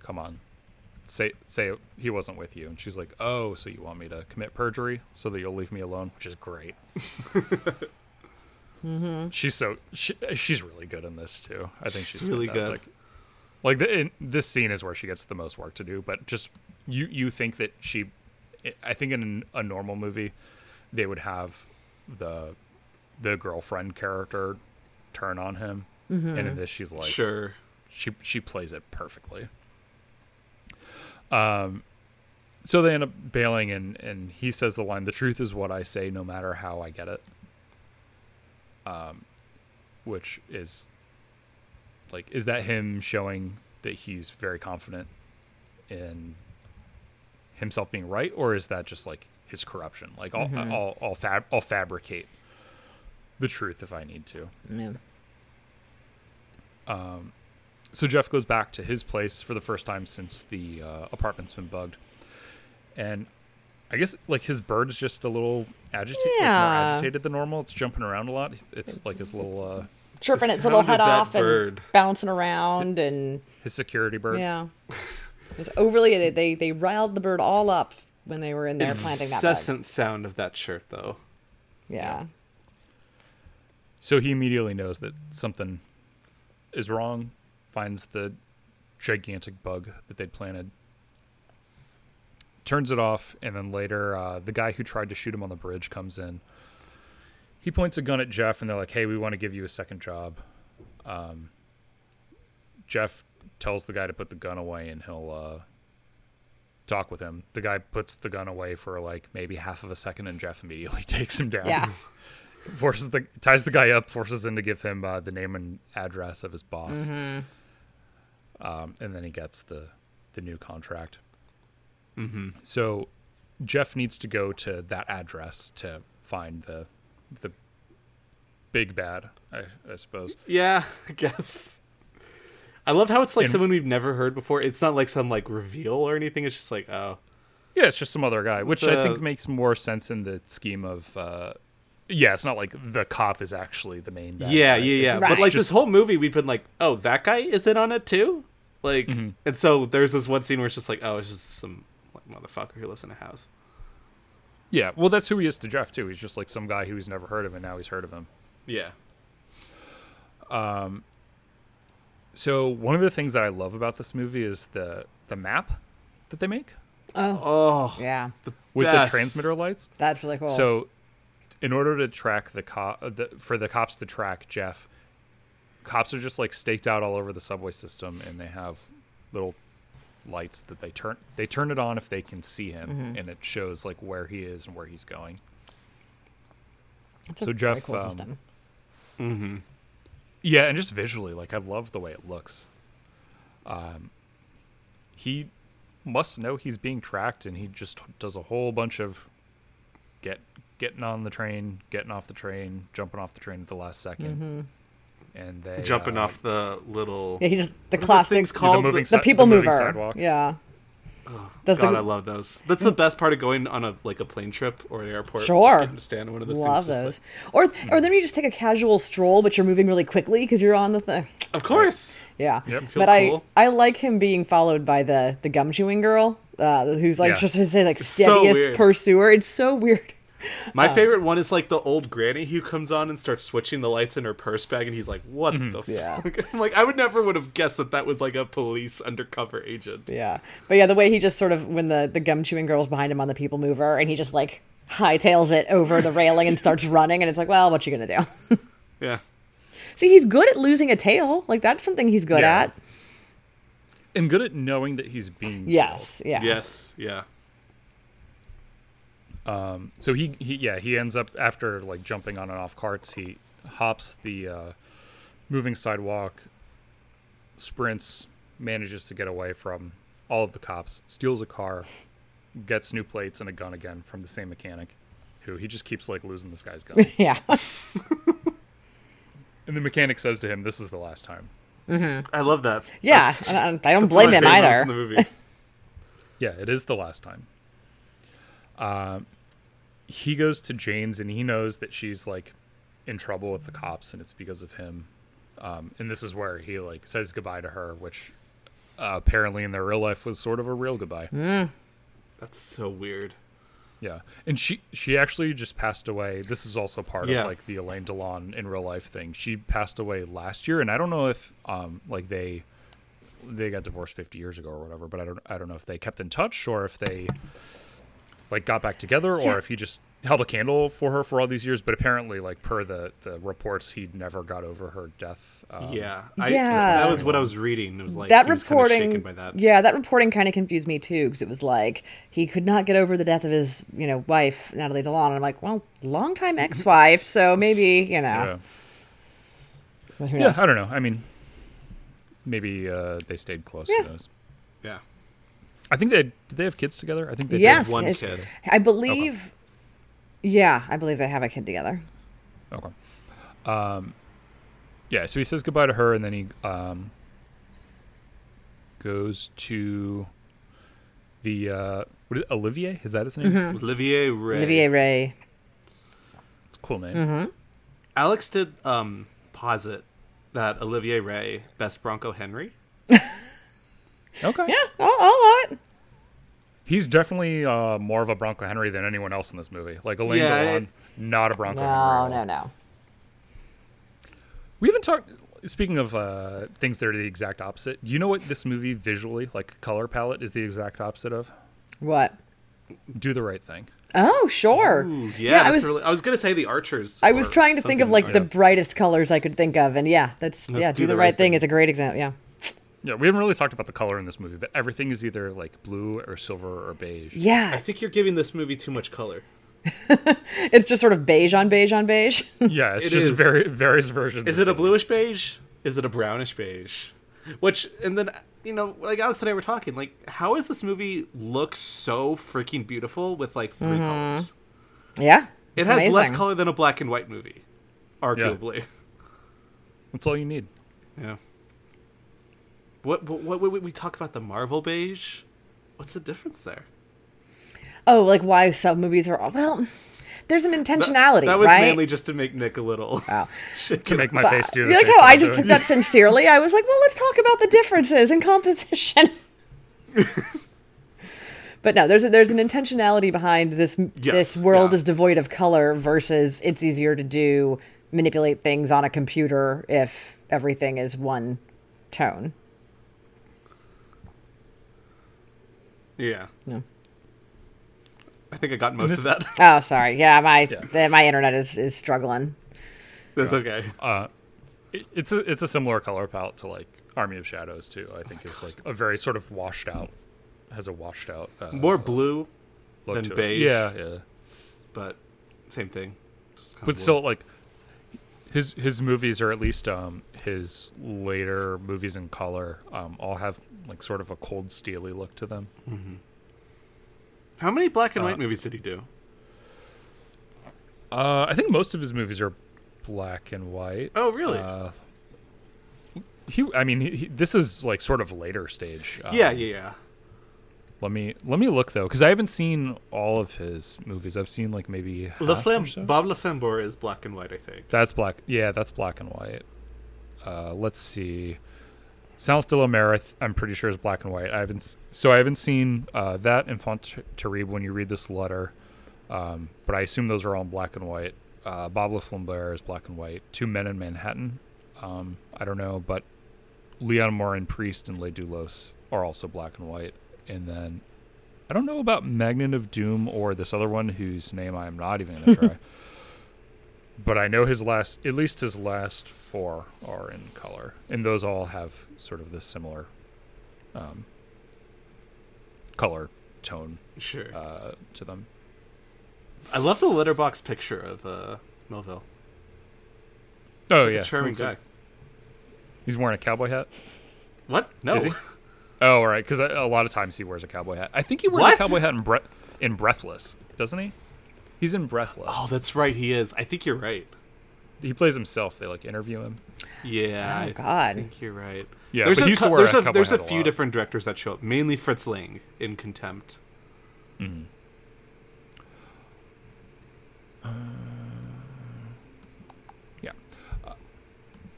Speaker 3: come on, say say he wasn't with you. And she's like, Oh, so you want me to commit perjury so that you'll leave me alone, which is great. She's so she, she's really good in this too. I think she's,
Speaker 5: She's really good.
Speaker 3: fantastic. Like the, in, this scene is where she gets the most work to do, but just you you think that she, I think in a normal movie, they would have the the girlfriend character turn on him, and in this she's like
Speaker 5: Sure.
Speaker 3: she she plays it perfectly. Um, so they end up bailing, and and he says the line, "The truth is what I say, no matter how I get it," um, which is like is that him showing that he's very confident in himself being right, or is that just like his corruption? Like I'll I'll I'll, fab- I'll fabricate the truth if I need to.
Speaker 2: yeah.
Speaker 3: so Jeff goes back to his place for the first time since the uh, apartment's been bugged, and I guess like his bird is just a little agitated,
Speaker 2: Yeah.
Speaker 3: more agitated than normal. It's jumping around a lot. It's, it's like his little uh,
Speaker 2: Chirping
Speaker 5: The
Speaker 2: its little
Speaker 5: sound of
Speaker 2: head
Speaker 5: that
Speaker 2: off
Speaker 5: bird.
Speaker 2: and bouncing around and
Speaker 3: his security bird.
Speaker 2: yeah. It's overly they, they they riled the bird all up when they were in there planting that bug.
Speaker 5: Incessant sound of that shirt, though.
Speaker 2: Yeah.
Speaker 3: So he immediately knows that something is wrong. Finds the gigantic bug that they'd planted. Turns it off, and then later, uh, the guy who tried to shoot him on the bridge comes in. He points a gun at Jeff, and they're like, "Hey, we want to give you a second job." Um, Jeff tells the guy to put the gun away, and he'll uh, talk with him. The guy puts the gun away for like maybe half of a second, and Jeff immediately takes him down
Speaker 2: Yeah.
Speaker 3: forces the ties the guy up, forces him to give him uh, the name and address of his boss, um, and then he gets the the new contract. Mm-hmm. So Jeff needs to go to that address to find the the big bad, I, I suppose.
Speaker 5: Yeah, I guess. I love how it's like
Speaker 3: And-
Speaker 5: someone we've never heard before. It's not like some like reveal or anything. It's just like, oh,
Speaker 3: Yeah, it's just some other guy, which I think
Speaker 5: So-
Speaker 3: makes more sense in the scheme of. Uh, yeah, it's not like the cop is actually the main. Bad
Speaker 5: yeah, yeah,
Speaker 3: guy.
Speaker 5: yeah.
Speaker 3: It's-
Speaker 5: But
Speaker 2: Right.
Speaker 5: like
Speaker 3: Just-
Speaker 5: this whole movie, we've been like, oh, that guy is in on it too. Like, and so there's this one scene where it's just like, oh, it's just some like motherfucker who lives in a house.
Speaker 3: yeah. Well, that's who he is to Jeff too. He's just like some guy who's never heard of him, and now he's heard of him.
Speaker 5: Yeah.
Speaker 3: So one of the things that I love about this movie is the the map that they make
Speaker 5: Oh.
Speaker 2: Yeah.
Speaker 3: with
Speaker 5: Yes.
Speaker 3: the transmitter lights.
Speaker 2: That's really cool.
Speaker 3: So in order to track the cop, the, for the cops to track Jeff, cops are just like staked out all over the subway system, and they have little lights that they turn they turn it on if they can see him, and it shows like where he is and where he's going.
Speaker 2: It's
Speaker 3: so
Speaker 2: a
Speaker 3: Jeff,
Speaker 2: very cool
Speaker 3: um,
Speaker 2: system.
Speaker 3: Yeah, and just visually, like I love the way it looks. Um, he must know he's being tracked, and he just does a whole bunch of get getting on the train, getting off the train, jumping off the train at the last 2nd
Speaker 2: Mm-hmm.
Speaker 3: and they
Speaker 5: Jumping
Speaker 3: uh,
Speaker 5: off the little.
Speaker 2: Yeah, he just the
Speaker 5: What are those
Speaker 2: classic
Speaker 5: things
Speaker 2: the
Speaker 3: the
Speaker 5: called
Speaker 3: moving
Speaker 5: The-
Speaker 3: si-
Speaker 2: people
Speaker 3: the moving
Speaker 2: mover.
Speaker 3: sidewalk.
Speaker 2: Yeah. Does
Speaker 5: God,
Speaker 2: the,
Speaker 5: I love those. That's the best part of going on a like a plane trip or an airport. just
Speaker 2: Sure.
Speaker 5: getting to stand in one of those
Speaker 2: love
Speaker 5: things. just
Speaker 2: those. Or or then you just take a casual stroll, but you're moving really quickly because you're on the thing.
Speaker 5: Like, of course.
Speaker 2: Yeah.
Speaker 5: Feel
Speaker 2: But I
Speaker 5: cool.
Speaker 2: I like him being followed by the the gum chewing girl, uh, who's like
Speaker 3: Yeah.
Speaker 2: just to say like
Speaker 5: so
Speaker 2: steadiest
Speaker 5: weird.
Speaker 2: pursuer. It's so weird.
Speaker 5: My favorite one is like the old granny who comes on and starts switching the lights in her purse bag, and he's like, "What the
Speaker 2: Yeah.
Speaker 5: fuck?" I'm like, I would never would have guessed that that was like a police undercover agent.
Speaker 2: Yeah. But yeah, the way he just sort of when the the gum chewing girl's behind him on the people mover, and he just like hightails it over the railing and starts running, and it's like, well, what you gonna do?
Speaker 5: Yeah,
Speaker 2: See, he's good at losing a tail. Like that's something he's good
Speaker 3: Yeah.
Speaker 2: at.
Speaker 3: and good at knowing that he's being
Speaker 2: Yes. Yeah.
Speaker 5: yes, yeah.
Speaker 3: So he, he yeah he ends up after like jumping on and off carts he hops the uh, moving sidewalk, sprints, manages to get away from all of the cops, steals a car, gets new plates and a gun again from the same mechanic, who he just keeps like losing this guy's gun.
Speaker 2: Yeah.
Speaker 3: and the mechanic says to him, "This is the last time."
Speaker 5: I love that.
Speaker 2: Yeah,
Speaker 5: That's-
Speaker 2: and I don't- I don't
Speaker 5: that's one of
Speaker 2: blame
Speaker 5: my
Speaker 2: him
Speaker 5: favorite lines
Speaker 2: either.
Speaker 5: In the movie.
Speaker 3: Yeah, it is the last time. Um, he goes to Jane's and he knows that she's like in trouble with the cops and it's because of him. Um, and this is where he like says goodbye to her, which uh, apparently in their real life was sort of a real goodbye.
Speaker 5: That's so weird.
Speaker 3: Yeah, and she she actually just passed away. This is also part
Speaker 5: Yeah.
Speaker 3: of like the Elaine Delon in real life thing. She passed away last year, and I don't know if um like they they got divorced 50 years ago or whatever. But I don't I don't know if they kept in touch or if they like got back together or if he just held a candle for her for all these years. But apparently, like per the the reports, he never got over her death. Um,
Speaker 5: yeah, I,
Speaker 2: Yeah.
Speaker 5: that was what I was reading. It was like
Speaker 2: that
Speaker 5: he was kinda
Speaker 2: reporting,
Speaker 5: shaken by that.
Speaker 2: yeah, that reporting kind of confused me too because it was like he could not get over the death of his, you know, wife Natalie Delon, and I'm like, well, longtime
Speaker 5: Mm-hmm.
Speaker 2: ex-wife, so maybe you know,
Speaker 3: Yeah.
Speaker 2: but who
Speaker 3: Yeah,
Speaker 2: knows?
Speaker 3: I don't know. I mean, maybe uh, they stayed close. Who
Speaker 2: Yeah.
Speaker 3: knows?
Speaker 5: Yeah.
Speaker 3: I think they did. They have kids together. I think they
Speaker 2: yes,
Speaker 5: one
Speaker 2: it's-
Speaker 5: kid.
Speaker 2: I believe. Yeah, I believe they have a kid together.
Speaker 3: did. Okay. Um, yeah. So he says goodbye to her, and then he um, goes to the uh, what is it, Olivier? Is that his name?
Speaker 5: Mm-hmm. Olivier Ray.
Speaker 2: Olivier Ray.
Speaker 3: It's a cool name.
Speaker 5: Alex did um, posit that Olivier Ray best Bronco Henry.
Speaker 3: Okay.
Speaker 2: Yeah, I'll, I'll allow it.
Speaker 3: He's definitely uh, more of a Bronco Henry than anyone else in this movie. Like Elaine
Speaker 5: Yeah,
Speaker 3: Delon,
Speaker 5: it-
Speaker 3: not a Bronco Henry. at
Speaker 2: No,
Speaker 3: all.
Speaker 2: no, no.
Speaker 3: We haven't talked. Speaking of uh, things that are the exact opposite, do you know what this movie visually, like color palette, is the exact opposite of?
Speaker 2: What?
Speaker 3: Do the right thing.
Speaker 2: Oh, sure.
Speaker 5: Ooh, yeah,
Speaker 2: I
Speaker 5: that's
Speaker 2: was-
Speaker 5: really. I was gonna say the Archers.
Speaker 2: I was
Speaker 5: or
Speaker 2: trying to think of
Speaker 5: something
Speaker 2: like the
Speaker 5: that.
Speaker 2: brightest colors I could think of, and yeah, that's
Speaker 5: Let's
Speaker 2: yeah. Do, the, right, thing. is a great example. Yeah,
Speaker 3: Yeah, we haven't really talked about the color in this movie, but everything is either like blue or silver or beige.
Speaker 5: I
Speaker 2: yeah.
Speaker 5: think you're giving this movie too much color.
Speaker 2: It's just sort of beige on beige on beige.
Speaker 3: Yeah, it's
Speaker 5: It
Speaker 3: just
Speaker 5: is.
Speaker 3: very various versions.
Speaker 5: Is
Speaker 3: of
Speaker 5: it a bluish beige? Is it a brownish beige? Which and then you know, like Alex and I were talking, like how does this movie look so freaking beautiful with like 3 colors?
Speaker 2: yeah, Mm-hmm.
Speaker 5: It
Speaker 2: it's
Speaker 5: has less
Speaker 2: amazing.
Speaker 5: color than a black and white movie, arguably.
Speaker 3: That's all you need.
Speaker 5: Yeah. What, what what what we talk about the Marvel beige? What's the difference there?
Speaker 2: Oh, like why some movies are all well. There's an intentionality,
Speaker 5: That was
Speaker 2: right?
Speaker 5: mainly just to make Nick a little.
Speaker 2: Wow.
Speaker 5: Shit
Speaker 3: To make my face do.
Speaker 2: you
Speaker 3: the
Speaker 2: like
Speaker 3: face
Speaker 2: how
Speaker 3: that
Speaker 2: I
Speaker 3: I'm
Speaker 2: just took
Speaker 3: doing.
Speaker 2: that sincerely. I was like, well, let's talk about the differences in composition. but no, there's a, there's an intentionality behind this. this
Speaker 5: Yes,
Speaker 2: world
Speaker 5: yeah.
Speaker 2: is devoid of color versus it's easier to do manipulate things on a computer if everything is one tone.
Speaker 5: Yeah. I think I got most of that.
Speaker 2: Oh, sorry. Yeah, my th- my internet is, is struggling.
Speaker 5: That's okay.
Speaker 3: Uh, It- It's a it's a similar color palette to like Army of Shadows too. I think it's like a very sort of washed out, has a washed out uh,
Speaker 5: More blue,
Speaker 3: look
Speaker 5: than
Speaker 3: to it.
Speaker 5: beige.
Speaker 3: Yeah, yeah.
Speaker 5: but same thing. Just kinda
Speaker 3: but
Speaker 5: blue.
Speaker 3: still like his his movies or at least um his later movies in color um all have like sort of a cold steely look to them
Speaker 5: How many black and white movies did he do?
Speaker 3: uh i think most of his movies are black and white
Speaker 5: Oh, really?
Speaker 3: uh he i mean he, he, this is like sort of later stage um,
Speaker 5: yeah, yeah, yeah.
Speaker 3: let me let me look though because i haven't seen all of his movies i've seen like maybe
Speaker 5: Le
Speaker 3: half or
Speaker 5: Flam-
Speaker 3: so.
Speaker 5: Bob LaFlambeur is black and white, I think.
Speaker 3: That's black. Yeah, that's black and white. Uh, let's see. Sounds de la Mer, I th- I'm pretty sure is black and white. I haven't s- so I haven't seen uh, that and Font Terrible when you read this letter, um, but I assume those are all in black and white. Uh, Bob LaFlambeur is black and white. Two Men in Manhattan. Um, I don't know, but Leon Morin Priest and Le Doulos are also black and white. And then I don't know about Magnet of Doom or this other one whose name I am not even going to try but I know his last, at least his last four are in color, and those all have sort of this similar um, color tone
Speaker 5: Sure.
Speaker 3: uh, to them.
Speaker 5: I love the letterbox picture of uh, Melville.
Speaker 3: Oh
Speaker 5: Like
Speaker 3: yeah,
Speaker 5: a charming
Speaker 3: Looks like-
Speaker 5: guy.
Speaker 3: He's wearing a cowboy hat.
Speaker 5: What? No.
Speaker 3: Is he? Oh, all right, because a lot of times he wears a cowboy hat. I think he wears a
Speaker 5: What?
Speaker 3: cowboy hat in, Bre- in Breathless, doesn't he? He's in Breathless.
Speaker 5: Oh, that's right. He is. I think you're right.
Speaker 3: He plays himself. They like interview him.
Speaker 5: Yeah.
Speaker 2: Oh
Speaker 5: I
Speaker 2: God.
Speaker 5: think you're right.
Speaker 3: Yeah,
Speaker 5: there's
Speaker 3: but
Speaker 5: a,
Speaker 3: he used to
Speaker 5: cou-
Speaker 3: wear
Speaker 5: there's
Speaker 3: a
Speaker 5: a,
Speaker 3: cowboy
Speaker 5: there's a
Speaker 3: hat a
Speaker 5: few
Speaker 3: lot.
Speaker 5: different directors that show up, mainly Fritz Lang in Contempt.
Speaker 3: yeah. Uh,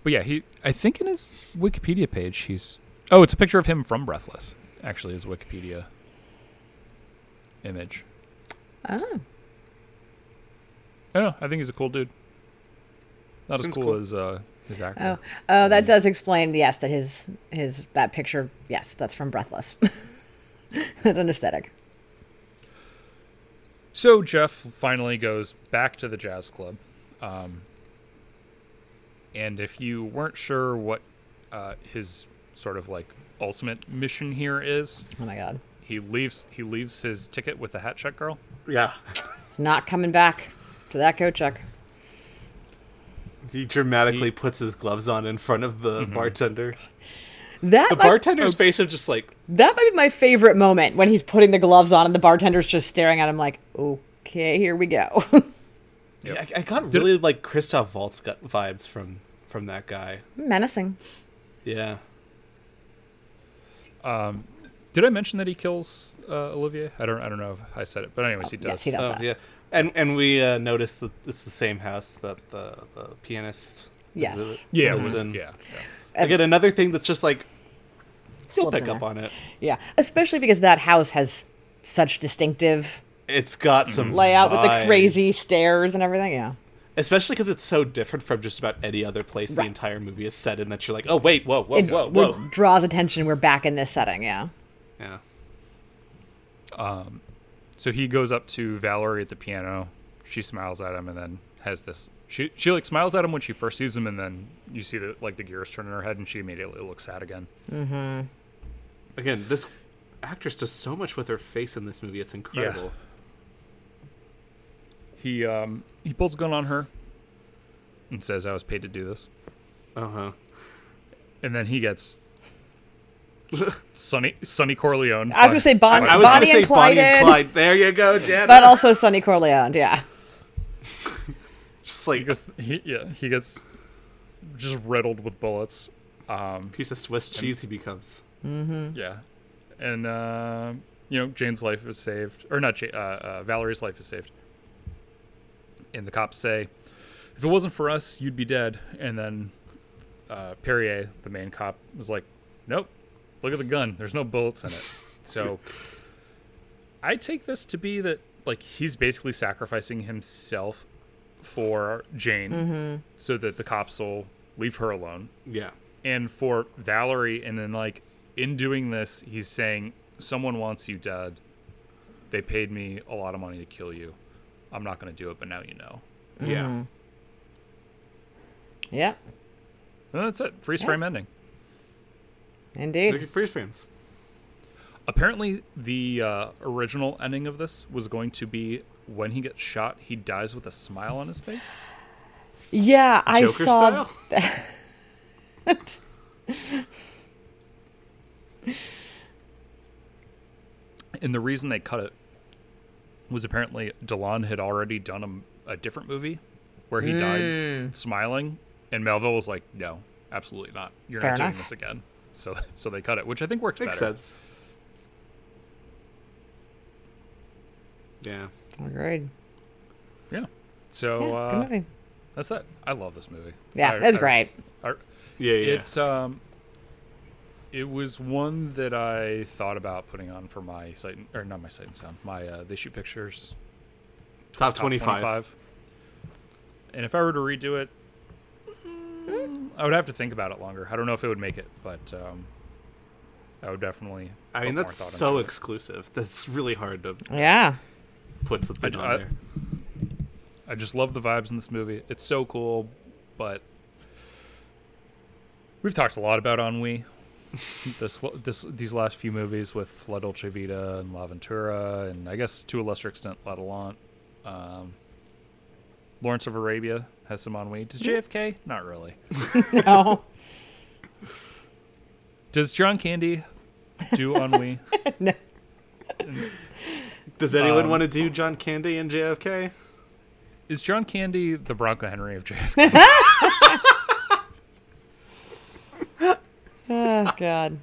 Speaker 3: but yeah, he. I think in his Wikipedia page, he's. Oh, it's a picture of him from Breathless. Actually, his Wikipedia image.
Speaker 2: Oh.
Speaker 3: I don't know. I think he's a cool dude. Not
Speaker 5: Seems
Speaker 3: as cool,
Speaker 5: cool.
Speaker 3: as uh, his actor.
Speaker 2: Oh, oh, that does explain. Yes, that his his that picture. Yes, that's from Breathless. that's an aesthetic.
Speaker 3: So Jeff finally goes back to the jazz club. Um, and if you weren't sure what uh, his sort of like ultimate mission here is,
Speaker 2: Oh my god,
Speaker 3: he leaves he leaves his ticket with the hat check girl.
Speaker 5: Yeah.
Speaker 2: it's not coming back to that coat check.
Speaker 5: He dramatically puts his gloves on in front of
Speaker 3: Mm-hmm.
Speaker 5: the bartender.
Speaker 2: That
Speaker 5: The
Speaker 2: might-
Speaker 5: bartender's face of just like,
Speaker 2: that might be my favorite moment when he's putting the gloves on and the bartender's just staring at him like, okay, here we go.
Speaker 5: I, I got really like Christoph Waltz gut vibes from from that guy.
Speaker 2: Menacing.
Speaker 5: Yeah.
Speaker 3: Did I mention that he kills uh, Olivier? I don't I don't know if I said it, but anyways, he does.
Speaker 2: Yes, he does
Speaker 5: Oh
Speaker 2: that.
Speaker 5: yeah. And and we uh, noticed that it's the same house that the, the pianist.
Speaker 2: Yes.
Speaker 5: lives in-
Speaker 3: Yeah, it
Speaker 5: lives
Speaker 3: was,
Speaker 5: in.
Speaker 3: yeah, yeah.
Speaker 5: Again, another thing that's just like you'll
Speaker 2: Slipped
Speaker 5: pick
Speaker 2: in
Speaker 5: up
Speaker 2: there.
Speaker 5: on it.
Speaker 2: Yeah, especially because that house has such distinctive
Speaker 5: It's got some
Speaker 2: layout with the
Speaker 5: vibes.
Speaker 2: crazy stairs and everything. Yeah.
Speaker 5: especially because it's so different from just about any other place the
Speaker 2: Right.
Speaker 5: entire movie is set in. That you're like, oh wait, whoa, whoa,
Speaker 2: It
Speaker 5: whoa,
Speaker 2: would-
Speaker 5: whoa.
Speaker 2: draws attention. We're back in this setting. Yeah.
Speaker 5: Yeah.
Speaker 3: So he goes up to Valerie at the piano. She smiles at him and then has this. She she like smiles at him when she first sees him, and then you see the like the gears turn in her head, and she immediately looks sad again.
Speaker 5: Again, this actress does so much with her face in this movie. It's incredible.
Speaker 3: He um he pulls a gun on her and says, "I was paid to do this,"
Speaker 5: Uh huh.
Speaker 3: and then he gets Sonny Sonny Corleone.
Speaker 2: I was gonna say Bon-
Speaker 5: I was
Speaker 2: Bonnie,
Speaker 5: gonna
Speaker 2: and
Speaker 5: say Bonnie and
Speaker 2: Clyde,
Speaker 5: Clyde. There you go, Jen.
Speaker 2: but also Sonny Corleone. Yeah.
Speaker 5: just like
Speaker 3: He gets- he- yeah, he gets just riddled with bullets.
Speaker 5: piece of Swiss cheese he becomes.
Speaker 3: Yeah, and uh, you know Jane's life is saved, or not? Ja- uh, uh, Valerie's life is saved. And the cops say, "If it wasn't for us, you'd be dead." And then uh, Perrier, the main cop, was like, "Nope, look at the gun. There's no bullets in it." So I take this to be that like he's basically sacrificing himself for Jane, so that the cops will leave her alone
Speaker 5: Yeah.
Speaker 3: and for Valerie, and then like in doing this, he's saying someone wants you dead. They paid me a lot of money to kill you. I'm not going to do it, but now you know.
Speaker 2: Mm-hmm.
Speaker 5: Yeah.
Speaker 2: Yeah.
Speaker 3: And that's it. Freeze frame ending.
Speaker 5: Look
Speaker 2: Indeed.
Speaker 5: at freeze frames.
Speaker 3: Apparently, the uh, original ending of this was going to be when he gets shot, he dies with a smile on his face.
Speaker 2: Yeah. I
Speaker 5: Joker
Speaker 2: saw.
Speaker 5: style.
Speaker 3: And the reason they cut it was apparently Delon had already done a m- a, different movie where he died
Speaker 2: Mm.
Speaker 3: smiling, and Melville was like, "No, absolutely not. You're
Speaker 2: Fair
Speaker 3: not doing
Speaker 2: enough.
Speaker 3: this again." So, so they cut it, which I think works
Speaker 5: Makes
Speaker 3: better.
Speaker 5: sense. Yeah.
Speaker 2: Agreed.
Speaker 3: Yeah. So
Speaker 2: Yeah, good
Speaker 3: uh,
Speaker 2: movie.
Speaker 3: that's that. I love this movie.
Speaker 2: Yeah,
Speaker 3: I-
Speaker 2: it was
Speaker 3: I-
Speaker 2: great.
Speaker 3: I-
Speaker 5: Yeah, yeah. yeah.
Speaker 3: It um, it was one that I thought about putting on for my site and- or not my site and sound my uh, they shoot pictures
Speaker 5: top,
Speaker 3: top
Speaker 5: 25.
Speaker 3: 25. And if I were to redo it, mm, I would have to think about it longer. I don't know if it would make it, but um, I would definitely.
Speaker 5: I
Speaker 3: put
Speaker 5: mean,
Speaker 3: more
Speaker 5: that's
Speaker 3: thought
Speaker 5: so
Speaker 3: into it.
Speaker 5: exclusive. That's really hard to
Speaker 2: Yeah.
Speaker 5: put something
Speaker 3: I-
Speaker 5: on
Speaker 3: I-
Speaker 5: there.
Speaker 3: I just love the vibes in this movie. It's so cool, but we've talked a lot about Ennui. this, this, these last few movies with La Dolce Vita and La Ventura, and I guess to a lesser extent La Delant. Um, Lawrence of Arabia has some ennui. Does JFK? Not really.
Speaker 2: No.
Speaker 3: Does John Candy do ennui?
Speaker 2: no.
Speaker 5: Does anyone
Speaker 3: Um,
Speaker 5: want to do John Candy and JFK?
Speaker 3: Is John Candy the Bronco Henry of JFK?
Speaker 2: Oh God.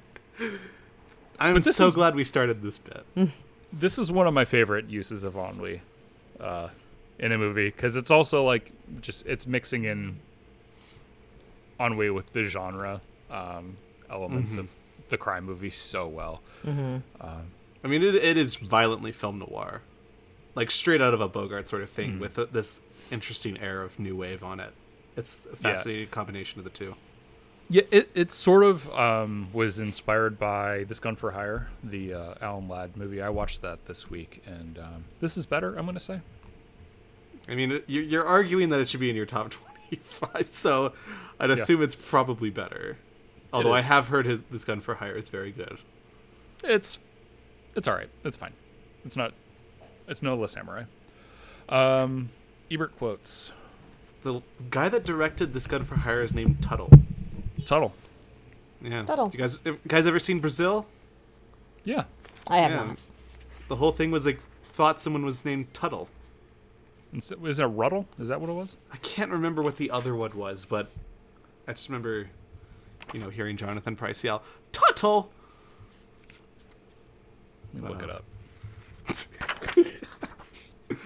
Speaker 5: I'm
Speaker 3: this
Speaker 5: so
Speaker 3: is-
Speaker 5: glad we started this bit.
Speaker 3: this is one of my favorite uses of ennui. Uh, in a movie because it's also like just it's mixing in on way with the genre um, elements of the crime movie so well.
Speaker 5: I mean, it, it is violently film noir, like straight out of a Bogart sort of
Speaker 3: Hmm.
Speaker 5: thing, with th- this interesting air of new wave on it. It's a fascinating combination of the two.
Speaker 3: Yeah, it, it sort of um, was inspired by This Gun for Hire, the uh, Alan Ladd movie. I watched that this week, and um, this is better. I'm gonna say
Speaker 5: I mean, it- you- you're arguing that it should be in your top 25, so I'd assume it's probably better. Although I
Speaker 3: is.
Speaker 5: have heard his this gun for hire is very good.
Speaker 3: it's it's all right. It's fine. It's not. It's no La Samurai. Um, Ebert quotes
Speaker 5: The guy that directed this gun for hire is named Tuttle.
Speaker 3: Tuttle.
Speaker 5: Yeah.
Speaker 2: Tuttle.
Speaker 5: You guys, you guys ever seen Brazil?
Speaker 3: Yeah,
Speaker 2: I have
Speaker 5: Yeah.
Speaker 2: not.
Speaker 5: The whole thing was like thought someone was named Tuttle.
Speaker 3: Is it, is it Ruddle? Is that what it was?
Speaker 5: I can't remember what the other one was, but I just remember, you know, hearing Jonathan Price yell, Tuttle!
Speaker 3: Let me
Speaker 5: Wow.
Speaker 3: look it up.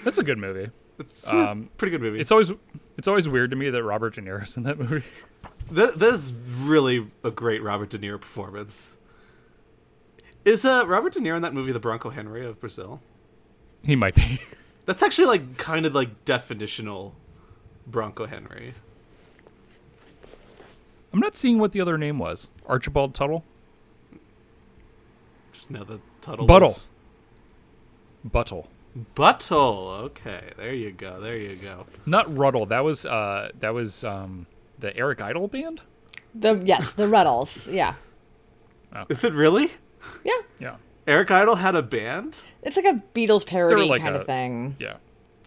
Speaker 3: That's a good movie.
Speaker 5: It's
Speaker 3: Um,
Speaker 5: a pretty good movie.
Speaker 3: It's always it's always weird to me that Robert De Niro's in that movie.
Speaker 5: Th- This is really a great Robert De Niro performance. Is uh, Robert De Niro in that movie The Bronco Henry of Brazil?
Speaker 3: He might be.
Speaker 5: That's actually like kind of like definitional Bronco Henry.
Speaker 3: I'm not seeing what the other name was. Archibald Tuttle.
Speaker 5: Just know the Tuttle.
Speaker 3: Buttle.
Speaker 5: was-
Speaker 3: Buttle.
Speaker 5: Buttle. Okay, there you go. There you go.
Speaker 3: Not Ruddle. That was uh that was um the Eric Idle band.
Speaker 2: The yes, the Ruddles. Yeah,
Speaker 5: Is it really?
Speaker 2: yeah.
Speaker 3: Yeah.
Speaker 5: Eric Idle had a band.
Speaker 2: It's like a Beatles parody
Speaker 3: like
Speaker 2: kind
Speaker 3: a-
Speaker 2: of thing.
Speaker 3: Yeah.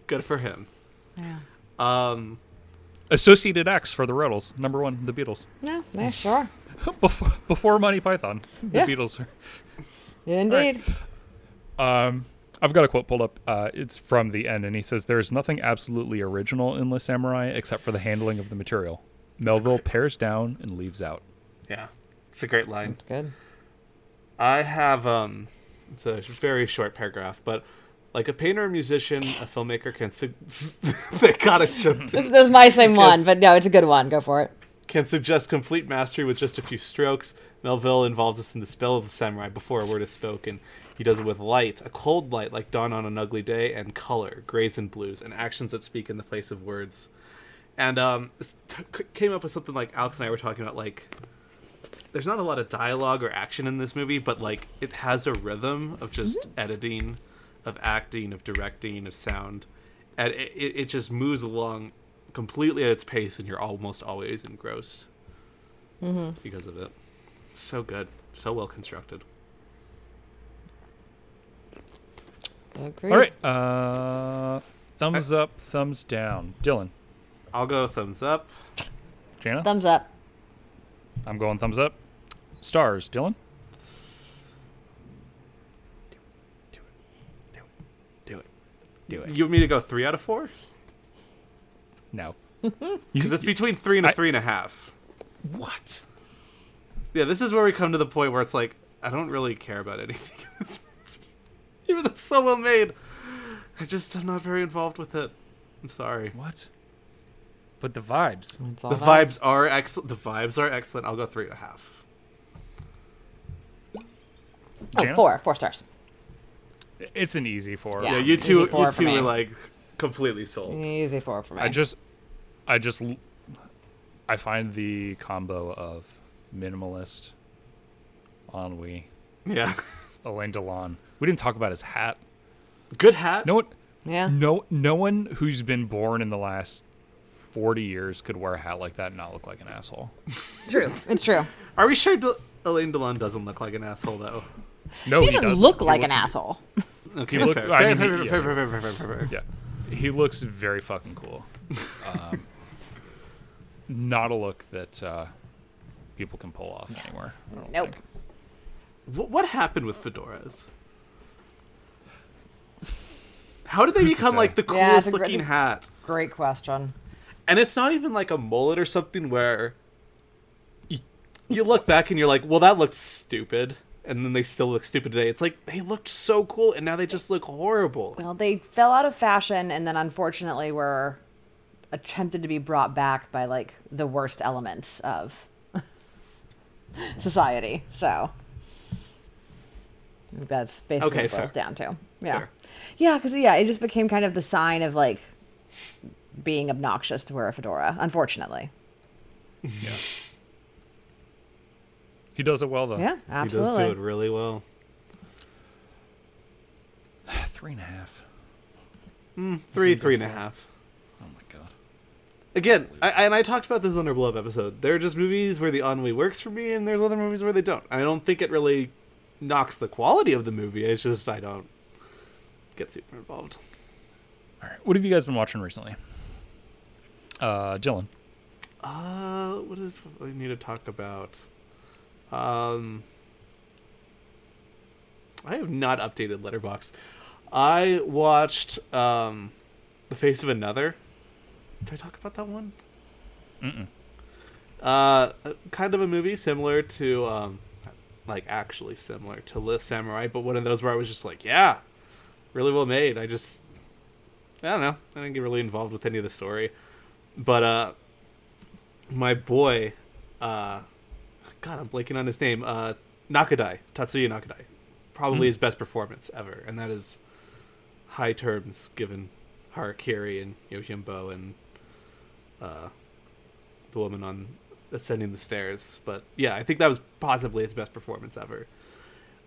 Speaker 5: Good for him.
Speaker 2: Yeah.
Speaker 5: Um,
Speaker 3: Associated X for the Ruddles. Number one, the Beatles.
Speaker 2: Yeah, yeah, sure.
Speaker 3: Before before Monty Python, the
Speaker 2: Yeah.
Speaker 3: Beatles. are-
Speaker 2: Indeed.
Speaker 3: Um, I've got a quote pulled up. Uh, it's from the end, and he says, "There is nothing absolutely original in Le Samurai except for the handling of the material. Melville pares down and leaves out."
Speaker 5: yeah, it's a great line.
Speaker 2: Good.
Speaker 5: I have um it's a very short paragraph, but like a painter, a musician, a filmmaker can su- they gotta jump to,
Speaker 2: This, this is my same one,
Speaker 5: Because-
Speaker 2: but no, it's a good one. Go for it.
Speaker 5: can suggest complete mastery with just a few strokes. Melville involves us in the spell of the samurai before a word is spoken. He does it with light, a cold light like dawn on an ugly day, and color, grays and blues, and actions that speak in the place of words. And um, s- t- c- came up with something like Alex and I were talking about, like there's not a lot of dialogue or action in this movie, but like it has a rhythm of just editing, of acting, of directing, of sound, and it, it, it just moves along completely at its pace, and you're almost always engrossed because of it. It's so good, so well constructed.
Speaker 2: Agreed.
Speaker 3: All right. Uh, thumbs up, thumbs down. Dylan,
Speaker 5: I'll go thumbs up.
Speaker 3: Jana,
Speaker 2: Thumbs up.
Speaker 3: I'm going thumbs up. Stars, Dylan. Do it. Do it. Do it.
Speaker 5: You want me to go three out of four?
Speaker 3: No.
Speaker 5: Because it's between three and a
Speaker 3: I-
Speaker 5: three and a half. What? Yeah, this is where we come to the point where it's like, I don't really care about anything in this movie. Even though it's so well made. I just am not very involved with it. I'm sorry.
Speaker 3: What? But the vibes.
Speaker 2: It's all
Speaker 5: The
Speaker 2: about-
Speaker 5: vibes are excellent. The vibes are excellent. I'll go three and a half.
Speaker 2: Oh,
Speaker 3: Jana?
Speaker 2: four. Four stars.
Speaker 3: It's an easy four.
Speaker 2: Yeah.
Speaker 5: Yeah, you
Speaker 2: easy
Speaker 5: two,
Speaker 2: four
Speaker 5: you
Speaker 2: for
Speaker 5: two
Speaker 2: me.
Speaker 5: were like completely sold.
Speaker 2: Easy four for me.
Speaker 3: I just, I just, l- I find the combo of minimalist, ennui,
Speaker 5: Yeah,
Speaker 3: Elaine Delon. We didn't talk about his hat.
Speaker 5: good hat.
Speaker 3: No one,
Speaker 2: yeah.
Speaker 3: no, no one who's been born in the last forty years could wear a hat like that and not look like an asshole.
Speaker 2: True. It's true.
Speaker 5: Are we sure Del- Elaine Delon doesn't look like an asshole though?
Speaker 3: No,
Speaker 2: He
Speaker 3: he,
Speaker 2: doesn't,
Speaker 3: doesn't
Speaker 2: look
Speaker 3: He
Speaker 2: like an
Speaker 3: looks-
Speaker 2: asshole.
Speaker 5: Okay,
Speaker 3: look-
Speaker 5: fair.
Speaker 3: I
Speaker 5: Fair,
Speaker 3: mean,
Speaker 5: fair,
Speaker 3: he-
Speaker 5: fair,
Speaker 3: yeah.
Speaker 5: fair, fair, fair, fair, fair.
Speaker 3: Yeah, he looks very fucking cool. Um, not a look that uh, people can pull off anymore. I don't
Speaker 2: Nope.
Speaker 3: think.
Speaker 5: What, what happened with fedoras? How did they
Speaker 3: Who's to
Speaker 5: become
Speaker 3: say?
Speaker 5: like the
Speaker 2: Yeah,
Speaker 5: coolest
Speaker 2: it's a gr-
Speaker 5: looking
Speaker 2: it's a-
Speaker 5: hat?
Speaker 2: Great question.
Speaker 5: And it's not even like a mullet or something where you, you look back and you're like, well, that looked stupid. and then they still look stupid today. It's like they looked so cool and now they just look horrible.
Speaker 2: Well, they fell out of fashion and then unfortunately were attempted to be brought back by like the worst elements of society. So I think that's basically
Speaker 5: Okay,
Speaker 2: what it boils
Speaker 5: fair.
Speaker 2: down to. Yeah. Yeah, because yeah, it just became kind of the sign of like being obnoxious to wear a fedora, unfortunately.
Speaker 3: He does it well though.
Speaker 2: Yeah,
Speaker 5: Oh, He does
Speaker 2: absolutely.
Speaker 5: do it really well.
Speaker 3: Three and a half.
Speaker 5: Three, three and a half.
Speaker 3: Oh my god.
Speaker 5: Again, I, I- and I talked about this on our blow up episode. There are just movies where the ennui works for me, and there's other movies where they don't. I don't think it really knocks the quality of the movie. It's just I don't get super involved.
Speaker 3: All right. What have you guys been watching recently? Uh, Dylan.
Speaker 5: Uh, what if we need to talk about? Um, I have not updated Letterboxd. I watched um, The Face of Another. Did I talk about that one? Mm-mm. Uh, kind of a movie similar to, um, like actually similar to List Samurai, but one of those where I was just like, yeah, really well made. I just, I don't know, I didn't get really involved with any of the story, but uh my boy, uh, God, I'm blanking on his name. Uh, Nakadai, Tatsuya Nakadai, probably his best performance ever, and that is high terms given Harakiri and Yojimbo and uh, the woman on ascending the stairs. But yeah, I think that was possibly his best performance ever.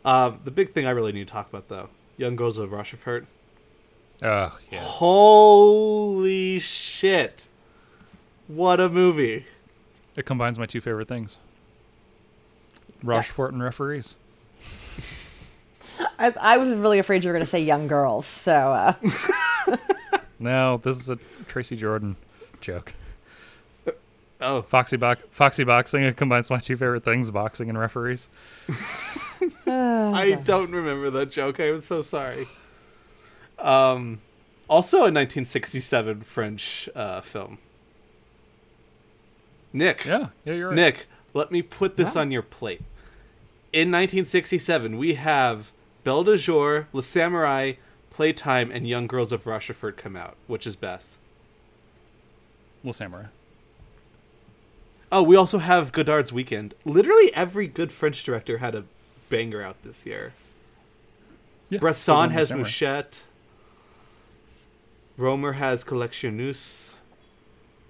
Speaker 5: Um, the big thing I really need to talk about though, Young Gozo of Rochefort.
Speaker 3: Uh, yeah.
Speaker 5: Holy shit! What a movie!
Speaker 3: It combines my two favorite things. Rochefort and referees.
Speaker 2: I, I was really afraid you were going to say young girls. So uh,
Speaker 3: No, this is a Tracy Jordan joke.
Speaker 5: Oh.
Speaker 3: Foxy box, Foxy boxing. It combines my two favorite things: boxing and referees.
Speaker 5: I don't remember that joke. I was so sorry. Um, also a 1967 French uh, film. Nick,
Speaker 3: Yeah, yeah, you're right.
Speaker 5: Nick, let me put this on your plate. In 1967, we have Belle de Jour, Le Samurai, Playtime, and Young Girls of Rochefort come out. Which is best?
Speaker 3: Little Samurai.
Speaker 5: Oh, we also have Godard's Weekend. Literally every good French director had a banger out this year.
Speaker 3: Yeah,
Speaker 5: Bresson
Speaker 3: Little
Speaker 5: has
Speaker 3: Samurai.
Speaker 5: Mouchette. Romer has Collectioneuse.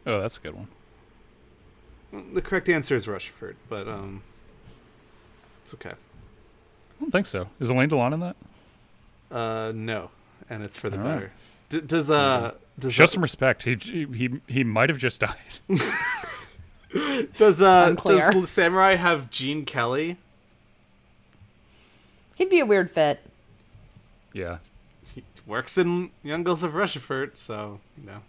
Speaker 3: Oh, that's a good one.
Speaker 5: The correct answer is Rushford, but um, it's okay.
Speaker 3: I don't think so. Is Elaine Delon in that?
Speaker 5: Uh, no, and it's for the
Speaker 3: All right.
Speaker 5: better. D- does uh does
Speaker 3: Show some respect. He he he might have just died.
Speaker 5: does uh
Speaker 2: Unclear.
Speaker 5: does Samurai have Gene Kelly?
Speaker 2: he'd be a weird fit.
Speaker 3: yeah,
Speaker 5: He works in Young Girls of Rushford, so you know.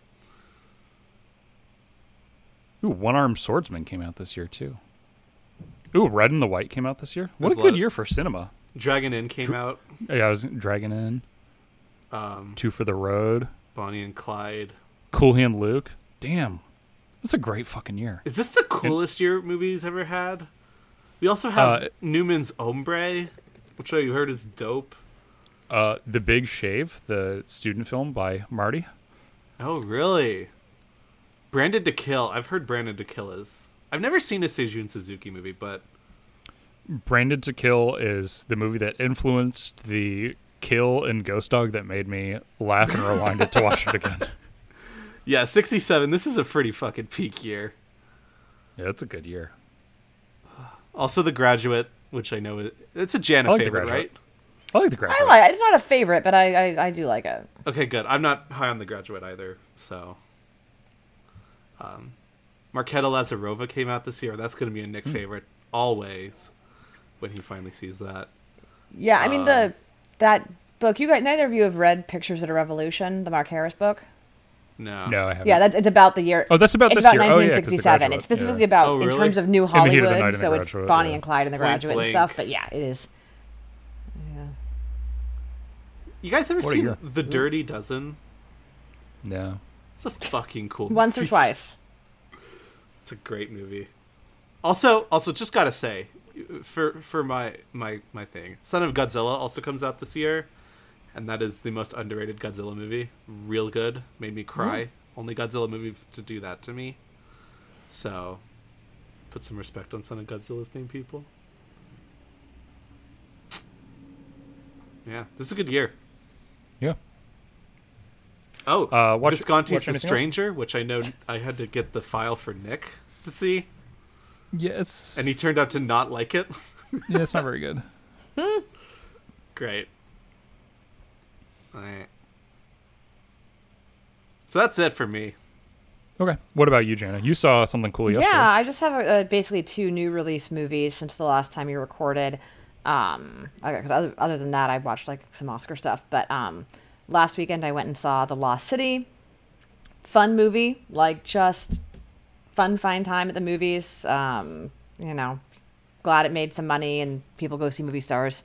Speaker 3: Ooh, One Armed Swordsman came out this year too. Ooh, Red and the White came out this year. What
Speaker 5: There's
Speaker 3: a
Speaker 5: a
Speaker 3: good
Speaker 5: lot-
Speaker 3: year for cinema.
Speaker 5: Dragon Inn came out.
Speaker 3: Yeah, I was Dragon Inn,
Speaker 5: Um,
Speaker 3: Two for the Road,
Speaker 5: Bonnie and Clyde.
Speaker 3: Cool Hand Luke. Damn, that's a great fucking year.
Speaker 5: Is this the coolest year movies ever had? We also have
Speaker 3: Uh,
Speaker 5: Newman's Ombre, which I heard is dope.
Speaker 3: Uh, The Big Shave, the student film by Marty.
Speaker 5: Oh, really? Branded to Kill. I've heard Branded to Kill is. I've never seen a Seijun Suzuki movie, but
Speaker 3: Branded to Kill is the movie that influenced the Kill and Ghost Dog that made me laugh and rewind it to watch it again.
Speaker 5: yeah, 67. This is a pretty fucking peak year.
Speaker 3: Yeah, it's a good year.
Speaker 5: Also, The Graduate, which I know is. It's a Jana
Speaker 3: I like The
Speaker 5: favorite, right?
Speaker 3: Graduate. I like the
Speaker 2: I
Speaker 3: graphic.
Speaker 2: like. It's not a favorite, but I I, I do like it.
Speaker 5: Okay, good. I'm not high on The Graduate either, so. Um, Marquetta Lazarova came out this year. That's going to be a
Speaker 3: Hmm.
Speaker 5: Nick favorite, always, when he finally sees that.
Speaker 2: Yeah, I mean
Speaker 5: Um,
Speaker 2: the that book you got. Neither of you have read Pictures at a Revolution, the Mark Harris book.
Speaker 5: No.
Speaker 3: no, I haven't.
Speaker 2: Yeah, that it's about the year.
Speaker 3: Oh, that's about
Speaker 2: it's
Speaker 3: this
Speaker 2: about
Speaker 3: year. Oh, yeah, 'cause The
Speaker 2: 1967.
Speaker 3: Graduate,
Speaker 2: it's specifically
Speaker 3: yeah.
Speaker 2: about
Speaker 5: Oh,
Speaker 2: in
Speaker 5: really?
Speaker 2: terms of New
Speaker 3: the Heat of the
Speaker 2: Hollywood.
Speaker 3: Night and The
Speaker 2: so it's
Speaker 3: Graduate,
Speaker 2: Bonnie
Speaker 3: yeah.
Speaker 2: and Clyde and The
Speaker 5: Point
Speaker 2: Graduate
Speaker 5: Blank.
Speaker 2: and stuff. But yeah, it is.
Speaker 5: You guys ever
Speaker 3: What a
Speaker 5: seen
Speaker 3: year.
Speaker 5: The Dirty Dozen?
Speaker 3: No.
Speaker 5: It's a fucking cool
Speaker 2: Once or
Speaker 5: movie.
Speaker 2: twice.
Speaker 5: It's a great movie. Also, also just gotta say, for for my my my thing. Son of Godzilla also comes out this year, and that is the most underrated Godzilla movie. Real good, made me cry. Only Godzilla movie f- to do that to me. So, put some respect on Son of Godzilla's name, people. Yeah, this is a good year.
Speaker 3: Yeah.
Speaker 5: Oh,
Speaker 3: Uh, watch-
Speaker 5: Visconti's
Speaker 3: watch
Speaker 5: The
Speaker 3: anything else?
Speaker 5: Stranger, which I know I had to get the file for Nick to see,
Speaker 3: Yes.
Speaker 5: and he turned out to not like it.
Speaker 3: yeah, it's not very good.
Speaker 5: Great. Alright. So that's it for me.
Speaker 3: Okay. What about you, Jana? You saw something cool yesterday.
Speaker 2: Yeah, I just have uh basically two new release movies since the last time you recorded. Um, okay, 'cause other, other than that, I watched like some Oscar stuff. But um, last weekend, I went and saw The Lost City. Fun movie, like just fun, fine time at the movies. Um, you know, glad it made some money and people go see movie stars.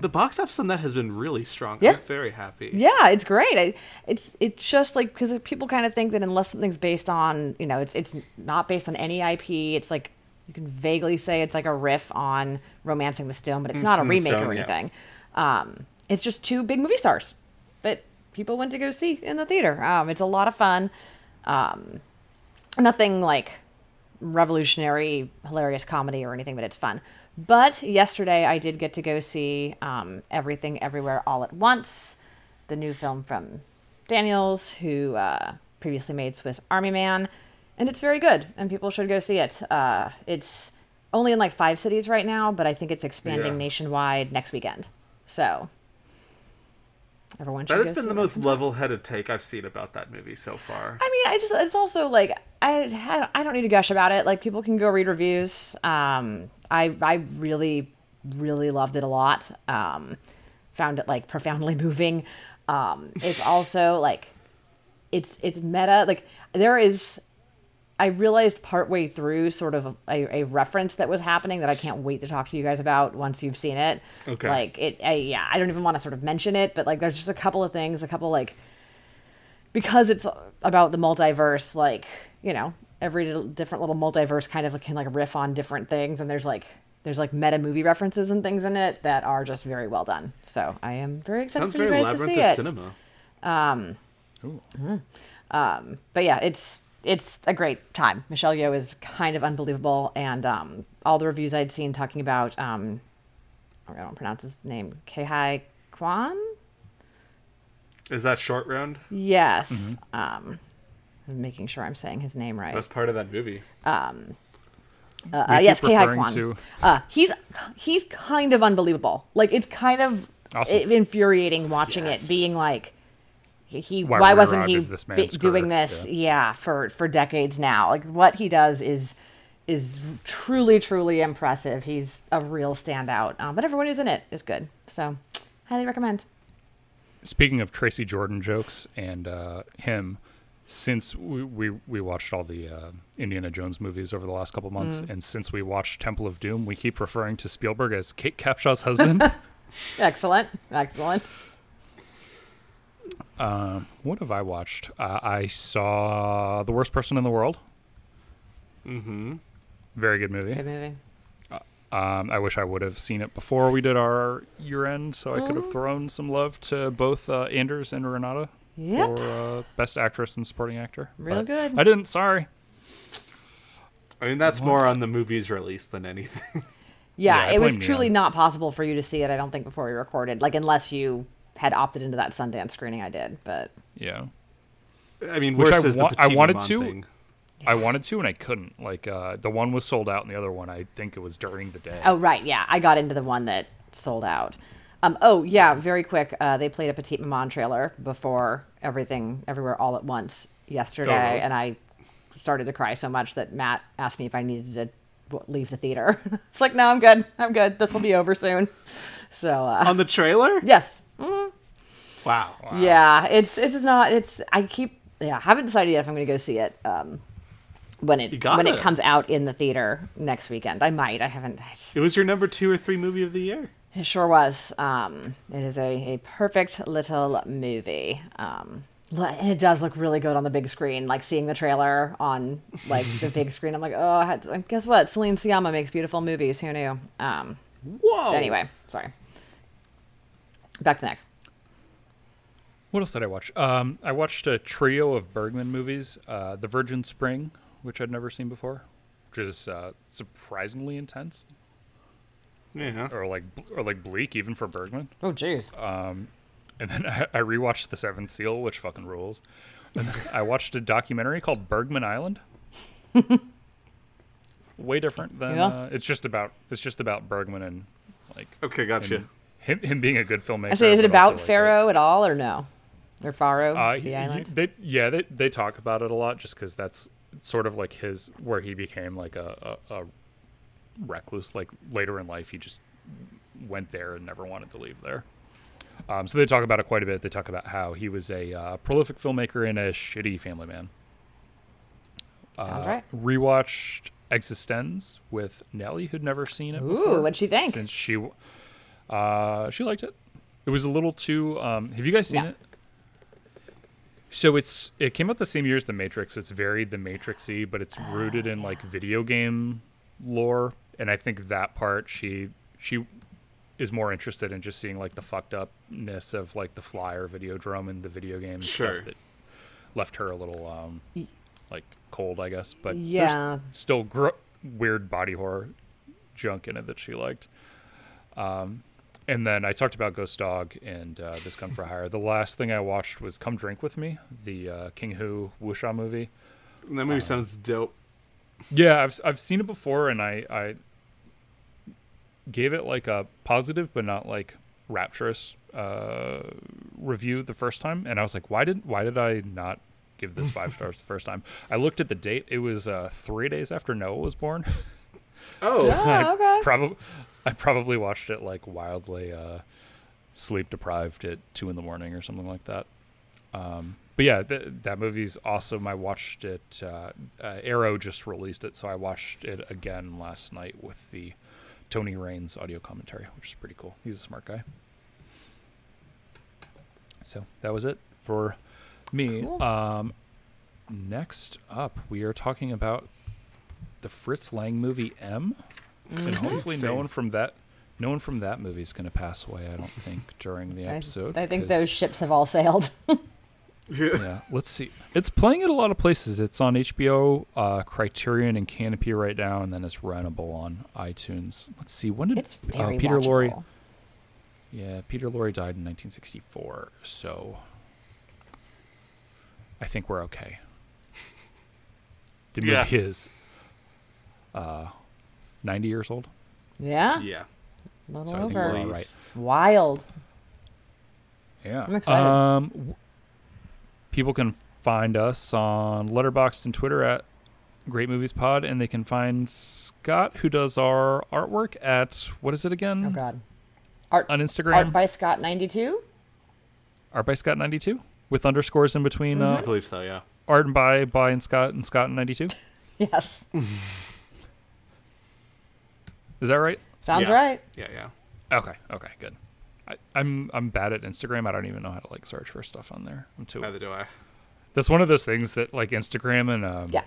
Speaker 5: The box office on that has been really strong.
Speaker 2: Yeah.
Speaker 5: I'm very happy.
Speaker 2: Yeah, it's great. I, it's it's just like because people kind of think that unless something's based on you know it's it's not based on any IP. It's like you can vaguely say it's like a riff on Romancing the Stone, but it's not a remake or
Speaker 5: Stone, yeah.
Speaker 2: anything. Um, it's just two big movie stars that people went to go see in the theater. Um, it's a lot of fun. Um, nothing like revolutionary, hilarious comedy or anything, but it's fun. But yesterday I did get to go see um, Everything Everywhere All at Once, the new film from Daniels, who uh, previously made Swiss Army Man. And it's very good, and people should go see it. Uh, it's only in like five cities right now, but I think it's expanding nationwide next weekend. So everyone should
Speaker 5: That has
Speaker 2: go
Speaker 5: been
Speaker 2: see
Speaker 5: the
Speaker 2: it.
Speaker 5: most level headed take I've seen about that movie so far.
Speaker 2: I mean, I just it's also like I I don't- I don't need to gush about it. Like people can go read reviews. Um, I I really really loved it a lot. Um, found it like profoundly moving. Um, it's also like it's it's meta. Like there is. I realized partway through sort of a, a reference that was happening that I can't wait to talk to you guys about once you've seen it.
Speaker 5: Okay.
Speaker 2: Like it, I, yeah, I don't even want to sort of mention it, but like there's just a couple of things, a couple like because it's about the multiverse like you know every little- different little multiverse kind of can like riff on different things and there's like there's like meta movie references and things in it that are just very well done so i am very excited
Speaker 5: Sounds
Speaker 2: for you
Speaker 5: very
Speaker 2: guys to
Speaker 5: labyrinth
Speaker 2: see
Speaker 5: of
Speaker 2: it
Speaker 5: cinema.
Speaker 2: but yeah it's it's a great time michelle Yeoh is kind of unbelievable and um all the reviews i'd seen talking about um i don't pronounce his name Hai kwan
Speaker 5: Is that short round?
Speaker 2: yes
Speaker 5: Mm-hmm.
Speaker 2: um I'm making sure i'm saying his name right
Speaker 5: That's part of that movie.
Speaker 2: Uh,
Speaker 3: keep
Speaker 2: yes, K.I.
Speaker 3: referring
Speaker 2: Kwan.
Speaker 3: to-
Speaker 2: Uh, he's he's kind of unbelievable. Like it's kind of
Speaker 3: Awesome.
Speaker 2: i- infuriating watching it, being like, he- he
Speaker 3: Why
Speaker 2: why,
Speaker 3: were we
Speaker 2: wasn't
Speaker 3: robbed
Speaker 2: he
Speaker 3: of this
Speaker 2: bi-
Speaker 3: man's
Speaker 2: doing
Speaker 3: career?
Speaker 2: this? Yeah. for for decades now. Like what he does is is truly truly impressive. He's a real standout. Um, but everyone who's in it is good. So highly recommend.
Speaker 3: Speaking of Tracy Jordan jokes and uh, him, since we, we we watched all the uh, Indiana Jones movies over the last couple months,
Speaker 2: Mm.
Speaker 3: and since we watched Temple of Doom, we keep referring to Spielberg as Kate Capshaw's husband.
Speaker 2: Excellent, excellent.
Speaker 3: what have I watched? Uh, I saw The Worst Person in the World. Mm-hmm. Very good movie.
Speaker 2: Good movie.
Speaker 3: Um, I wish I would have seen it before we did our year end, so I could
Speaker 2: Mm.
Speaker 3: have thrown some love to both uh, Anders and Renata
Speaker 2: Yep.
Speaker 3: for uh, best actress and supporting actor.
Speaker 2: Real
Speaker 3: But
Speaker 2: good.
Speaker 3: I didn't. Sorry.
Speaker 5: I mean, that's more on the movie's release than anything.
Speaker 3: Yeah,
Speaker 2: Yeah,
Speaker 3: I
Speaker 2: it was
Speaker 3: blame
Speaker 2: truly
Speaker 3: Neon.
Speaker 2: not possible for you to see it. I don't think before we recorded, like unless you had opted into that Sundance screening, I did. But
Speaker 3: Yeah.
Speaker 5: I mean,
Speaker 3: Which
Speaker 5: worse
Speaker 3: I
Speaker 5: is the
Speaker 3: wa- I
Speaker 5: Petit
Speaker 3: wanted
Speaker 5: Maman
Speaker 3: to.
Speaker 5: thing.
Speaker 3: I wanted to and I couldn't. Like uh, the one was sold out, and the other one I think it was during the day.
Speaker 2: oh right, yeah, I got into the one that sold out. Um, oh yeah, very quick. Uh, they played a Petite Maman trailer before everything, everywhere, all at once yesterday,
Speaker 3: Oh, really?
Speaker 2: and I started to cry so much that Matt asked me if I needed to w- leave the theater. it's like, no, I'm good. I'm good. This will be over soon. So uh,
Speaker 5: On the trailer?
Speaker 2: yes, Mm-hmm.
Speaker 5: Wow.
Speaker 2: Yeah, it's it's not it's I keep yeah, haven't decided yet if I'm going to go see it um when it
Speaker 5: got
Speaker 2: when it.
Speaker 5: it.
Speaker 2: comes out in the theater next weekend. I might. I haven't I just-
Speaker 5: It was your number two or three movie of the year.
Speaker 2: it sure was. Um it is a, a perfect little movie. Um and it does look really good on the big screen. Like seeing the trailer on like the big screen, I'm like, oh, I had to, guess what? Celine Sciamma makes beautiful movies. Who knew? Um,
Speaker 3: Oh.
Speaker 5: Whoa!
Speaker 2: anyway, sorry. Back to Nick.
Speaker 3: What else did I watch? Um, I watched a trio of Bergman movies: uh, The Virgin Spring, which I'd never seen before, which is uh, surprisingly intense,
Speaker 5: Yeah.
Speaker 3: or like or like bleak even for Bergman.
Speaker 2: Oh, jeez.
Speaker 3: And then I, I rewatched The Seventh Seal, which fucking rules. And then I watched a documentary called Bergman Island. Way different than
Speaker 2: Yeah.
Speaker 3: uh, it's just about it's just about Bergman and like
Speaker 5: Okay, gotcha.
Speaker 3: him, him him being a good filmmaker.
Speaker 2: I say, is it
Speaker 3: but
Speaker 2: about
Speaker 3: also, like, a-
Speaker 2: Pharaoh at all or no? Or Pharaoh,
Speaker 3: Uh, he-
Speaker 2: the island?
Speaker 3: They, yeah, they, they talk about it a lot just because that's sort of like his where he became like a, a, a recluse. Like later in life, he just went there and never wanted to leave there. Um, so they talk about it quite a bit. They talk about how he was a uh, prolific filmmaker and a shitty family man.
Speaker 2: Sounds
Speaker 3: Uh,
Speaker 2: right.
Speaker 3: Rewatched Existenz with Nellie, who'd never seen it. before,
Speaker 2: Ooh, what'd she think?
Speaker 3: Since she, w- uh, she liked it. It was a little too. Um, have you guys seen
Speaker 2: No.
Speaker 3: it? So it's it came out the same year as The Matrix. It's very The Matrixy, but
Speaker 2: Oh,
Speaker 3: it's rooted in like video game lore, and I think that part she she is more interested in just seeing like the fucked upness of like the flyer video drum and the video game
Speaker 5: Sure.
Speaker 3: stuff that left her a little um like cold, I guess. But there's
Speaker 2: Yeah.
Speaker 3: still gr- weird body horror junk in it that she liked. Um, and then I talked about Ghost Dog and uh, This Come for Hire. The last thing I watched was Come Drink with Me, the uh, King Hu Wuxia movie.
Speaker 5: That movie sounds dope.
Speaker 3: Yeah, I've I've seen it before, and I I gave it like a positive but not like rapturous uh, review the first time, and I was like, why did why did I not give this five stars the first time? I looked at the date; it was uh, three days after Noah was born.
Speaker 5: Oh,
Speaker 2: Oh, okay.
Speaker 3: probably I probably watched it like wildly uh, sleep deprived at two in the morning or something like that. Um, but yeah, th- that movie's awesome. I watched it. Uh, uh, Arrow just released it, so I watched it again last night with the Tony Raines audio commentary, which is pretty cool. He's a smart guy. So that was it for me. Um, next up, we are talking about the Fritz Lang movie M,
Speaker 2: Mm-hmm.
Speaker 3: and hopefully no one from that no one from that movie is going to pass away. I don't think during the
Speaker 2: I,
Speaker 3: episode.
Speaker 2: I think
Speaker 3: 'cause-
Speaker 2: those ships have all sailed.
Speaker 3: yeah, uh, let's see. It's playing at a lot of places. It's on HBO, uh, Criterion, and Canopy right now, and then it's rentable on iTunes. Let's see. When did
Speaker 2: it's
Speaker 3: uh,
Speaker 2: very
Speaker 3: Peter Lorre?
Speaker 2: watchable.
Speaker 3: Yeah, Peter Lorre died in 1964, so I think we're okay. The movie
Speaker 5: Yeah.
Speaker 3: is uh, 90 years old,
Speaker 2: Yeah,
Speaker 5: yeah.
Speaker 2: a little
Speaker 3: so I think
Speaker 2: over.
Speaker 3: we're all right.
Speaker 2: Wild.
Speaker 3: Yeah.
Speaker 2: I'm excited.
Speaker 3: Um, w- people can find us on Letterboxd and Twitter at Great Movies Pod, and they can find Scott, who does our artwork, at what is it again?
Speaker 2: Oh God. Art
Speaker 3: On Instagram,
Speaker 2: Art by Scott ninety two.
Speaker 3: Art by Scott ninety two, with underscores in between
Speaker 2: Mm-hmm.
Speaker 5: I
Speaker 3: uh,
Speaker 5: believe so, yeah.
Speaker 3: art and by by and Scott and Scott ninety two.
Speaker 2: Yes,
Speaker 3: Is that right?
Speaker 2: sounds
Speaker 5: Yeah.
Speaker 2: right.
Speaker 5: Yeah, yeah.
Speaker 3: Okay. Okay. Good. I, I'm I'm bad at Instagram. I don't even know how to like search for stuff on there. I'm too.
Speaker 5: Neither do I.
Speaker 3: That's one of those things that like Instagram and um,
Speaker 2: Yeah.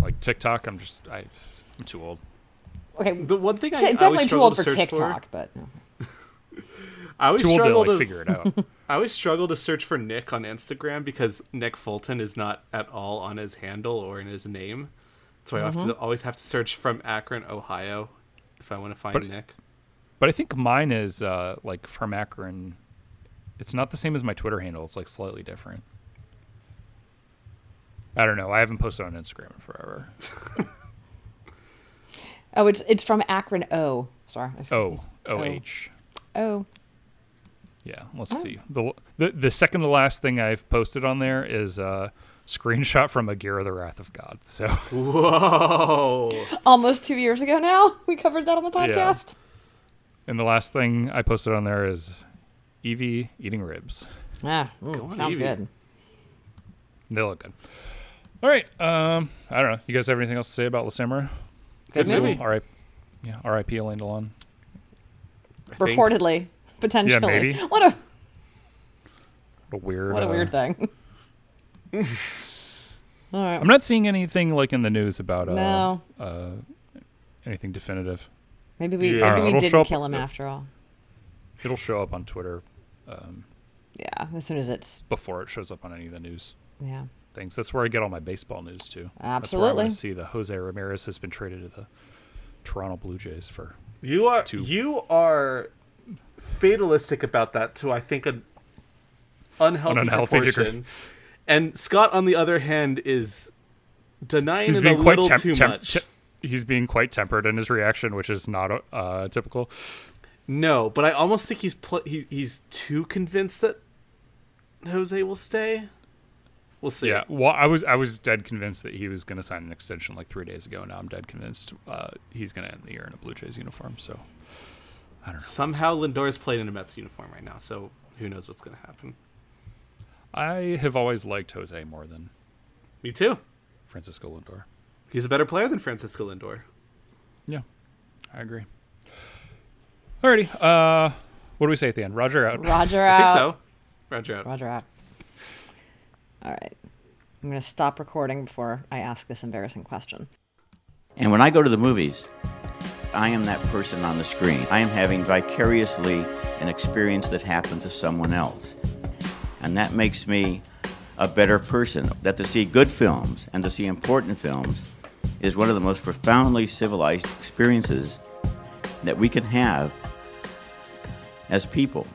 Speaker 3: like TikTok. I'm just I I'm too old.
Speaker 2: Okay.
Speaker 5: The one thing I,
Speaker 2: T-
Speaker 5: I always
Speaker 2: definitely too
Speaker 5: struggle
Speaker 2: old
Speaker 5: to
Speaker 2: for
Speaker 5: search
Speaker 2: TikTok,
Speaker 5: for,
Speaker 2: but no.
Speaker 5: I always
Speaker 3: Too old to
Speaker 5: struggle
Speaker 3: like
Speaker 5: to,
Speaker 3: figure it out.
Speaker 5: I always struggle to search for Nick on Instagram because Nick Fulton is not at all on his handle or in his name, so I have to
Speaker 2: Mm-hmm.
Speaker 5: always have to search from Akron, Ohio, if I want to find
Speaker 3: But-
Speaker 5: Nick.
Speaker 3: But I think mine is uh, like from Akron. It's not the same as my Twitter handle. It's like slightly different. I don't know. I haven't posted on Instagram in forever.
Speaker 2: Oh, it's it's from Akron. O. Sorry. I-
Speaker 3: O O H.
Speaker 2: O.
Speaker 3: Yeah. Let's see. The, the the second to last thing I've posted on there is a screenshot from Agira the Wrath of God. So Oh.
Speaker 5: Whoa!
Speaker 2: Almost two years ago now. We covered that on the podcast.
Speaker 3: and the last thing I posted on there is Evie eating ribs.
Speaker 2: Ah, mm,
Speaker 5: on,
Speaker 2: sounds
Speaker 5: Evie.
Speaker 2: good.
Speaker 3: They look good. All right. Um, I don't know. You guys have anything else to say about La Samurai?
Speaker 2: Good
Speaker 5: movie.
Speaker 3: All right. Yeah. R.I.P. Elaine Delon.
Speaker 5: think-
Speaker 2: Reportedly, potentially.
Speaker 3: maybe.
Speaker 2: What a
Speaker 3: A weird.
Speaker 2: what a
Speaker 3: uh,
Speaker 2: weird thing. All right.
Speaker 5: Uh,
Speaker 3: I'm not seeing anything like in the news about uh,
Speaker 2: No.
Speaker 3: uh, anything definitive.
Speaker 2: Maybe we
Speaker 3: Yeah.
Speaker 2: maybe we
Speaker 3: It'll show
Speaker 2: didn't
Speaker 3: up-
Speaker 2: kill him after all.
Speaker 3: It'll show up on Twitter
Speaker 2: Yeah, as soon as it's
Speaker 3: before it shows up on any of the news
Speaker 2: yeah.
Speaker 3: things. That's where I get all my baseball news too. That's where I
Speaker 2: Absolutely.
Speaker 3: want to see the Jose Ramirez has been traded to the Toronto Blue Jays for.
Speaker 5: You are
Speaker 3: Two.
Speaker 5: you are fatalistic about that to I think an unhealthy,
Speaker 3: An unhealthy degree.
Speaker 5: proportion. And Scott, on the other hand, is denying
Speaker 3: He's
Speaker 5: it a
Speaker 3: being quite
Speaker 5: little
Speaker 3: tem-
Speaker 5: too
Speaker 3: tem-
Speaker 5: much.
Speaker 3: te- he's being quite tempered in his reaction, which is not uh, typical.
Speaker 5: no, but I almost think he's pl- he, he's too convinced that Jose will stay. We'll see.
Speaker 3: Yeah, well, I was I was dead convinced that he was going to sign an extension like three days ago. Now I'm dead convinced uh, he's going to end the year in a Blue Jays uniform. So
Speaker 5: Somehow Lindor's playing in a Mets uniform right now, so who knows what's going to happen.
Speaker 3: I have always liked Jose more than
Speaker 5: Me too.
Speaker 3: Francisco Lindor.
Speaker 5: He's a better player than Francisco Lindor.
Speaker 3: Yeah, I agree. Alrighty, uh, what do we say at the end? Roger uh, out.
Speaker 2: Roger
Speaker 5: I
Speaker 2: out.
Speaker 5: think so. Roger out.
Speaker 2: Roger out. All right. I'm going to stop recording before I ask this embarrassing question.
Speaker 1: And when I go to the movies, I am that person on the screen. I am having vicariously an experience that happened to someone else. And that makes me a better person. That to see good films and to see important films is one of the most profoundly civilized experiences that we can have as people.